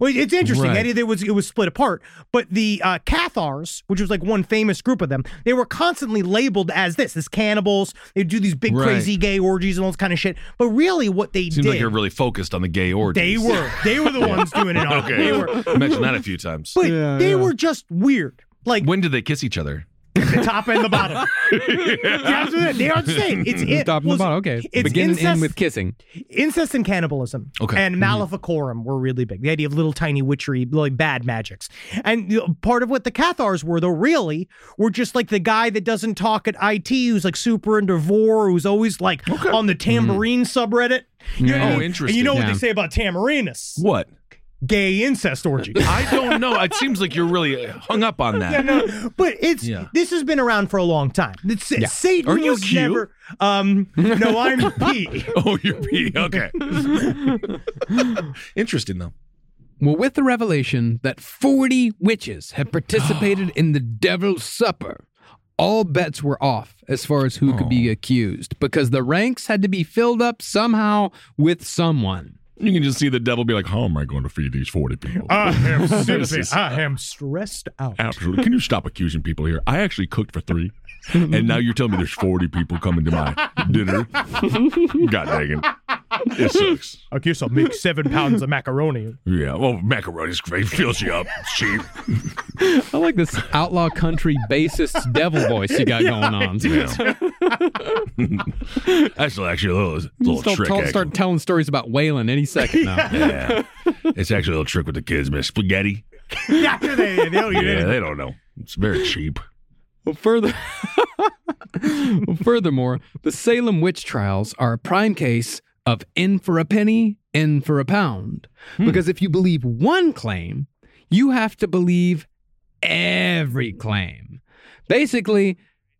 Speaker 4: well, it's interesting.
Speaker 6: Right.
Speaker 4: Eddie, there was it was split apart, but the uh, Cathars, which was like one famous group of them, they were constantly labeled as this, as cannibals. They do these big
Speaker 5: Right.
Speaker 4: crazy gay orgies and all this kind of shit. But really, what they
Speaker 5: Seems
Speaker 4: did,
Speaker 5: like you're really focused on the gay orgies.
Speaker 4: they were they were the ones doing it all.
Speaker 5: okay.
Speaker 4: They were,
Speaker 5: Mentioned that a few times.
Speaker 4: but they were just weird. Like
Speaker 5: when did they kiss each other?
Speaker 4: the top and the bottom. yeah. They are the same. It's it
Speaker 6: top and the
Speaker 4: was-
Speaker 6: bottom. Okay,
Speaker 4: It's
Speaker 6: begin and
Speaker 4: incest-
Speaker 6: end with kissing.
Speaker 4: incest and cannibalism
Speaker 6: Okay.
Speaker 4: and maleficorum were really big the idea of little tiny witchery like bad magics and you know, part of what the cathars were though really were just like the guy that doesn't talk at it who's like super into vor who's always like on the tambourine subreddit you know
Speaker 5: Yeah.
Speaker 4: what I
Speaker 5: Oh,
Speaker 4: mean? and
Speaker 5: interesting.
Speaker 4: you know what
Speaker 6: Yeah.
Speaker 4: they say about tamarinus
Speaker 5: What?
Speaker 4: gay incest orgy
Speaker 5: I don't know. It seems like you're really hung up on that.
Speaker 4: Yeah, no, but it's
Speaker 5: Yeah.
Speaker 4: this has been around for a long time. It's, Satan
Speaker 5: Are you
Speaker 4: was
Speaker 5: cute?
Speaker 4: never. Um, no, I'm P.
Speaker 5: Oh, you're pee. Okay. Interesting though.
Speaker 6: Well, with the revelation that 40 witches had participated in the devil's supper, all bets were off as far as who could
Speaker 4: Oh.
Speaker 6: be accused because the ranks had to be filled up somehow with someone.
Speaker 5: You can just see the devil be like, "How am I going to feed these forty people?"
Speaker 11: I am sipping.
Speaker 4: I am stressed out.
Speaker 5: Absolutely. Can you stop accusing people here? I actually cooked for three, and now you're telling me there's forty people coming to my dinner. God dang it! It sucks.
Speaker 4: I guess I'll make seven pounds of macaroni.
Speaker 5: Yeah. Well, macaroni's great. Fills you up. It's cheap.
Speaker 6: I like this outlaw country bassist devil voice you got going on.
Speaker 5: Actually, actually, a little, it's a little
Speaker 6: Start,
Speaker 5: trick.
Speaker 6: tell-
Speaker 5: actually.
Speaker 6: start telling stories about Waylon any second now.
Speaker 5: Yeah. it's actually a little trick with the kids, man. Spaghetti.
Speaker 4: yeah, they, they don't
Speaker 5: yeah, they don't know. It's very cheap.
Speaker 6: Well, further, well, furthermore, the Salem witch trials are a prime case of in for a penny, in for a pound.
Speaker 11: Hmm.
Speaker 6: Because if you believe one claim, you have to believe every claim. Basically,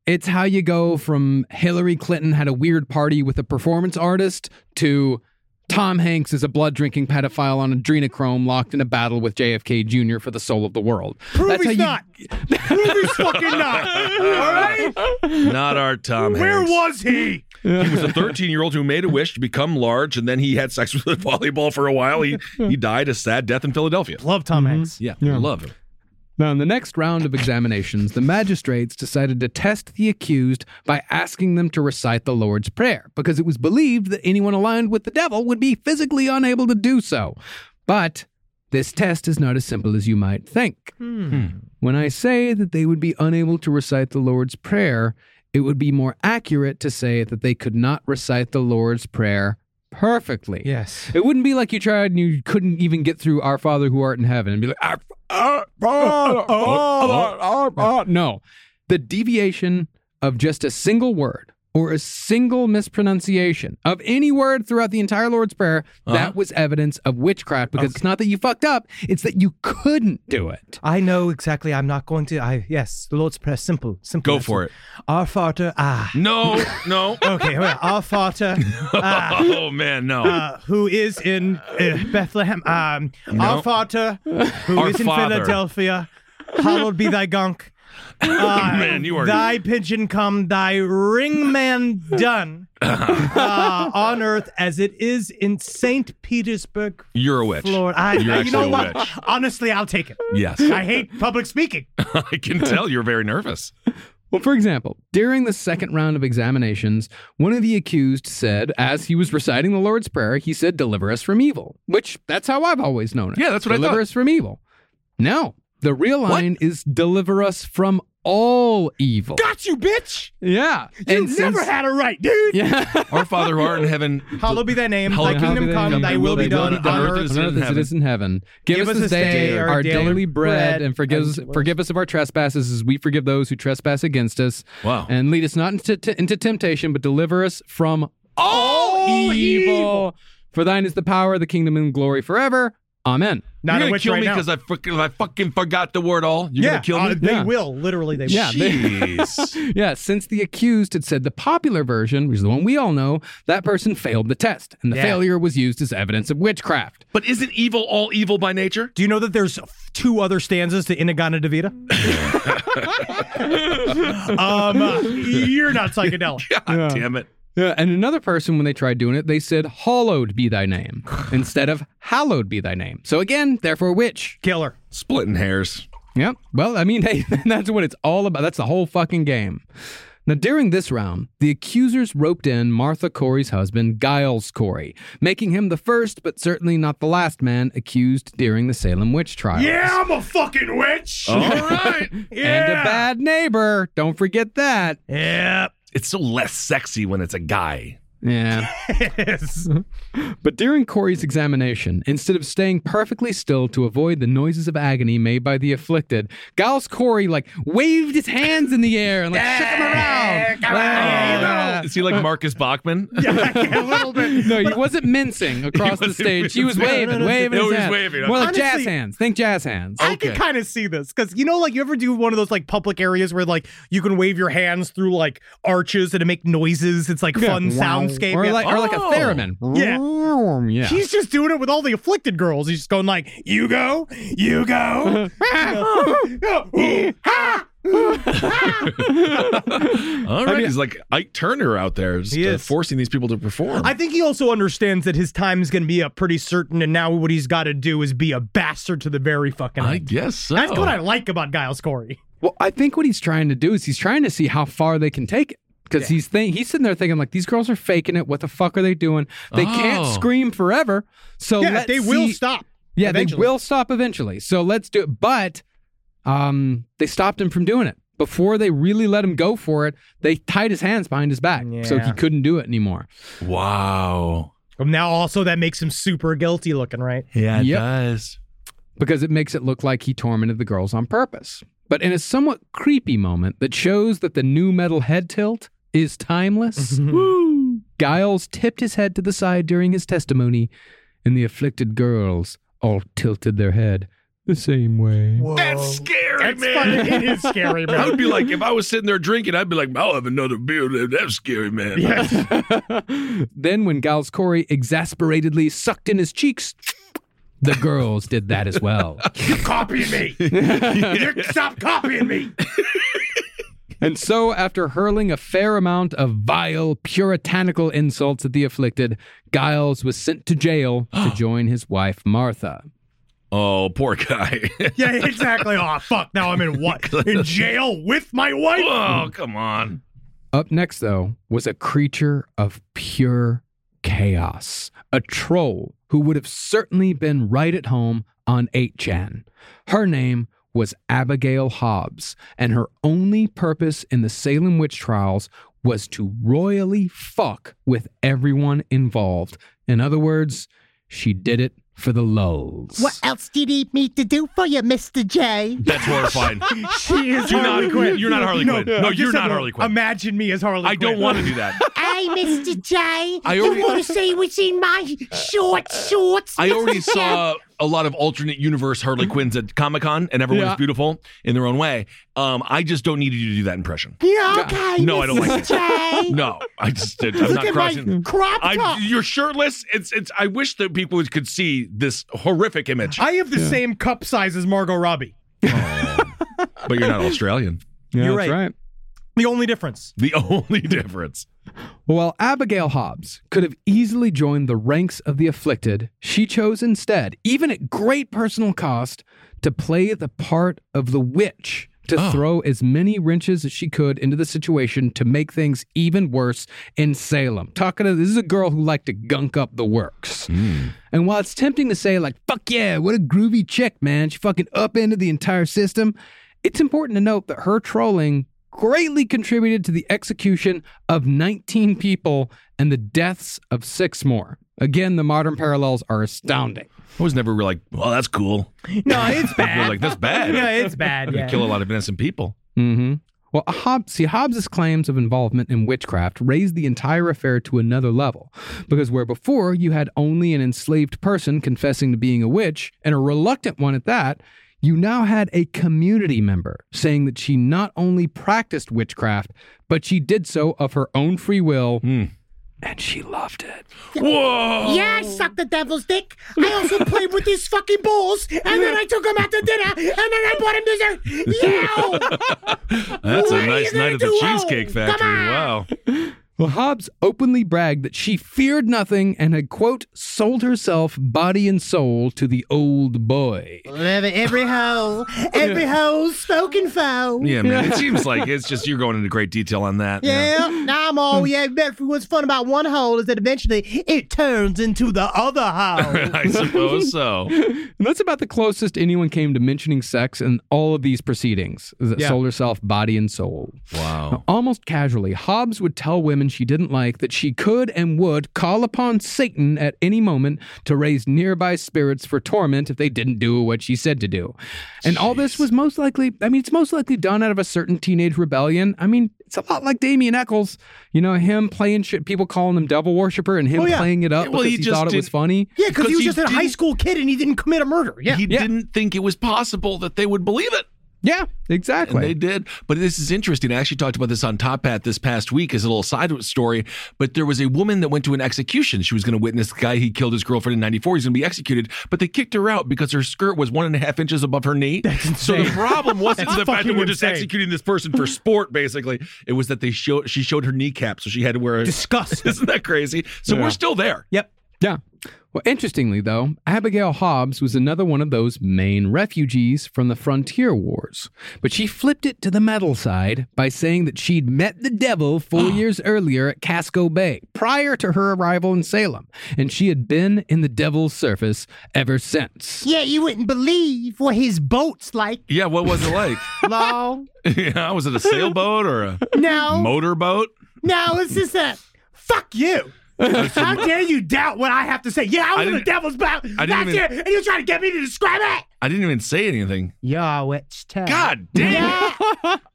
Speaker 6: it's how you go from Hillary Clinton had a weird party with a performance artist to Tom Hanks is a blood drinking pedophile on adrenochrome locked in a battle with JFK Jr. for the soul of the world.
Speaker 11: Prove
Speaker 6: That's
Speaker 11: he's
Speaker 6: how you-
Speaker 11: not. Prove he's fucking not. All right?
Speaker 5: Not our Tom
Speaker 11: Where
Speaker 5: Hanks.
Speaker 11: was he?
Speaker 5: He was a 13 year old who made a wish to become large, and then he had sex with a volleyball for a while. He he died a sad death in Philadelphia.
Speaker 4: Love Tom
Speaker 5: Mm-hmm.
Speaker 4: Hanks.
Speaker 5: Yeah,
Speaker 6: Yeah.
Speaker 5: love him.
Speaker 6: Now, in the next round of examinations, the magistrates decided to test the accused by asking them to recite the Lord's Prayer, because it was believed that anyone aligned with the devil would be physically unable to do so. But this test is not as simple as you might think. When I say that they would be unable to recite the Lord's Prayer, it would be more accurate to say that they could not recite the Lord's Prayer perfectly.
Speaker 4: Yes.
Speaker 6: It wouldn't be like you tried and you couldn't even get through Our Father who art in heaven and be like, "Ah, "Our
Speaker 11: Oh,
Speaker 6: ah,
Speaker 5: Oh,
Speaker 6: no. The deviation of just a single word or a single mispronunciation of any word throughout the entire Lord's Prayer,
Speaker 4: Uh-huh.
Speaker 6: that was evidence of witchcraft because it's not that you fucked up, it's that you couldn't do it.
Speaker 4: I know exactly. I'm not going to. I yes, the Lord's prayer, simple, simple.
Speaker 5: Go for it.
Speaker 4: Our Father, ah.
Speaker 5: No, no.
Speaker 4: Okay, well, our Father, ah,
Speaker 5: Oh man, no.
Speaker 4: uh, who is in uh, Bethlehem. Um,
Speaker 5: No.
Speaker 4: Our Father, who is
Speaker 5: Our
Speaker 4: in
Speaker 5: Father.
Speaker 4: Philadelphia, hallowed be thy gunk. Uh,
Speaker 5: Man, you are-
Speaker 4: Thy pigeon come, thy ringman done, uh, on earth as it is in Saint Petersburg,
Speaker 5: You're a witch.
Speaker 4: Florida. I,
Speaker 5: You're
Speaker 4: you know
Speaker 5: actually a
Speaker 4: what?
Speaker 5: witch.
Speaker 4: Honestly, I'll take it.
Speaker 5: Yes.
Speaker 4: I hate public speaking.
Speaker 5: I can tell you're very nervous.
Speaker 6: Well, for example, during the second round of examinations, one of the accused said, as he was reciting the Lord's Prayer, he said, Deliver us from evil, which that's how I've always known it.
Speaker 5: Yeah, that's what I
Speaker 6: Deliver
Speaker 5: thought.
Speaker 6: us from evil. No, the real line is Deliver us from all evil.
Speaker 11: Got you, bitch.
Speaker 6: Yeah.
Speaker 11: You
Speaker 6: and
Speaker 11: never
Speaker 6: since-
Speaker 11: had it right, dude.
Speaker 6: Yeah.
Speaker 5: Our Father who art in heaven.
Speaker 4: Hallowed be thy name.
Speaker 5: Hallowed
Speaker 4: thy kingdom
Speaker 6: Hallowed
Speaker 4: come.
Speaker 6: thy
Speaker 4: Thy
Speaker 6: kingdom
Speaker 4: will
Speaker 6: come,
Speaker 4: be done
Speaker 5: done
Speaker 4: on earth.
Speaker 5: as
Speaker 6: on
Speaker 5: it
Speaker 6: earth as it is in heaven. Give, us this day our daily bread, and forgive us forgive us of our trespasses, as we forgive those who trespass against us.
Speaker 5: Wow.
Speaker 6: And lead us not into, t- into temptation, but deliver us from all
Speaker 4: Oh,
Speaker 6: evil. For thine is the power, the kingdom, and glory forever. Amen.
Speaker 4: Not
Speaker 5: you're
Speaker 4: a
Speaker 5: gonna
Speaker 4: witch
Speaker 5: kill
Speaker 4: right
Speaker 5: me
Speaker 4: now.
Speaker 5: because I fucking I fucking forgot the word all. You're
Speaker 4: yeah,
Speaker 5: gonna kill me.
Speaker 4: uh, they
Speaker 6: Yeah.
Speaker 4: will. Literally, they will.
Speaker 6: Yeah, they-
Speaker 5: Jeez.
Speaker 6: Yeah, since the accused had said the popular version, which is the one we all know, that person failed the test, and the
Speaker 4: Yeah.
Speaker 6: failure was used as evidence of witchcraft.
Speaker 5: but isn't evil all evil by nature?
Speaker 4: Do you know that there's two other stanzas to Inagana Devita? um, uh, you're not psychedelic.
Speaker 5: God damn it.
Speaker 6: Yeah, and another person, when they tried doing it, they said, Hallowed be thy name, instead of Hallowed be thy name. So again, therefore, witch.
Speaker 4: Killer.
Speaker 5: Splitting hairs.
Speaker 6: Yep. Well, I mean, hey, that's what it's all about. That's the whole fucking game. Now, during this round, the accusers roped in Martha Corey's husband, Giles Corey, making him the first, but certainly not the last man accused during the Salem witch trials.
Speaker 11: Yeah, I'm a fucking witch.
Speaker 5: All right.
Speaker 6: And
Speaker 11: Yeah.
Speaker 6: a bad neighbor. Don't forget that.
Speaker 4: Yep.
Speaker 5: It's so less sexy when it's a guy.
Speaker 6: Yeah. But during Corey's examination, instead of staying perfectly still to avoid the noises of agony made by the afflicted, Giles Corey like waved his hands in the air and like shook him around. Ah. Yeah.
Speaker 5: Is he like Marcus Bachman?
Speaker 4: a little bit.
Speaker 6: No, he wasn't mincing across the
Speaker 5: wasn't
Speaker 6: stage. He was
Speaker 5: mincing.
Speaker 6: waving, waving. his
Speaker 5: No, he was
Speaker 6: hands.
Speaker 5: waving.
Speaker 6: More like jazz
Speaker 4: Honestly-
Speaker 6: hands. Think jazz hands.
Speaker 4: I can kind of see this because you know, like you ever do one of those like public areas where like you can wave your hands through like arches and it make noises. It's like fun soundscape.
Speaker 6: Or
Speaker 4: Yeah. Oh.
Speaker 6: like, or like a theremin. Yeah.
Speaker 4: He's just doing it with all the afflicted girls. He's just going like, "You go, you go."
Speaker 5: All right. He's like Ike Turner out there, just,
Speaker 4: He
Speaker 5: uh,
Speaker 4: is.
Speaker 5: forcing these people to perform.
Speaker 4: I think he also understands that his time is going to be up pretty certain, and now what he's got to do is be a bastard to the very fucking
Speaker 5: I
Speaker 4: end.
Speaker 5: guess so.
Speaker 4: That's what I like about Giles Corey.
Speaker 6: Well, I think what he's trying to do is he's trying to see how far they can take it. Because he's think he's sitting there thinking like these girls are faking it. What the fuck are they doing? They can't
Speaker 5: Oh.
Speaker 6: scream forever. So
Speaker 4: yeah,
Speaker 6: let's
Speaker 4: they will
Speaker 6: see-
Speaker 4: stop.
Speaker 6: Yeah,
Speaker 4: eventually.
Speaker 6: they will stop eventually. So let's do it. But um, they stopped him from doing it before they really let him go for it, they tied his hands behind his back, so
Speaker 4: Yeah.
Speaker 6: he couldn't do it anymore.
Speaker 5: Wow.
Speaker 4: Um, now also that makes him super guilty looking, right?
Speaker 5: Yeah, it
Speaker 6: does. Because it makes it look like he tormented the girls on purpose. But in a somewhat creepy moment that shows that the new metal head tilt is timeless, Woo! Giles tipped his head to the side during his testimony, and the afflicted girls all tilted their head the same way.
Speaker 5: That's scary,
Speaker 4: That's
Speaker 5: man.
Speaker 4: fucking- it is scary, man.
Speaker 5: I would be like, if I was sitting there drinking, I'd be like, I'll have another beer. That's scary, man.
Speaker 6: Then, when Giles Corey exasperatedly sucked in his cheeks, the girls did that as well.
Speaker 15: Copying me. you stop copying me.
Speaker 6: And so, after hurling a fair amount of vile, puritanical insults at the afflicted, Giles was sent to jail to join his wife, Martha.
Speaker 5: Oh, poor guy.
Speaker 4: yeah, exactly. Oh fuck! Now I'm in what? In jail with my wife?
Speaker 5: Oh, come on.
Speaker 6: Up next, though, was a creature of pure chaos, a troll who would have certainly been right at home on 8chan. Her name was Abigail Hobbs, and her only purpose in the Salem witch trials was to royally fuck with everyone involved. In other words, she did it for the lulz.
Speaker 7: What else do you need me to do for you, Mr. J?
Speaker 5: That's horrifying.
Speaker 4: She is
Speaker 5: You're not-
Speaker 4: Harley Quinn.
Speaker 5: you're not Harley Quinn. No,
Speaker 4: I'm just
Speaker 5: you're not
Speaker 4: saying,
Speaker 5: Harley Quinn.
Speaker 4: Imagine me as Harley.
Speaker 5: I don't
Speaker 4: Quinn.
Speaker 5: want to do that.
Speaker 7: Hey, Mr. J.
Speaker 5: I
Speaker 7: you
Speaker 5: already-
Speaker 7: want to see what's in my short shorts?
Speaker 5: I already saw a lot of alternate universe Harley Quinns at Comic Con, and everyone
Speaker 7: Yeah.
Speaker 5: was beautiful in their own way. Um, I just don't need you to do that impression.
Speaker 7: Yeah, okay,
Speaker 5: No, I don't like
Speaker 7: Mr.
Speaker 5: it.
Speaker 7: J.
Speaker 5: No, I just I'm
Speaker 7: Look
Speaker 5: not
Speaker 7: at my
Speaker 5: crossing.
Speaker 7: crop
Speaker 5: I-
Speaker 7: top.
Speaker 5: you're shirtless. It's it's. I wish that people could see this horrific image.
Speaker 4: I have the same cup size as Margot Robbie.
Speaker 5: but you're not Australian.
Speaker 4: You're right. The only difference.
Speaker 5: The only difference.
Speaker 6: While Abigail Hobbs could have easily joined the ranks of the afflicted, she chose instead, even at great personal cost, to play the part of the witch, to throw as many wrenches as she could into the situation to make things even worse in Salem. Talking to this is a girl who liked to gunk up the works. And while it's tempting to say, like, fuck yeah, what a groovy chick, man, she fucking upended the entire system, it's important to note that her trolling greatly contributed to the execution of 19 people and the deaths of six more. Again, the modern parallels are astounding.
Speaker 5: I was never like, well, that's cool.
Speaker 4: No, it's
Speaker 5: You're
Speaker 4: bad.
Speaker 5: like that's bad.
Speaker 4: Yeah, it's bad.
Speaker 5: You
Speaker 4: Yeah.
Speaker 5: kill a lot of innocent people.
Speaker 6: Mm-hmm. Well, Hobbes, see, Hobbes's claims of involvement in witchcraft raised the entire affair to another level, because where before you had only an enslaved person confessing to being a witch, and a reluctant one at that, you now had a community member saying that she not only practiced witchcraft, but she did so of her own free will, and she loved it.
Speaker 5: Whoa!
Speaker 7: Yeah, I sucked the devil's dick. I also played with his fucking balls, and then I took him out to dinner, and then I bought him dessert. Yeah!
Speaker 5: That's
Speaker 7: What
Speaker 5: a
Speaker 7: are
Speaker 5: nice
Speaker 7: you gonna
Speaker 5: night at the
Speaker 7: do?
Speaker 5: Cheesecake
Speaker 7: Come
Speaker 5: Factory. Wow.
Speaker 6: Well, Hobbes openly bragged that she feared nothing and had, quote, sold herself body and soul to the old boy.
Speaker 7: every hole, every hole spoken foe.
Speaker 5: Yeah, man. It seems like it's just you're going into great detail on that.
Speaker 7: Yeah, now I'm all yeah. but What's fun about one hole is that eventually it turns into the other hole.
Speaker 5: I suppose so.
Speaker 6: And that's about the closest anyone came to mentioning sex in all of these proceedings is that
Speaker 5: Yeah.
Speaker 6: sold herself body and soul.
Speaker 5: Wow.
Speaker 6: Now, almost casually, Hobbes would tell women she didn't like that she could and would call upon Satan at any moment to raise nearby spirits for torment if they didn't do what she said to do. And all this was most likely, I mean, it's most likely done out of a certain teenage rebellion. I mean, it's a lot like Damien Eccles, you know, him playing shit, people calling him devil worshiper and him
Speaker 4: Oh, yeah.
Speaker 6: playing it up
Speaker 5: Well,
Speaker 6: because
Speaker 5: he
Speaker 6: he,
Speaker 5: just
Speaker 6: thought it was
Speaker 5: didn't-
Speaker 6: funny.
Speaker 4: Yeah, because he was just a high
Speaker 5: didn't-
Speaker 4: school kid and he didn't commit a murder. Yeah.
Speaker 5: He didn't think it was possible that they would believe it.
Speaker 6: Yeah,
Speaker 5: And
Speaker 6: exactly.
Speaker 5: they did. But this is interesting. I actually talked about this on Top Hat this past week as a little side story. But there was a woman that went to an execution. She was going to witness the guy. He killed his girlfriend in 94. He's going to be executed. But they kicked her out because her skirt was one and a half inches above her knee. so the
Speaker 4: insane.
Speaker 5: problem wasn't
Speaker 4: That's
Speaker 5: the fact that
Speaker 4: fucking
Speaker 5: we're just
Speaker 4: insane.
Speaker 5: executing this person for sport, basically. It was that they showed she showed her kneecap. So she had to wear a.
Speaker 4: Disgust.
Speaker 5: Isn't that crazy? So
Speaker 4: Yeah.
Speaker 5: we're still there.
Speaker 4: Yep.
Speaker 6: Yeah. Well, interestingly, though, Abigail Hobbs was another one of those main refugees from the frontier wars, but she flipped it to the metal side by saying that she'd met the devil four years earlier at Casco Bay, prior to her arrival in Salem, and she had been in the devil's service ever since.
Speaker 16: Yeah, you wouldn't believe what his boat's like.
Speaker 5: Yeah, what was it like?
Speaker 16: Long.
Speaker 5: yeah, was it a sailboat or a
Speaker 16: No.
Speaker 5: motorboat?
Speaker 16: No, it's just that. Fuck you. How dare you doubt what I have to say? Yeah, I
Speaker 5: I
Speaker 16: was in the
Speaker 5: didn't-
Speaker 16: devil's boat.
Speaker 5: I didn't
Speaker 16: back
Speaker 5: even-
Speaker 16: here, and you're trying to get me to describe it.
Speaker 5: I didn't even say anything.
Speaker 16: Yo, it's tough.
Speaker 5: God damn.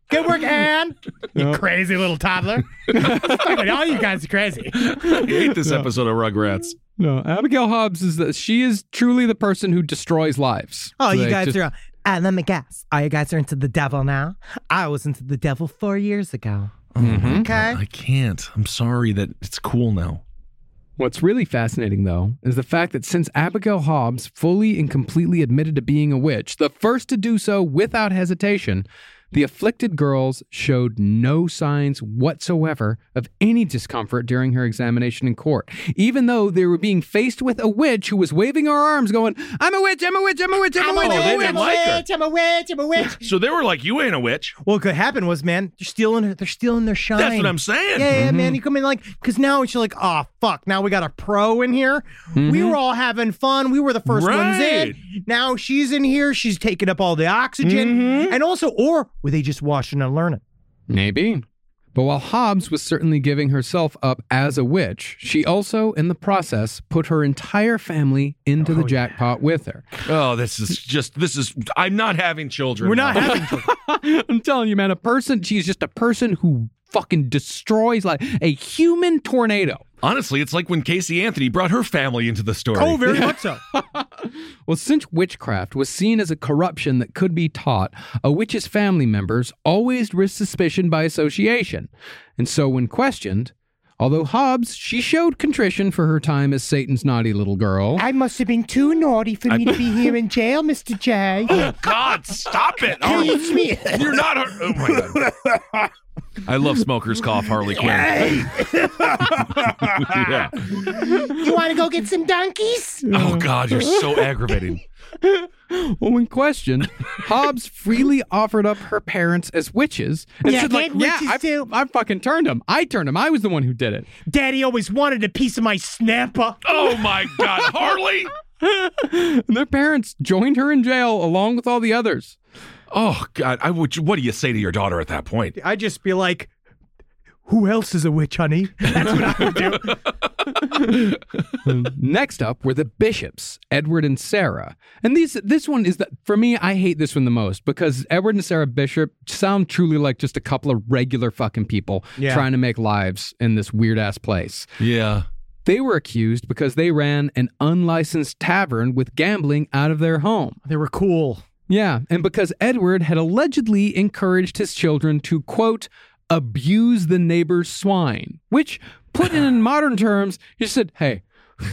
Speaker 16: Good work, Anne. You crazy little toddler. Fucking all you guys are crazy.
Speaker 5: I hate this episode of Rugrats.
Speaker 6: No, Abigail Hobbs is the, she is truly the person who destroys lives.
Speaker 16: Oh,
Speaker 6: So
Speaker 16: you
Speaker 6: they
Speaker 16: guys
Speaker 6: just-
Speaker 16: are. Uh, let me guess. All you guys are into the devil now. I was into the devil four years ago.
Speaker 5: Mhm.
Speaker 16: Okay.
Speaker 5: I can't. I'm sorry that it's cool now.
Speaker 6: What's really fascinating, though, is the fact that since Abigail Hobbs fully and completely admitted to being a witch, the first to do so without hesitation, the afflicted girls showed no signs whatsoever of any discomfort during her examination in court, even though they were being faced with a witch who was waving her arms, going, I'm a witch, I'm a witch, I'm a witch, I'm a
Speaker 5: Oh,
Speaker 6: witch, I'm a witch.
Speaker 16: I'm a witch. I'm a witch. I'm a witch.
Speaker 5: So they were like, "You ain't a witch."
Speaker 4: Well, what could happen was, man, they're stealing her. They're stealing their shine.
Speaker 5: That's what I'm saying.
Speaker 4: Yeah, yeah,
Speaker 6: Mm-hmm.
Speaker 4: man. You come in like, because now it's like, oh fuck. Now we got a pro in here. We
Speaker 6: Mm-hmm.
Speaker 16: Mhm.
Speaker 4: were all having fun. We were the first ones
Speaker 16: Right.
Speaker 4: in. Now she's in here. She's taking up all the oxygen,
Speaker 6: Mm-hmm.
Speaker 4: and also, or were they just watching and learning?
Speaker 6: Maybe. But while Hobbs was certainly giving herself up as a witch, she also, in the process, put her entire family into the jackpot with her.
Speaker 5: Oh, this is just this is I'm not having children.
Speaker 6: We're not
Speaker 5: now.
Speaker 6: having I'm telling you, man, a person, she's just a person who fucking destroys like a human tornado.
Speaker 5: Honestly, it's like when Casey Anthony brought her family into the story.
Speaker 6: Oh,
Speaker 4: Oh, so.
Speaker 6: well, since witchcraft was seen as a corruption that could be taught, a witch's family members always risked suspicion by association. And so, when questioned, although Hobbs, she showed contrition for her time as Satan's naughty little girl.
Speaker 16: I must have been too naughty for me
Speaker 6: I-
Speaker 16: to be here in jail, Mr. J.
Speaker 5: God, stop it!
Speaker 16: Excuse me.
Speaker 5: You're not. a- Oh my god. I love smokers cough Harley Quinn. yeah.
Speaker 16: you want to go get some donkeys?
Speaker 5: Oh god, you're so aggravating.
Speaker 6: well, when questioned, Hobbs freely offered up her parents as witches. And
Speaker 16: Yeah,
Speaker 6: said, like,
Speaker 16: and
Speaker 6: yeah,
Speaker 16: witches
Speaker 6: I, I fucking turned him. I turned him. I was the one who did it.
Speaker 4: Daddy always wanted a piece of my snapper.
Speaker 5: Oh my god, Harley!
Speaker 6: And their parents joined her in jail along with all the others.
Speaker 5: Oh god, I would. What do you say to your daughter at that point?
Speaker 4: I'd just be like, who else is a witch, honey?
Speaker 6: Next up were the bishops, Edward and Sarah. And these this one is the, for me, I hate this one the most because Edward and Sarah Bishop sound truly like just a couple of regular fucking people
Speaker 5: Yeah.
Speaker 6: trying to make lives in this weird ass place.
Speaker 5: Yeah.
Speaker 6: They were accused because they ran an unlicensed tavern with gambling out of their home.
Speaker 4: They were cool.
Speaker 6: Yeah, and because Edward had allegedly encouraged his children to, quote, abuse the neighbor's swine, which, put in modern terms, he said, hey,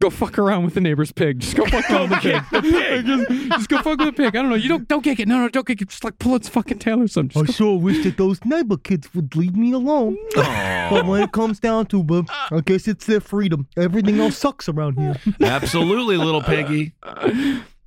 Speaker 6: go fuck around with the neighbor's pig. Just go fuck around with the pig. just, just go fuck with the pig. I don't know. You don't don't kick it. No, no, don't kick it. Just like pull its fucking tail or something.
Speaker 7: I sure wish that those neighbor kids would leave me alone. But when it comes down to it, I guess it's their freedom. Everything else sucks around here.
Speaker 5: Absolutely, little piggy.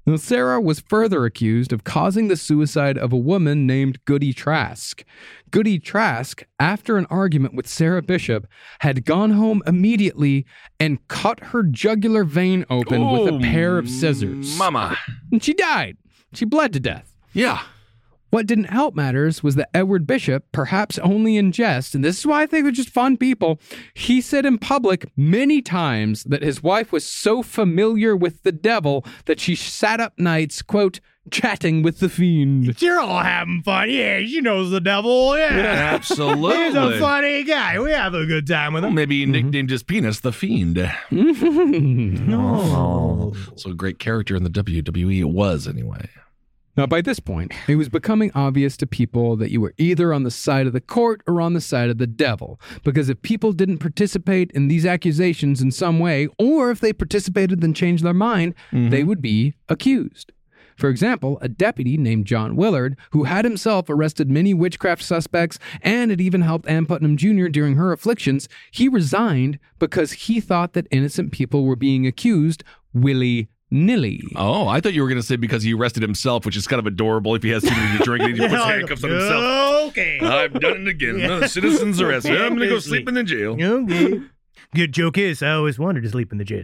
Speaker 6: Now, Sarah was further accused of causing the suicide of a woman named Goody Trask. Goody Trask, after an argument with Sarah Bishop, had gone home immediately and cut her jugular vein open with a
Speaker 5: Oh,
Speaker 6: pair of scissors.
Speaker 5: mama.
Speaker 6: And she died. She bled to death.
Speaker 5: Yeah.
Speaker 6: What didn't help matters was that Edward Bishop, perhaps only in jest, and this is why I think they're just fun people, he said in public many times that his wife was so familiar with the devil that she sat up nights, quote, chatting with the fiend.
Speaker 4: You're all having fun. Yeah, she knows the devil. Yeah,
Speaker 5: Yeah, absolutely.
Speaker 4: He's a funny guy. We have a good time with
Speaker 5: Well,
Speaker 4: him.
Speaker 5: maybe he
Speaker 4: Mm-hmm.
Speaker 5: nicknamed his penis the Fiend.
Speaker 6: no.
Speaker 5: So a great character in the WWE. It was, anyway.
Speaker 6: Now, by this point, it was becoming obvious to people that you were either on the side of the court or on the side of the devil. Because if people didn't participate in these accusations in some way, or if they participated and changed their mind, they would be accused. For example, a deputy named John Willard, who had himself arrested many witchcraft suspects and had even helped Ann Putnam Jr. during her afflictions, he resigned because he thought that innocent people were being accused willy nilly.
Speaker 5: Oh, I thought you were going to say because he arrested himself, which is kind of adorable. If he has too many to drink, and he
Speaker 16: Yeah,
Speaker 5: puts
Speaker 16: like,
Speaker 5: handcuffs on himself.
Speaker 16: Okay.
Speaker 5: I've done it again.
Speaker 16: Yeah.
Speaker 5: Another citizen's arrest. I'm going to go sleep in the jail.
Speaker 16: Okay. Good joke is, I always wanted to sleep in the jail.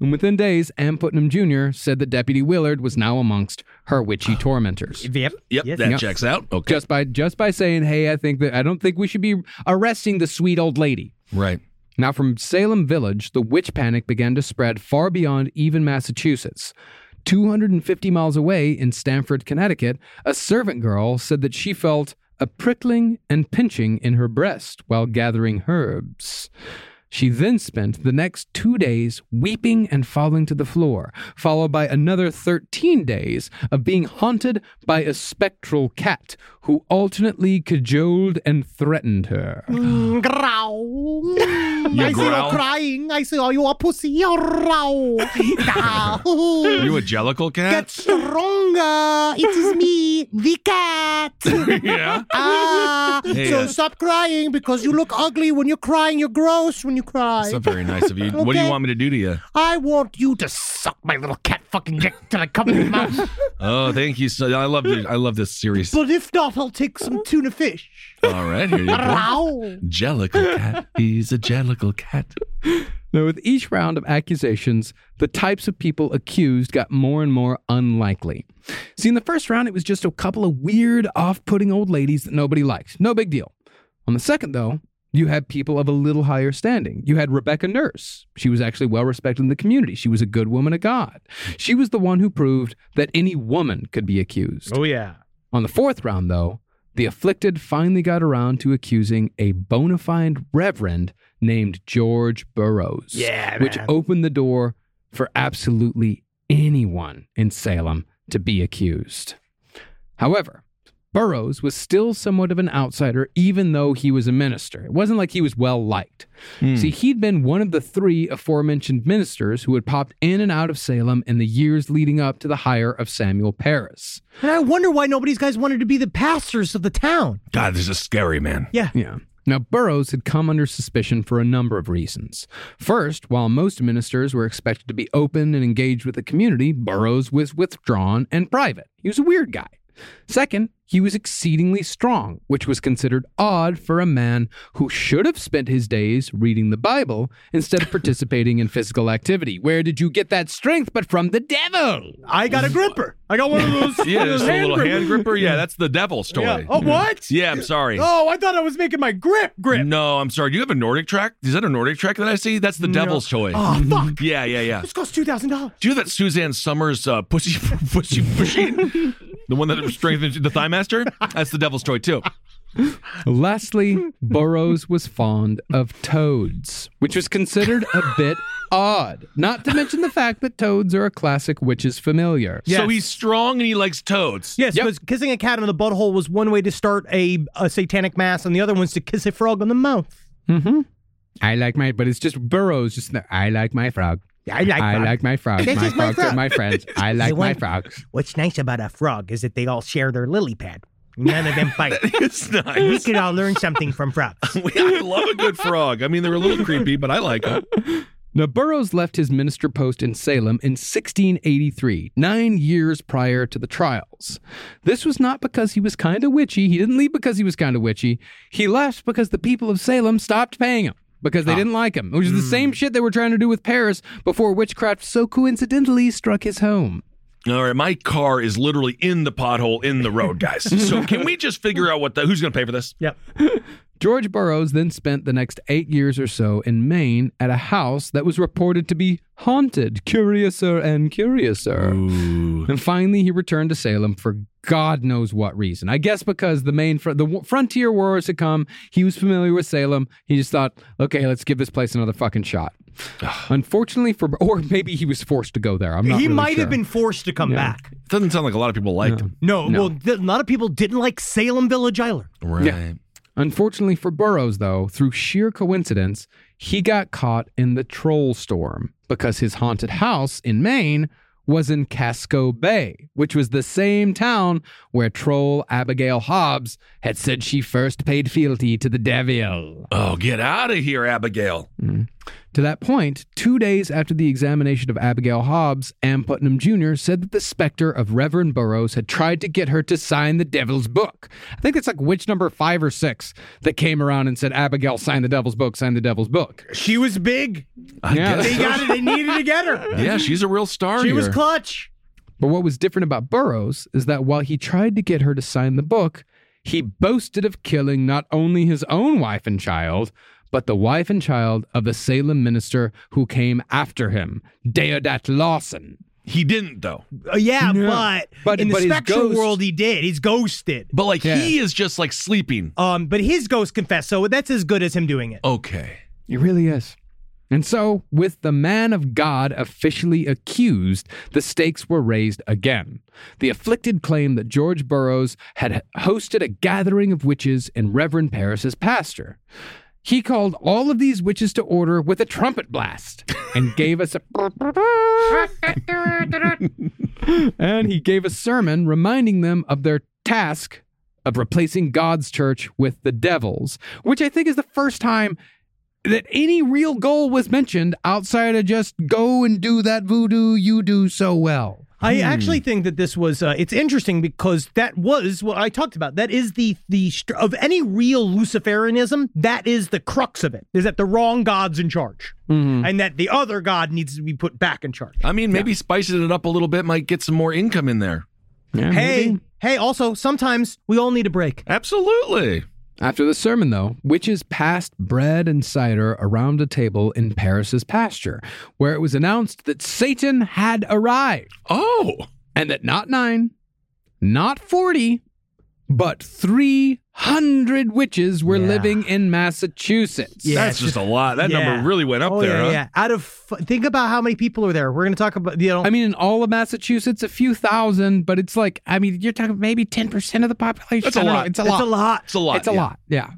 Speaker 6: And within days, Ann Putnam Jr. said that Deputy Willard was now amongst her witchy tormentors.
Speaker 16: Yep.
Speaker 5: Yep, that checks out. Okay.
Speaker 6: Just by just by saying, "Hey, I think that I don't think we should be arresting the sweet old lady."
Speaker 5: Right.
Speaker 6: Now, from Salem Village, the witch panic began to spread far beyond even Massachusetts. 250 miles away in Stamford, Connecticut, a servant girl said that she felt a prickling and pinching in her breast while gathering herbs. She then spent the next two days weeping and falling to the floor, followed by another 13 days of being haunted by a spectral cat who alternately cajoled and threatened her.
Speaker 16: Mm, growl. I see
Speaker 5: growl?
Speaker 16: you crying. I see you a pussy. You growl.
Speaker 5: Are
Speaker 16: Growl.
Speaker 5: you a jellicle cat?
Speaker 16: Get stronger. Uh, It is me, the cat.
Speaker 5: yeah.
Speaker 16: Ah,
Speaker 5: Hey,
Speaker 16: so
Speaker 5: uh,
Speaker 16: stop crying because you look ugly when you're crying. You're gross when you cry.
Speaker 5: That's not very nice of you. What do you
Speaker 16: Okay.
Speaker 5: want me to do to you?
Speaker 16: I want you to suck my little cat fucking dick till I come in your mouth.
Speaker 5: Oh, thank you. So I love this. I love this series.
Speaker 16: But if not, I'll take some tuna fish.
Speaker 5: All right, here you go.
Speaker 16: Growl.
Speaker 5: Jellicle cat. He's a jellicle cat.
Speaker 6: Now, with each round of accusations, the types of people accused got more and more unlikely. See, in the first round, it was just a couple of weird, off putting old ladies that nobody liked. No big deal. On the second, though, you had people of a little higher standing. You had Rebecca Nurse. She was actually well respected in the community. She was a good woman of God. She was the one who proved that any woman could be accused.
Speaker 4: Oh, yeah.
Speaker 6: On the fourth round, though, the afflicted finally got around to accusing a bona fide reverend named George Burroughs,
Speaker 16: Yeah,
Speaker 6: which
Speaker 16: man.
Speaker 6: opened the door for absolutely anyone in Salem to be accused. However, Burroughs was still somewhat of an outsider, even though he was a minister. It wasn't like he was well liked.
Speaker 16: Hmm.
Speaker 6: See, he'd been one of the three aforementioned ministers who had popped in and out of Salem in the years leading up to the hire of Samuel Parris.
Speaker 16: And I wonder why nobody's guys wanted to be the pastors of the town.
Speaker 5: God, this is scary, man.
Speaker 16: Yeah.
Speaker 6: Yeah. Now, Burroughs had come under suspicion for a number of reasons. First, while most ministers were expected to be open and engaged with the community, Burroughs was withdrawn and private. He was a weird guy. Second, he was exceedingly strong, which was considered odd for a man who should have spent his days reading the Bible instead of participating in physical activity. Where did you get that strength but from the devil?
Speaker 16: I got a gripper. I got one of those.
Speaker 5: Yeah,
Speaker 16: one of
Speaker 5: there's
Speaker 16: those
Speaker 5: a little
Speaker 16: grip-
Speaker 5: hand gripper. Yeah, that's the devil story.
Speaker 16: Yeah. Oh, what?
Speaker 5: Yeah, I'm sorry.
Speaker 16: Oh, I thought I was making my grip
Speaker 4: Mm.
Speaker 16: grip.
Speaker 5: No, I'm sorry. Do you have a Nordic track? Is that a Nordic track that I see? That's the devil's toy.
Speaker 16: Oh, fuck.
Speaker 5: Yeah, yeah, yeah.
Speaker 16: This costs $2,000.
Speaker 5: Do you have that Suzanne Summers uh, pussy pussy machine? the one that strengthens the thigh master? That's the devil's toy too.
Speaker 6: Lastly, Burroughs was fond of toads, which was considered a bit odd. Not to mention the fact that toads are a classic witch's familiar.
Speaker 5: So he's strong and he likes toads.
Speaker 4: Yes, because kissing a cat on the butthole was one way to start a, a satanic mass, and the other one's to kiss a frog on the mouth.
Speaker 6: Mm-hmm. I like my, but it's just Burroughs. Just the, I like my frog.
Speaker 4: I like frog.
Speaker 6: my frog.
Speaker 4: This
Speaker 6: my
Speaker 4: is my
Speaker 6: frogs are
Speaker 4: frog.
Speaker 6: my friends. I
Speaker 4: I
Speaker 6: like my
Speaker 4: want-
Speaker 6: frogs.
Speaker 4: What's nice about a frog is that they all share their lily pad. None of them fight.
Speaker 5: It's nice.
Speaker 4: We could all learn something from frogs.
Speaker 5: I love a good frog. I mean, they're a little creepy, but I like them.
Speaker 6: Now, Burroughs left his minister post in Salem in 1683, nine years prior to the trials. This was not because he was kind of witchy. He didn't leave because he was kind of witchy. He left because the people of Salem stopped paying him because they didn't like him, which is the same shit they were trying to do with Paris before witchcraft so coincidentally struck his home.
Speaker 5: All right, my car is literally in the pothole in the road, guys. So can we just figure out what the who's going to pay for this?
Speaker 4: Yep.
Speaker 6: George Burroughs then spent the next eight years or so in Maine at a house that was reported to be haunted, curiouser and curiouser. And finally, he returned to Salem for God knows what reason. I guess because the main fr- the w- frontier wars had come, he was familiar with Salem. He just thought, okay, let's give this place another fucking shot. Unfortunately, for or maybe he was forced to go there. I'm
Speaker 4: He
Speaker 6: not really
Speaker 4: might
Speaker 6: sure.
Speaker 4: have been forced to come
Speaker 6: Yeah.
Speaker 4: back.
Speaker 5: Doesn't sound like a lot of people liked him.
Speaker 4: No,
Speaker 6: No.
Speaker 4: well, th- a lot of people didn't like Salem Village Island.
Speaker 5: Right.
Speaker 6: Unfortunately for Burroughs, though, through sheer coincidence, he got caught in the troll storm because his haunted house in Maine was in Casco Bay, which was the same town where troll Abigail Hobbs had said she first paid fealty to the devil.
Speaker 3: Oh, get out of here, Abigail.
Speaker 6: To that point, two days after the examination of Abigail Hobbs, Ann Putnam Jr. said that the specter of Reverend Burroughs had tried to get her to sign the devil's book. I think it's like witch number five or six that came around and said, Abigail, sign the devil's book, sign the devil's book.
Speaker 4: She was big.
Speaker 6: Yeah.
Speaker 4: They got it. They needed to get her.
Speaker 6: Yeah, she's a real star
Speaker 4: She was
Speaker 6: here.
Speaker 4: clutch.
Speaker 6: But what was different about Burroughs is that while he tried to get her to sign the book, he boasted of killing not only his own wife and child, but the wife and child of the Salem minister who came after him, Deodat Lawson.
Speaker 3: He didn't, though.
Speaker 4: Uh, yeah,
Speaker 6: No.
Speaker 4: but,
Speaker 6: But-
Speaker 4: in the
Speaker 6: but his
Speaker 4: spectral
Speaker 6: ghost-
Speaker 4: world, he did. He's ghosted.
Speaker 3: But like he is just like sleeping.
Speaker 4: Um, but his ghost confessed, so that's as good as him doing it.
Speaker 3: Okay.
Speaker 6: It really is. And so, with the man of God officially accused, the stakes were raised again. The afflicted claimed that George Burroughs had hosted a gathering of witches in Reverend Paris's pasture. He called all of these witches to order with a trumpet blast and gave us a and he gave a sermon reminding them of their task of replacing God's church with the devil's, which I think is the first time that any real goal was mentioned outside of just go and do that voodoo you do so well.
Speaker 4: I
Speaker 6: Hmm.
Speaker 4: actually think that this was uh, it's interesting because that was what I talked about. That is the the str- of any real Luciferianism, that is the crux of it. Is that the wrong god's in charge and that the other god needs to be put back in charge.
Speaker 3: I mean, maybe spicing it up a little bit might get some more income in there.
Speaker 4: hey, hey, also sometimes we all need a break.
Speaker 3: Absolutely.
Speaker 6: After the sermon, though, witches passed bread and cider around a table in Paris's pasture, where it was announced that Satan had arrived.
Speaker 3: Oh!
Speaker 6: And that not nine, not 40, but 300 witches were living in Massachusetts.
Speaker 3: That's just a lot. That number really went up
Speaker 4: Oh,
Speaker 3: there,
Speaker 4: yeah,
Speaker 3: huh?
Speaker 4: yeah. Out of f- think about how many people are there. We're going to talk about you know
Speaker 6: I mean, in all of Massachusetts, a few thousand, but it's like, I mean, you're talking maybe 10% of the population.
Speaker 4: That's a
Speaker 6: I don't know.
Speaker 4: lot.
Speaker 6: It's a
Speaker 4: That's
Speaker 6: lot.
Speaker 4: a lot.
Speaker 6: It's a lot. It's a
Speaker 4: yeah.
Speaker 6: lot. Yeah.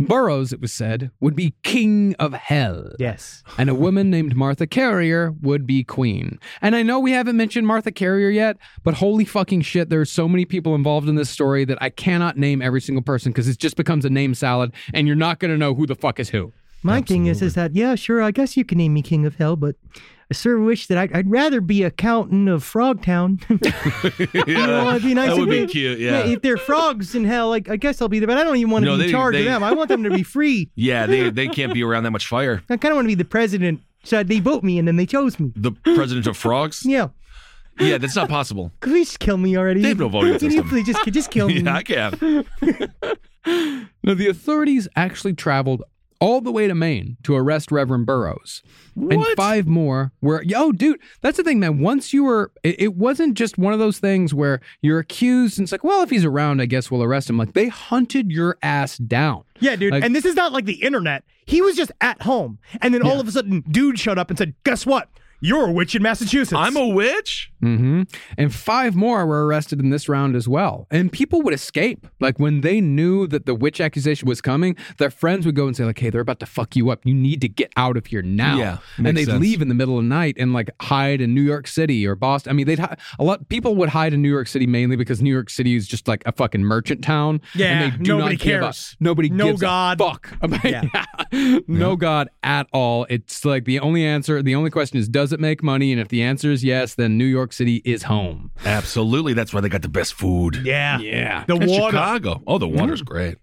Speaker 6: Burroughs, it was said, would be king of hell.
Speaker 4: Yes.
Speaker 6: And a woman named Martha Carrier would be queen. And I know we haven't mentioned Martha Carrier yet, but holy fucking shit, there are so many people involved in this story that I cannot name every single person because it just becomes a name salad and you're not going to know who the fuck is who.
Speaker 4: My thing is, is that yeah, sure, I guess you can name me king of hell, but I sort of wish that I'd, I'd rather be accountant of Frogtown.
Speaker 3: yeah.
Speaker 4: you know, it'd be nice.
Speaker 3: that
Speaker 4: if
Speaker 3: would be
Speaker 4: we-
Speaker 3: cute. Yeah.
Speaker 4: if there are frogs in hell, like I guess I'll be there, but I don't even want to
Speaker 3: No,
Speaker 4: be in
Speaker 3: they-
Speaker 4: charge
Speaker 3: they-
Speaker 4: of them. I want them to be free.
Speaker 3: yeah, they, they can't be around that much fire.
Speaker 4: I kind of want to be the president. So they vote me, and then they chose me.
Speaker 3: The president of frogs?
Speaker 4: Yeah,
Speaker 3: Yeah, that's not possible.
Speaker 4: please kill me already.
Speaker 3: They have no voting
Speaker 4: Can you
Speaker 3: system.
Speaker 4: please just just kill me?
Speaker 3: Yeah, I can.
Speaker 6: Now, the authorities actually traveled all the way to Maine to arrest Reverend Burroughs. And five more were, oh, dude, that's the thing, man. Once you were, it, it wasn't just one of those things where you're accused and it's like, well, if he's around, I guess we'll arrest him. Like, they hunted your ass down.
Speaker 4: Yeah, dude.
Speaker 6: Like-
Speaker 4: and this is not like the internet. He was just at home, and then all of a sudden, dude showed up and said, "Guess what? You're a witch in Massachusetts." I'm
Speaker 3: a witch.
Speaker 6: hmm And five more were arrested in this round as well. And people would escape. Like when they knew that the witch accusation was coming, their friends would go and say, like, hey, they're about to fuck you up. You need to get out of here now.
Speaker 3: Yeah,
Speaker 6: And
Speaker 3: makes
Speaker 6: they'd
Speaker 3: sense.
Speaker 6: leave in the middle of the night and like hide in New York City or Boston. I mean, they'd hi- a lot people would hide in New York City mainly because New York City is just like a fucking merchant town.
Speaker 4: Yeah,
Speaker 6: And they do
Speaker 4: nobody
Speaker 6: not give a-
Speaker 4: cares.
Speaker 6: nobody
Speaker 4: No
Speaker 6: gives a
Speaker 4: God.
Speaker 6: fuck about no God at all. It's like the only answer, the only question is, does it make money? And if the answer is yes, then New York City is home.
Speaker 3: Absolutely. That's why they got the best food.
Speaker 4: Yeah.
Speaker 6: Yeah.
Speaker 3: The That's water. Chicago. Oh, the water's great.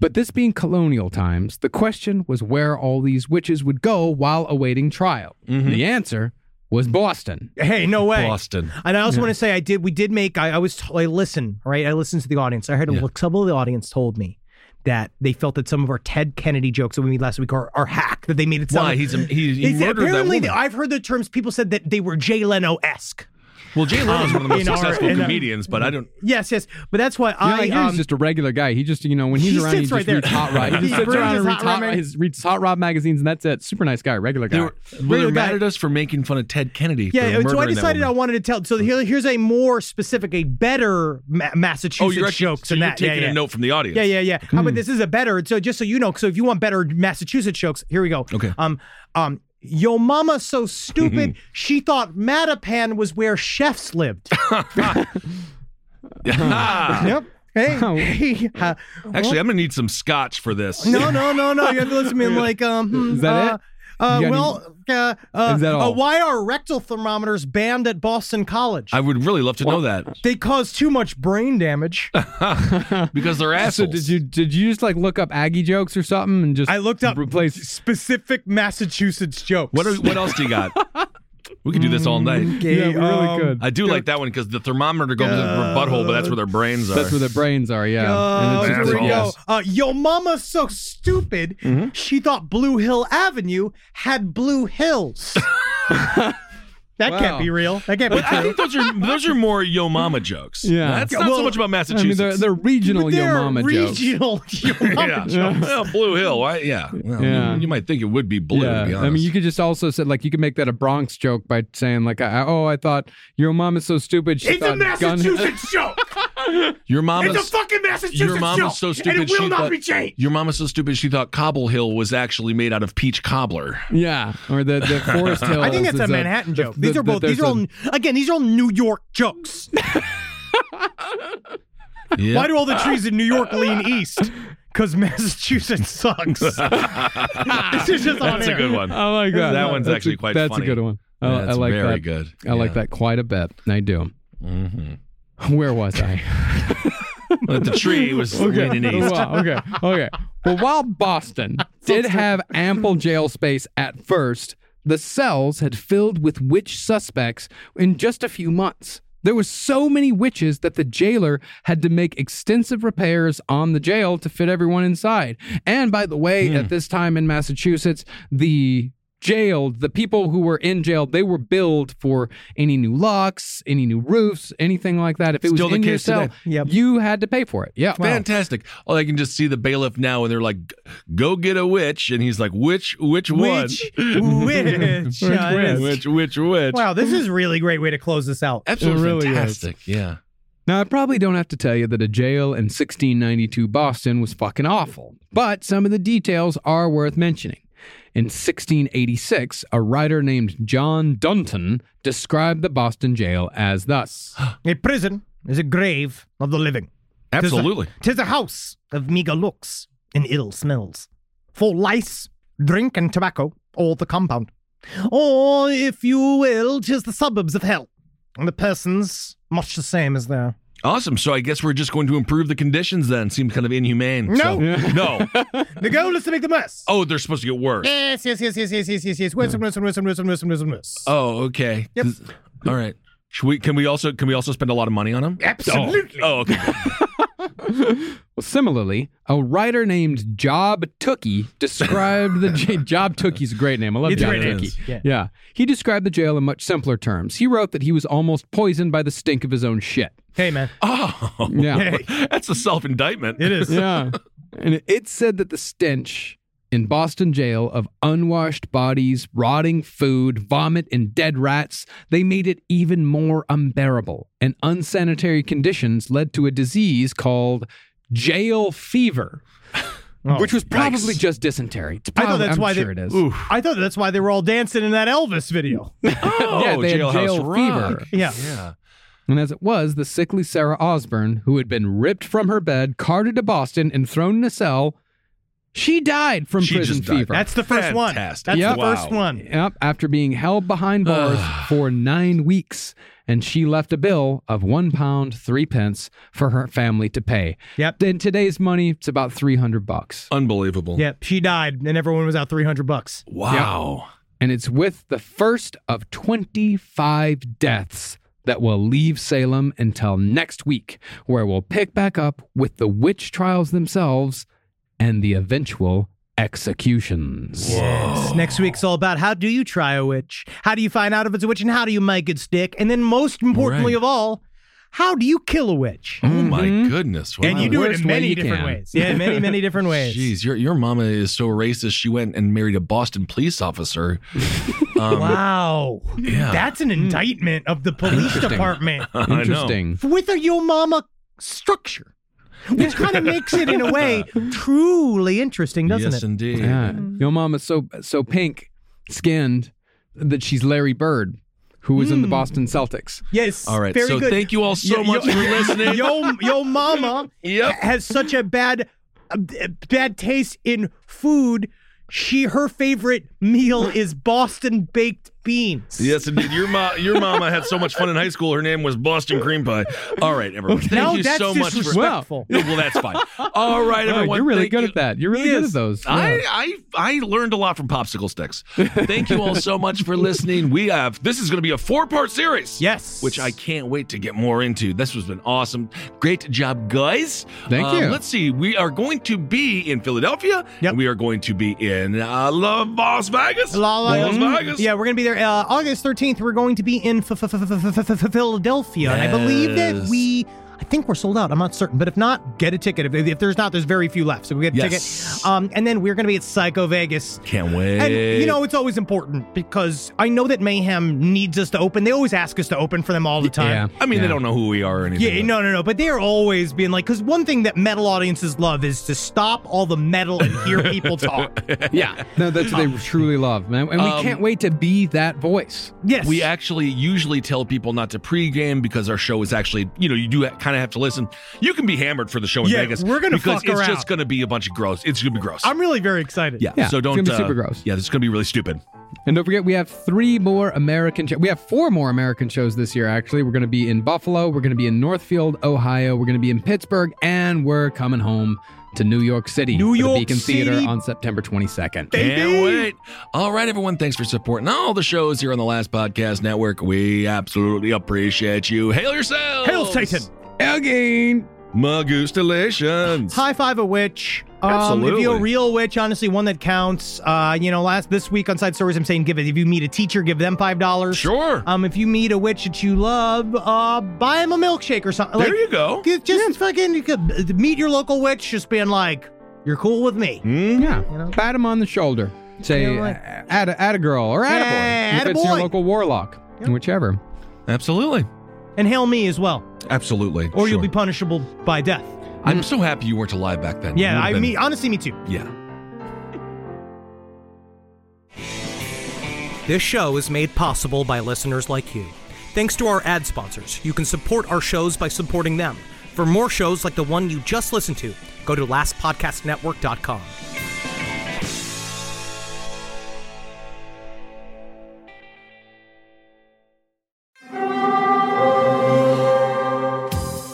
Speaker 6: But this being colonial times, the question was where all these witches would go while awaiting trial.
Speaker 4: Mm-hmm.
Speaker 6: The answer was Boston.
Speaker 4: Hey, no way.
Speaker 3: Boston.
Speaker 4: And I also want to say I did we did make I, I was t- I listen, right? I listened to the audience. I heard a some of the audience told me that they felt that some of our Ted Kennedy jokes that we made last week are, are hack that they made it sound
Speaker 3: Why?
Speaker 4: like-
Speaker 3: Oh, He's a- he- he
Speaker 4: It's-
Speaker 3: murdered that
Speaker 4: apparently
Speaker 3: woman.
Speaker 4: I've heard the terms people said that they were Jay Leno esque.
Speaker 3: Well, Jay Leno's one of the most
Speaker 4: In our-
Speaker 3: successful
Speaker 4: in our-
Speaker 3: comedians, but I don't.
Speaker 4: Yes, yes, but that's why
Speaker 6: You know,
Speaker 4: I
Speaker 6: he
Speaker 4: um,
Speaker 6: was just a regular guy. He just, you know, when he's
Speaker 4: He
Speaker 6: around, he
Speaker 4: sits
Speaker 6: just
Speaker 4: right there.
Speaker 6: reads Hot Rod. He
Speaker 4: He
Speaker 6: just sits
Speaker 4: brings
Speaker 6: around
Speaker 4: his
Speaker 6: and
Speaker 4: Hot
Speaker 6: reads
Speaker 4: Rod
Speaker 6: Hot, Rod,
Speaker 4: mag-
Speaker 6: his, reads Hot Rod magazines, and that's it. Super nice guy, regular guy.
Speaker 3: Well, they're
Speaker 4: Really
Speaker 3: mad
Speaker 4: bad.
Speaker 3: at us for making fun of Ted Kennedy. for
Speaker 4: yeah, so I
Speaker 3: murdering that
Speaker 4: decided I
Speaker 3: woman.
Speaker 4: wanted to tell. So here, here's a more specific, a better Ma- Massachusetts
Speaker 3: Oh, you're actually,
Speaker 4: jokes
Speaker 3: so
Speaker 4: than
Speaker 3: you're
Speaker 4: that. Yeah,
Speaker 3: taking
Speaker 4: yeah.
Speaker 3: a note from the audience.
Speaker 4: Yeah, yeah, yeah.
Speaker 3: Hmm.
Speaker 4: How about this is a better? So just so you know, so if you want better Massachusetts jokes, here we go. Okay. Um, um, Yo mama so stupid, she thought Mattapan was where chefs lived. yep. Hey,
Speaker 3: Oh.
Speaker 4: hey, uh,
Speaker 3: Actually, I'm gonna need some scotch for this.
Speaker 4: No, no, no, no. You have to listen to me. I'm like, um, hmm,
Speaker 3: Is that
Speaker 4: uh,
Speaker 3: it?
Speaker 4: Uh,
Speaker 3: You got
Speaker 4: well, uh, uh,
Speaker 3: Is that
Speaker 4: uh,
Speaker 3: all?
Speaker 4: why are rectal thermometers banned at Boston College?
Speaker 3: I would really love to know that
Speaker 4: They cause too much brain damage.
Speaker 3: because they're
Speaker 6: So
Speaker 3: assholes.
Speaker 6: did you did you just like look up Aggie jokes or something and just
Speaker 4: I looked up
Speaker 6: replace
Speaker 4: specific Massachusetts jokes.
Speaker 3: What are, what else do you got? We could do this all night.
Speaker 6: Mm.
Speaker 4: Okay, Yeah, we really um, could.
Speaker 3: I do like that one because the thermometer goes into her butthole, but that's where their brains are.
Speaker 6: That's where their brains are, yeah.
Speaker 4: Uh,
Speaker 6: And it's
Speaker 4: here
Speaker 6: just
Speaker 4: we
Speaker 6: like,
Speaker 4: go.
Speaker 6: yes.
Speaker 4: Uh, yo mama's so stupid, she thought Blue Hill Avenue had Blue Hills. that
Speaker 3: Wow.
Speaker 4: can't be real. That can't be
Speaker 3: But
Speaker 4: true.
Speaker 3: I think those are those are more yo mama jokes.
Speaker 6: Yeah.
Speaker 3: that's not
Speaker 6: Well,
Speaker 3: so much
Speaker 6: I
Speaker 3: about
Speaker 6: mean,
Speaker 3: Massachusetts.
Speaker 6: they're- they're regional yo
Speaker 3: They're
Speaker 6: mama jokes.
Speaker 4: Regional yo
Speaker 3: yeah.
Speaker 4: mama jokes.
Speaker 3: Well, Blue Hill. I, yeah. Well,
Speaker 6: Yeah.
Speaker 3: Mm, You might think it would be blue.
Speaker 6: Yeah,
Speaker 3: To be honest.
Speaker 6: I mean, you could just also say like you could make that a Bronx joke by saying like, I- "Oh, I thought your mom is so stupid." She
Speaker 16: It's a
Speaker 6: thought gun-
Speaker 16: Massachusetts joke.
Speaker 3: Your mom
Speaker 16: It's
Speaker 3: is
Speaker 16: a fucking Massachusetts
Speaker 3: Your mom
Speaker 16: joke,
Speaker 3: is so
Speaker 16: and
Speaker 3: stupid.
Speaker 16: it will
Speaker 3: she
Speaker 16: not
Speaker 3: thought,
Speaker 16: be changed.
Speaker 3: Your mom is so stupid. She thought Cobble Hill was actually made out of peach cobbler.
Speaker 6: yeah, or the the Forest Hills.
Speaker 4: I think that's
Speaker 6: Oh, is
Speaker 4: a Manhattan joke. These
Speaker 6: the-
Speaker 4: are both.
Speaker 6: the-
Speaker 4: These are all,
Speaker 6: there's
Speaker 4: again. These are all New York jokes.
Speaker 3: Yeah.
Speaker 4: Why do all the trees in New York lean east? Because Massachusetts sucks. this is just on
Speaker 3: That's a
Speaker 4: air.
Speaker 3: good one.
Speaker 6: Oh my god,
Speaker 3: That one's
Speaker 6: That's a-
Speaker 3: actually quite
Speaker 6: That's
Speaker 3: funny.
Speaker 6: a good one. I, I
Speaker 3: That's
Speaker 6: like
Speaker 3: very
Speaker 6: that.
Speaker 3: good.
Speaker 6: I like that quite a bit. I do.
Speaker 3: Mm-hmm.
Speaker 6: Where was I?
Speaker 3: But the tree was
Speaker 6: okay.
Speaker 3: leaning east.
Speaker 6: Well, okay. Okay. Well, while Boston did have ample jail space at first, the cells had filled with witch suspects in just a few months. There were so many witches that the jailer had to make extensive repairs on the jail to fit everyone inside. And by the way,
Speaker 3: Hmm.
Speaker 6: at this time in Massachusetts, the jailed, the people who were in jail, they were billed for any new locks, any new roofs, anything like that. If it
Speaker 3: Still
Speaker 6: was
Speaker 3: the
Speaker 6: in your
Speaker 3: case
Speaker 6: cell,
Speaker 3: today.
Speaker 6: you had to pay for it. Yeah. wow.
Speaker 3: Fantastic. Oh, I can just see the bailiff now, and they're like, "Go get a witch," and he's like, "Which, which one?
Speaker 4: Which witch? Yeah, it is.
Speaker 3: which, which, which?"
Speaker 4: Wow, this is really great way to close this out.
Speaker 3: absolutely
Speaker 6: It really is.
Speaker 3: fantastic. Yeah.
Speaker 6: Now, I probably don't have to tell you that a jail in 1692 Boston was fucking awful, but some of the details are worth mentioning. In 1686, a writer named John Dunton described the Boston jail as thus
Speaker 4: A prison is a grave of the living.
Speaker 3: Absolutely.
Speaker 4: Tis a, house of meager looks and ill smells. For lice, drink, and tobacco, all the compound. Or, if you will, tis the suburbs of hell. And the persons much the same as there.
Speaker 3: Awesome. So I guess we're just going to improve the conditions then. Seems kind of inhumane.
Speaker 4: No.
Speaker 3: So- no.
Speaker 4: The goal is to make them worse.
Speaker 3: Oh, they're supposed to get worse.
Speaker 4: Yes, yes, yes, yes, yes, yes, yes, yes. Worse and worse and worse and worse and worse and worse and worse.
Speaker 3: Oh, okay.
Speaker 4: Yep.
Speaker 3: Does- All right. Should we? Can we also? Can we also spend a lot of money on them?
Speaker 4: Absolutely.
Speaker 3: Oh, oh, okay.
Speaker 6: Well, similarly, a writer named Job Tookie described the jail. Job Tookie's a great name. I love
Speaker 4: It's a
Speaker 6: Job
Speaker 4: great name.
Speaker 6: Tookie.
Speaker 4: Yeah.
Speaker 6: Yeah. He described the jail in much simpler terms. He wrote that he was almost poisoned by the stink of his own shit.
Speaker 4: Hey, man.
Speaker 3: Oh,
Speaker 6: Yeah.
Speaker 3: That's a self indictment.
Speaker 4: It is.
Speaker 6: Yeah. And it said that the stench in Boston jail of unwashed bodies, rotting food, vomit, and dead rats, they made it even more unbearable. And unsanitary conditions led to a disease called jail fever. which was probably just dysentery. It's
Speaker 4: Oh, I thought
Speaker 6: prob-
Speaker 4: that's
Speaker 6: I'm
Speaker 4: why
Speaker 6: sure
Speaker 4: they,
Speaker 6: it is.
Speaker 4: I thought that's why they were all dancing in that Elvis video.
Speaker 3: Oh,
Speaker 6: Yeah, they had
Speaker 3: jailhouse
Speaker 6: jail
Speaker 3: rock.
Speaker 6: fever.
Speaker 4: Yeah.
Speaker 3: Yeah.
Speaker 6: And as it was, the sickly Sarah Osborne, who had been ripped from her bed, carted to Boston, and thrown in a cell, she died from
Speaker 3: She
Speaker 6: prison
Speaker 3: just died.
Speaker 6: fever.
Speaker 4: That's the first one. That's
Speaker 3: Fantastic.
Speaker 4: the
Speaker 6: Yep.
Speaker 4: first
Speaker 3: Wow.
Speaker 4: one.
Speaker 6: Yep, after being held behind bars for nine weeks, and she left a bill of one pound three pence for her family to pay.
Speaker 4: Yep.
Speaker 6: In today's money, it's about three hundred bucks.
Speaker 3: Unbelievable.
Speaker 4: Yep. She died, and everyone was out three hundred bucks.
Speaker 3: Wow.
Speaker 6: And it's with the first of 25 deaths that will leave Salem until next week, where we'll pick back up with the witch trials themselves and the eventual executions.
Speaker 4: Yes. Next week's all about how do you try a witch? How do you find out if it's a witch, and how do you make it stick? And then, most importantly
Speaker 3: Right.
Speaker 4: of all, how do you kill a witch?
Speaker 3: Oh my goodness.
Speaker 4: Mm-hmm. And you
Speaker 3: Wow.
Speaker 4: do it
Speaker 6: Worst
Speaker 4: in
Speaker 6: way
Speaker 4: many
Speaker 6: you
Speaker 4: different
Speaker 6: can.
Speaker 4: ways. Yeah, many, many different ways.
Speaker 3: Jeez, your your mama is so racist. She went and married a Boston police officer. Um,
Speaker 4: Wow.
Speaker 3: Yeah.
Speaker 4: That's an indictment of the police
Speaker 6: Interesting.
Speaker 4: department.
Speaker 3: I know.
Speaker 6: Interesting.
Speaker 4: with a yo mama structure, which kind of makes it in a way truly interesting, doesn't
Speaker 3: Yes,
Speaker 4: it?
Speaker 5: Mm-hmm.
Speaker 3: indeed.
Speaker 6: Yeah. Yo mama's so so pink. skinned that she's Larry Bird, who was
Speaker 5: Hmm.
Speaker 6: in the Boston Celtics.
Speaker 4: Yes.
Speaker 6: All right,
Speaker 4: Very
Speaker 6: so
Speaker 4: good.
Speaker 6: thank you all so much for listening.
Speaker 4: Yo, yo mama has such a bad, a bad taste in food. She her favorite meal is Boston baked beans.
Speaker 5: Yes, indeed. Your mom, your mama had so much fun in high school. Her name was Boston Cream Pie. All right, everyone. Thank
Speaker 4: Now
Speaker 5: you
Speaker 4: Oh, that's
Speaker 5: so much for
Speaker 4: disrespectful.
Speaker 5: No, well, that's fine. All right,
Speaker 6: Wow,
Speaker 5: everyone.
Speaker 6: you're really
Speaker 5: thank
Speaker 6: good
Speaker 5: you.
Speaker 6: at that. You're really good at those. Yeah.
Speaker 5: I, I I learned a lot from popsicle sticks. Thank you all so much for listening. We have this is going to be a four part series.
Speaker 4: Yes,
Speaker 5: which I can't wait to get more into. This has been awesome. Great job, guys. Um,
Speaker 6: Thank you.
Speaker 5: Let's see. We are going to be in Philadelphia. and We are going to be in uh, La- Las Vegas. Las Vegas.
Speaker 4: Yeah, we're gonna be there uh, August 13th. We're going to be in F- F- F- F- F- F- F- Philadelphia, and I believe that
Speaker 5: Yes.
Speaker 4: we. I think we're sold out. I'm not certain, but if not, get a ticket. If, if there's not, there's very few left, so we get a
Speaker 5: Yes.
Speaker 4: ticket. Um, and then we're gonna be at Psycho Vegas.
Speaker 5: Can't wait.
Speaker 4: And you know, it's always important because I know that Mayhem needs us to open. They always ask us to open for them all the time.
Speaker 5: I mean, they don't know who we are or anything.
Speaker 4: Yeah, no, no, no. But they're always being like, because one thing that metal audiences love is to stop all the metal and hear people talk.
Speaker 6: yeah. No, that's what they truly love, man. And we
Speaker 5: Um,
Speaker 6: can't wait to be that voice.
Speaker 4: Yes.
Speaker 5: We actually usually tell people not to pregame because our show is actually, you know, you do kind of have to listen. You can be hammered for the show in
Speaker 4: Yeah,
Speaker 5: Vegas.
Speaker 4: we're gonna
Speaker 5: because
Speaker 4: fuck
Speaker 5: it's
Speaker 4: around.
Speaker 5: just going to be a bunch of gross. It's going to be gross.
Speaker 4: I'm really very excited.
Speaker 5: yeah. So don't.
Speaker 6: it's gonna be
Speaker 5: uh,
Speaker 6: super gross.
Speaker 5: Yeah, it's going to be really stupid.
Speaker 6: And don't forget, we have three more American. Show- we have four more American shows this year. Actually, we're going to be in Buffalo, we're going to be in Northfield, Ohio, we're going to be in Pittsburgh, and we're coming home to New York City,
Speaker 5: New
Speaker 6: for
Speaker 5: York
Speaker 6: the Beacon
Speaker 5: City.
Speaker 6: Theater on September 22nd.
Speaker 5: Can't wait. All right, everyone. Thanks for supporting all the shows here on the Last Podcast Network. We absolutely appreciate you. Hail yourselves.
Speaker 4: Hail Satan.
Speaker 6: Elgain.
Speaker 5: Magustalations.
Speaker 4: High five a witch. Um, if
Speaker 5: Absolutely.
Speaker 4: you're a real witch, honestly, one that counts. Uh, you know, last this week on Side Stories, I'm saying give it. If you meet a teacher, give them five dollars.
Speaker 5: Sure.
Speaker 4: Um, if you meet a witch that you love, uh, buy them a milkshake or something.
Speaker 5: There you go.
Speaker 4: Just fucking you could, uh, meet your local witch, just being like, "You're cool with me."
Speaker 5: Mm.
Speaker 6: Yeah. Pat him on the shoulder. Say,
Speaker 4: You know what?
Speaker 6: add a, add a girl or add
Speaker 4: Yeah,
Speaker 6: a boy. If it's your
Speaker 4: attaboy.
Speaker 6: local warlock, whichever.
Speaker 5: Absolutely.
Speaker 4: And hail me as well,
Speaker 5: Absolutely.
Speaker 4: or you'll
Speaker 5: Sure.
Speaker 4: be punishable by death.
Speaker 5: I'm so happy you weren't alive back then. You
Speaker 4: Yeah,
Speaker 5: would've
Speaker 4: I
Speaker 5: been-
Speaker 4: mean, honestly, me too.
Speaker 5: Yeah.
Speaker 17: This show is made possible by listeners like you. Thanks to our ad sponsors, you can support our shows by supporting them. For more shows like the one you just listened to, go to lastpodcastnetwork.com.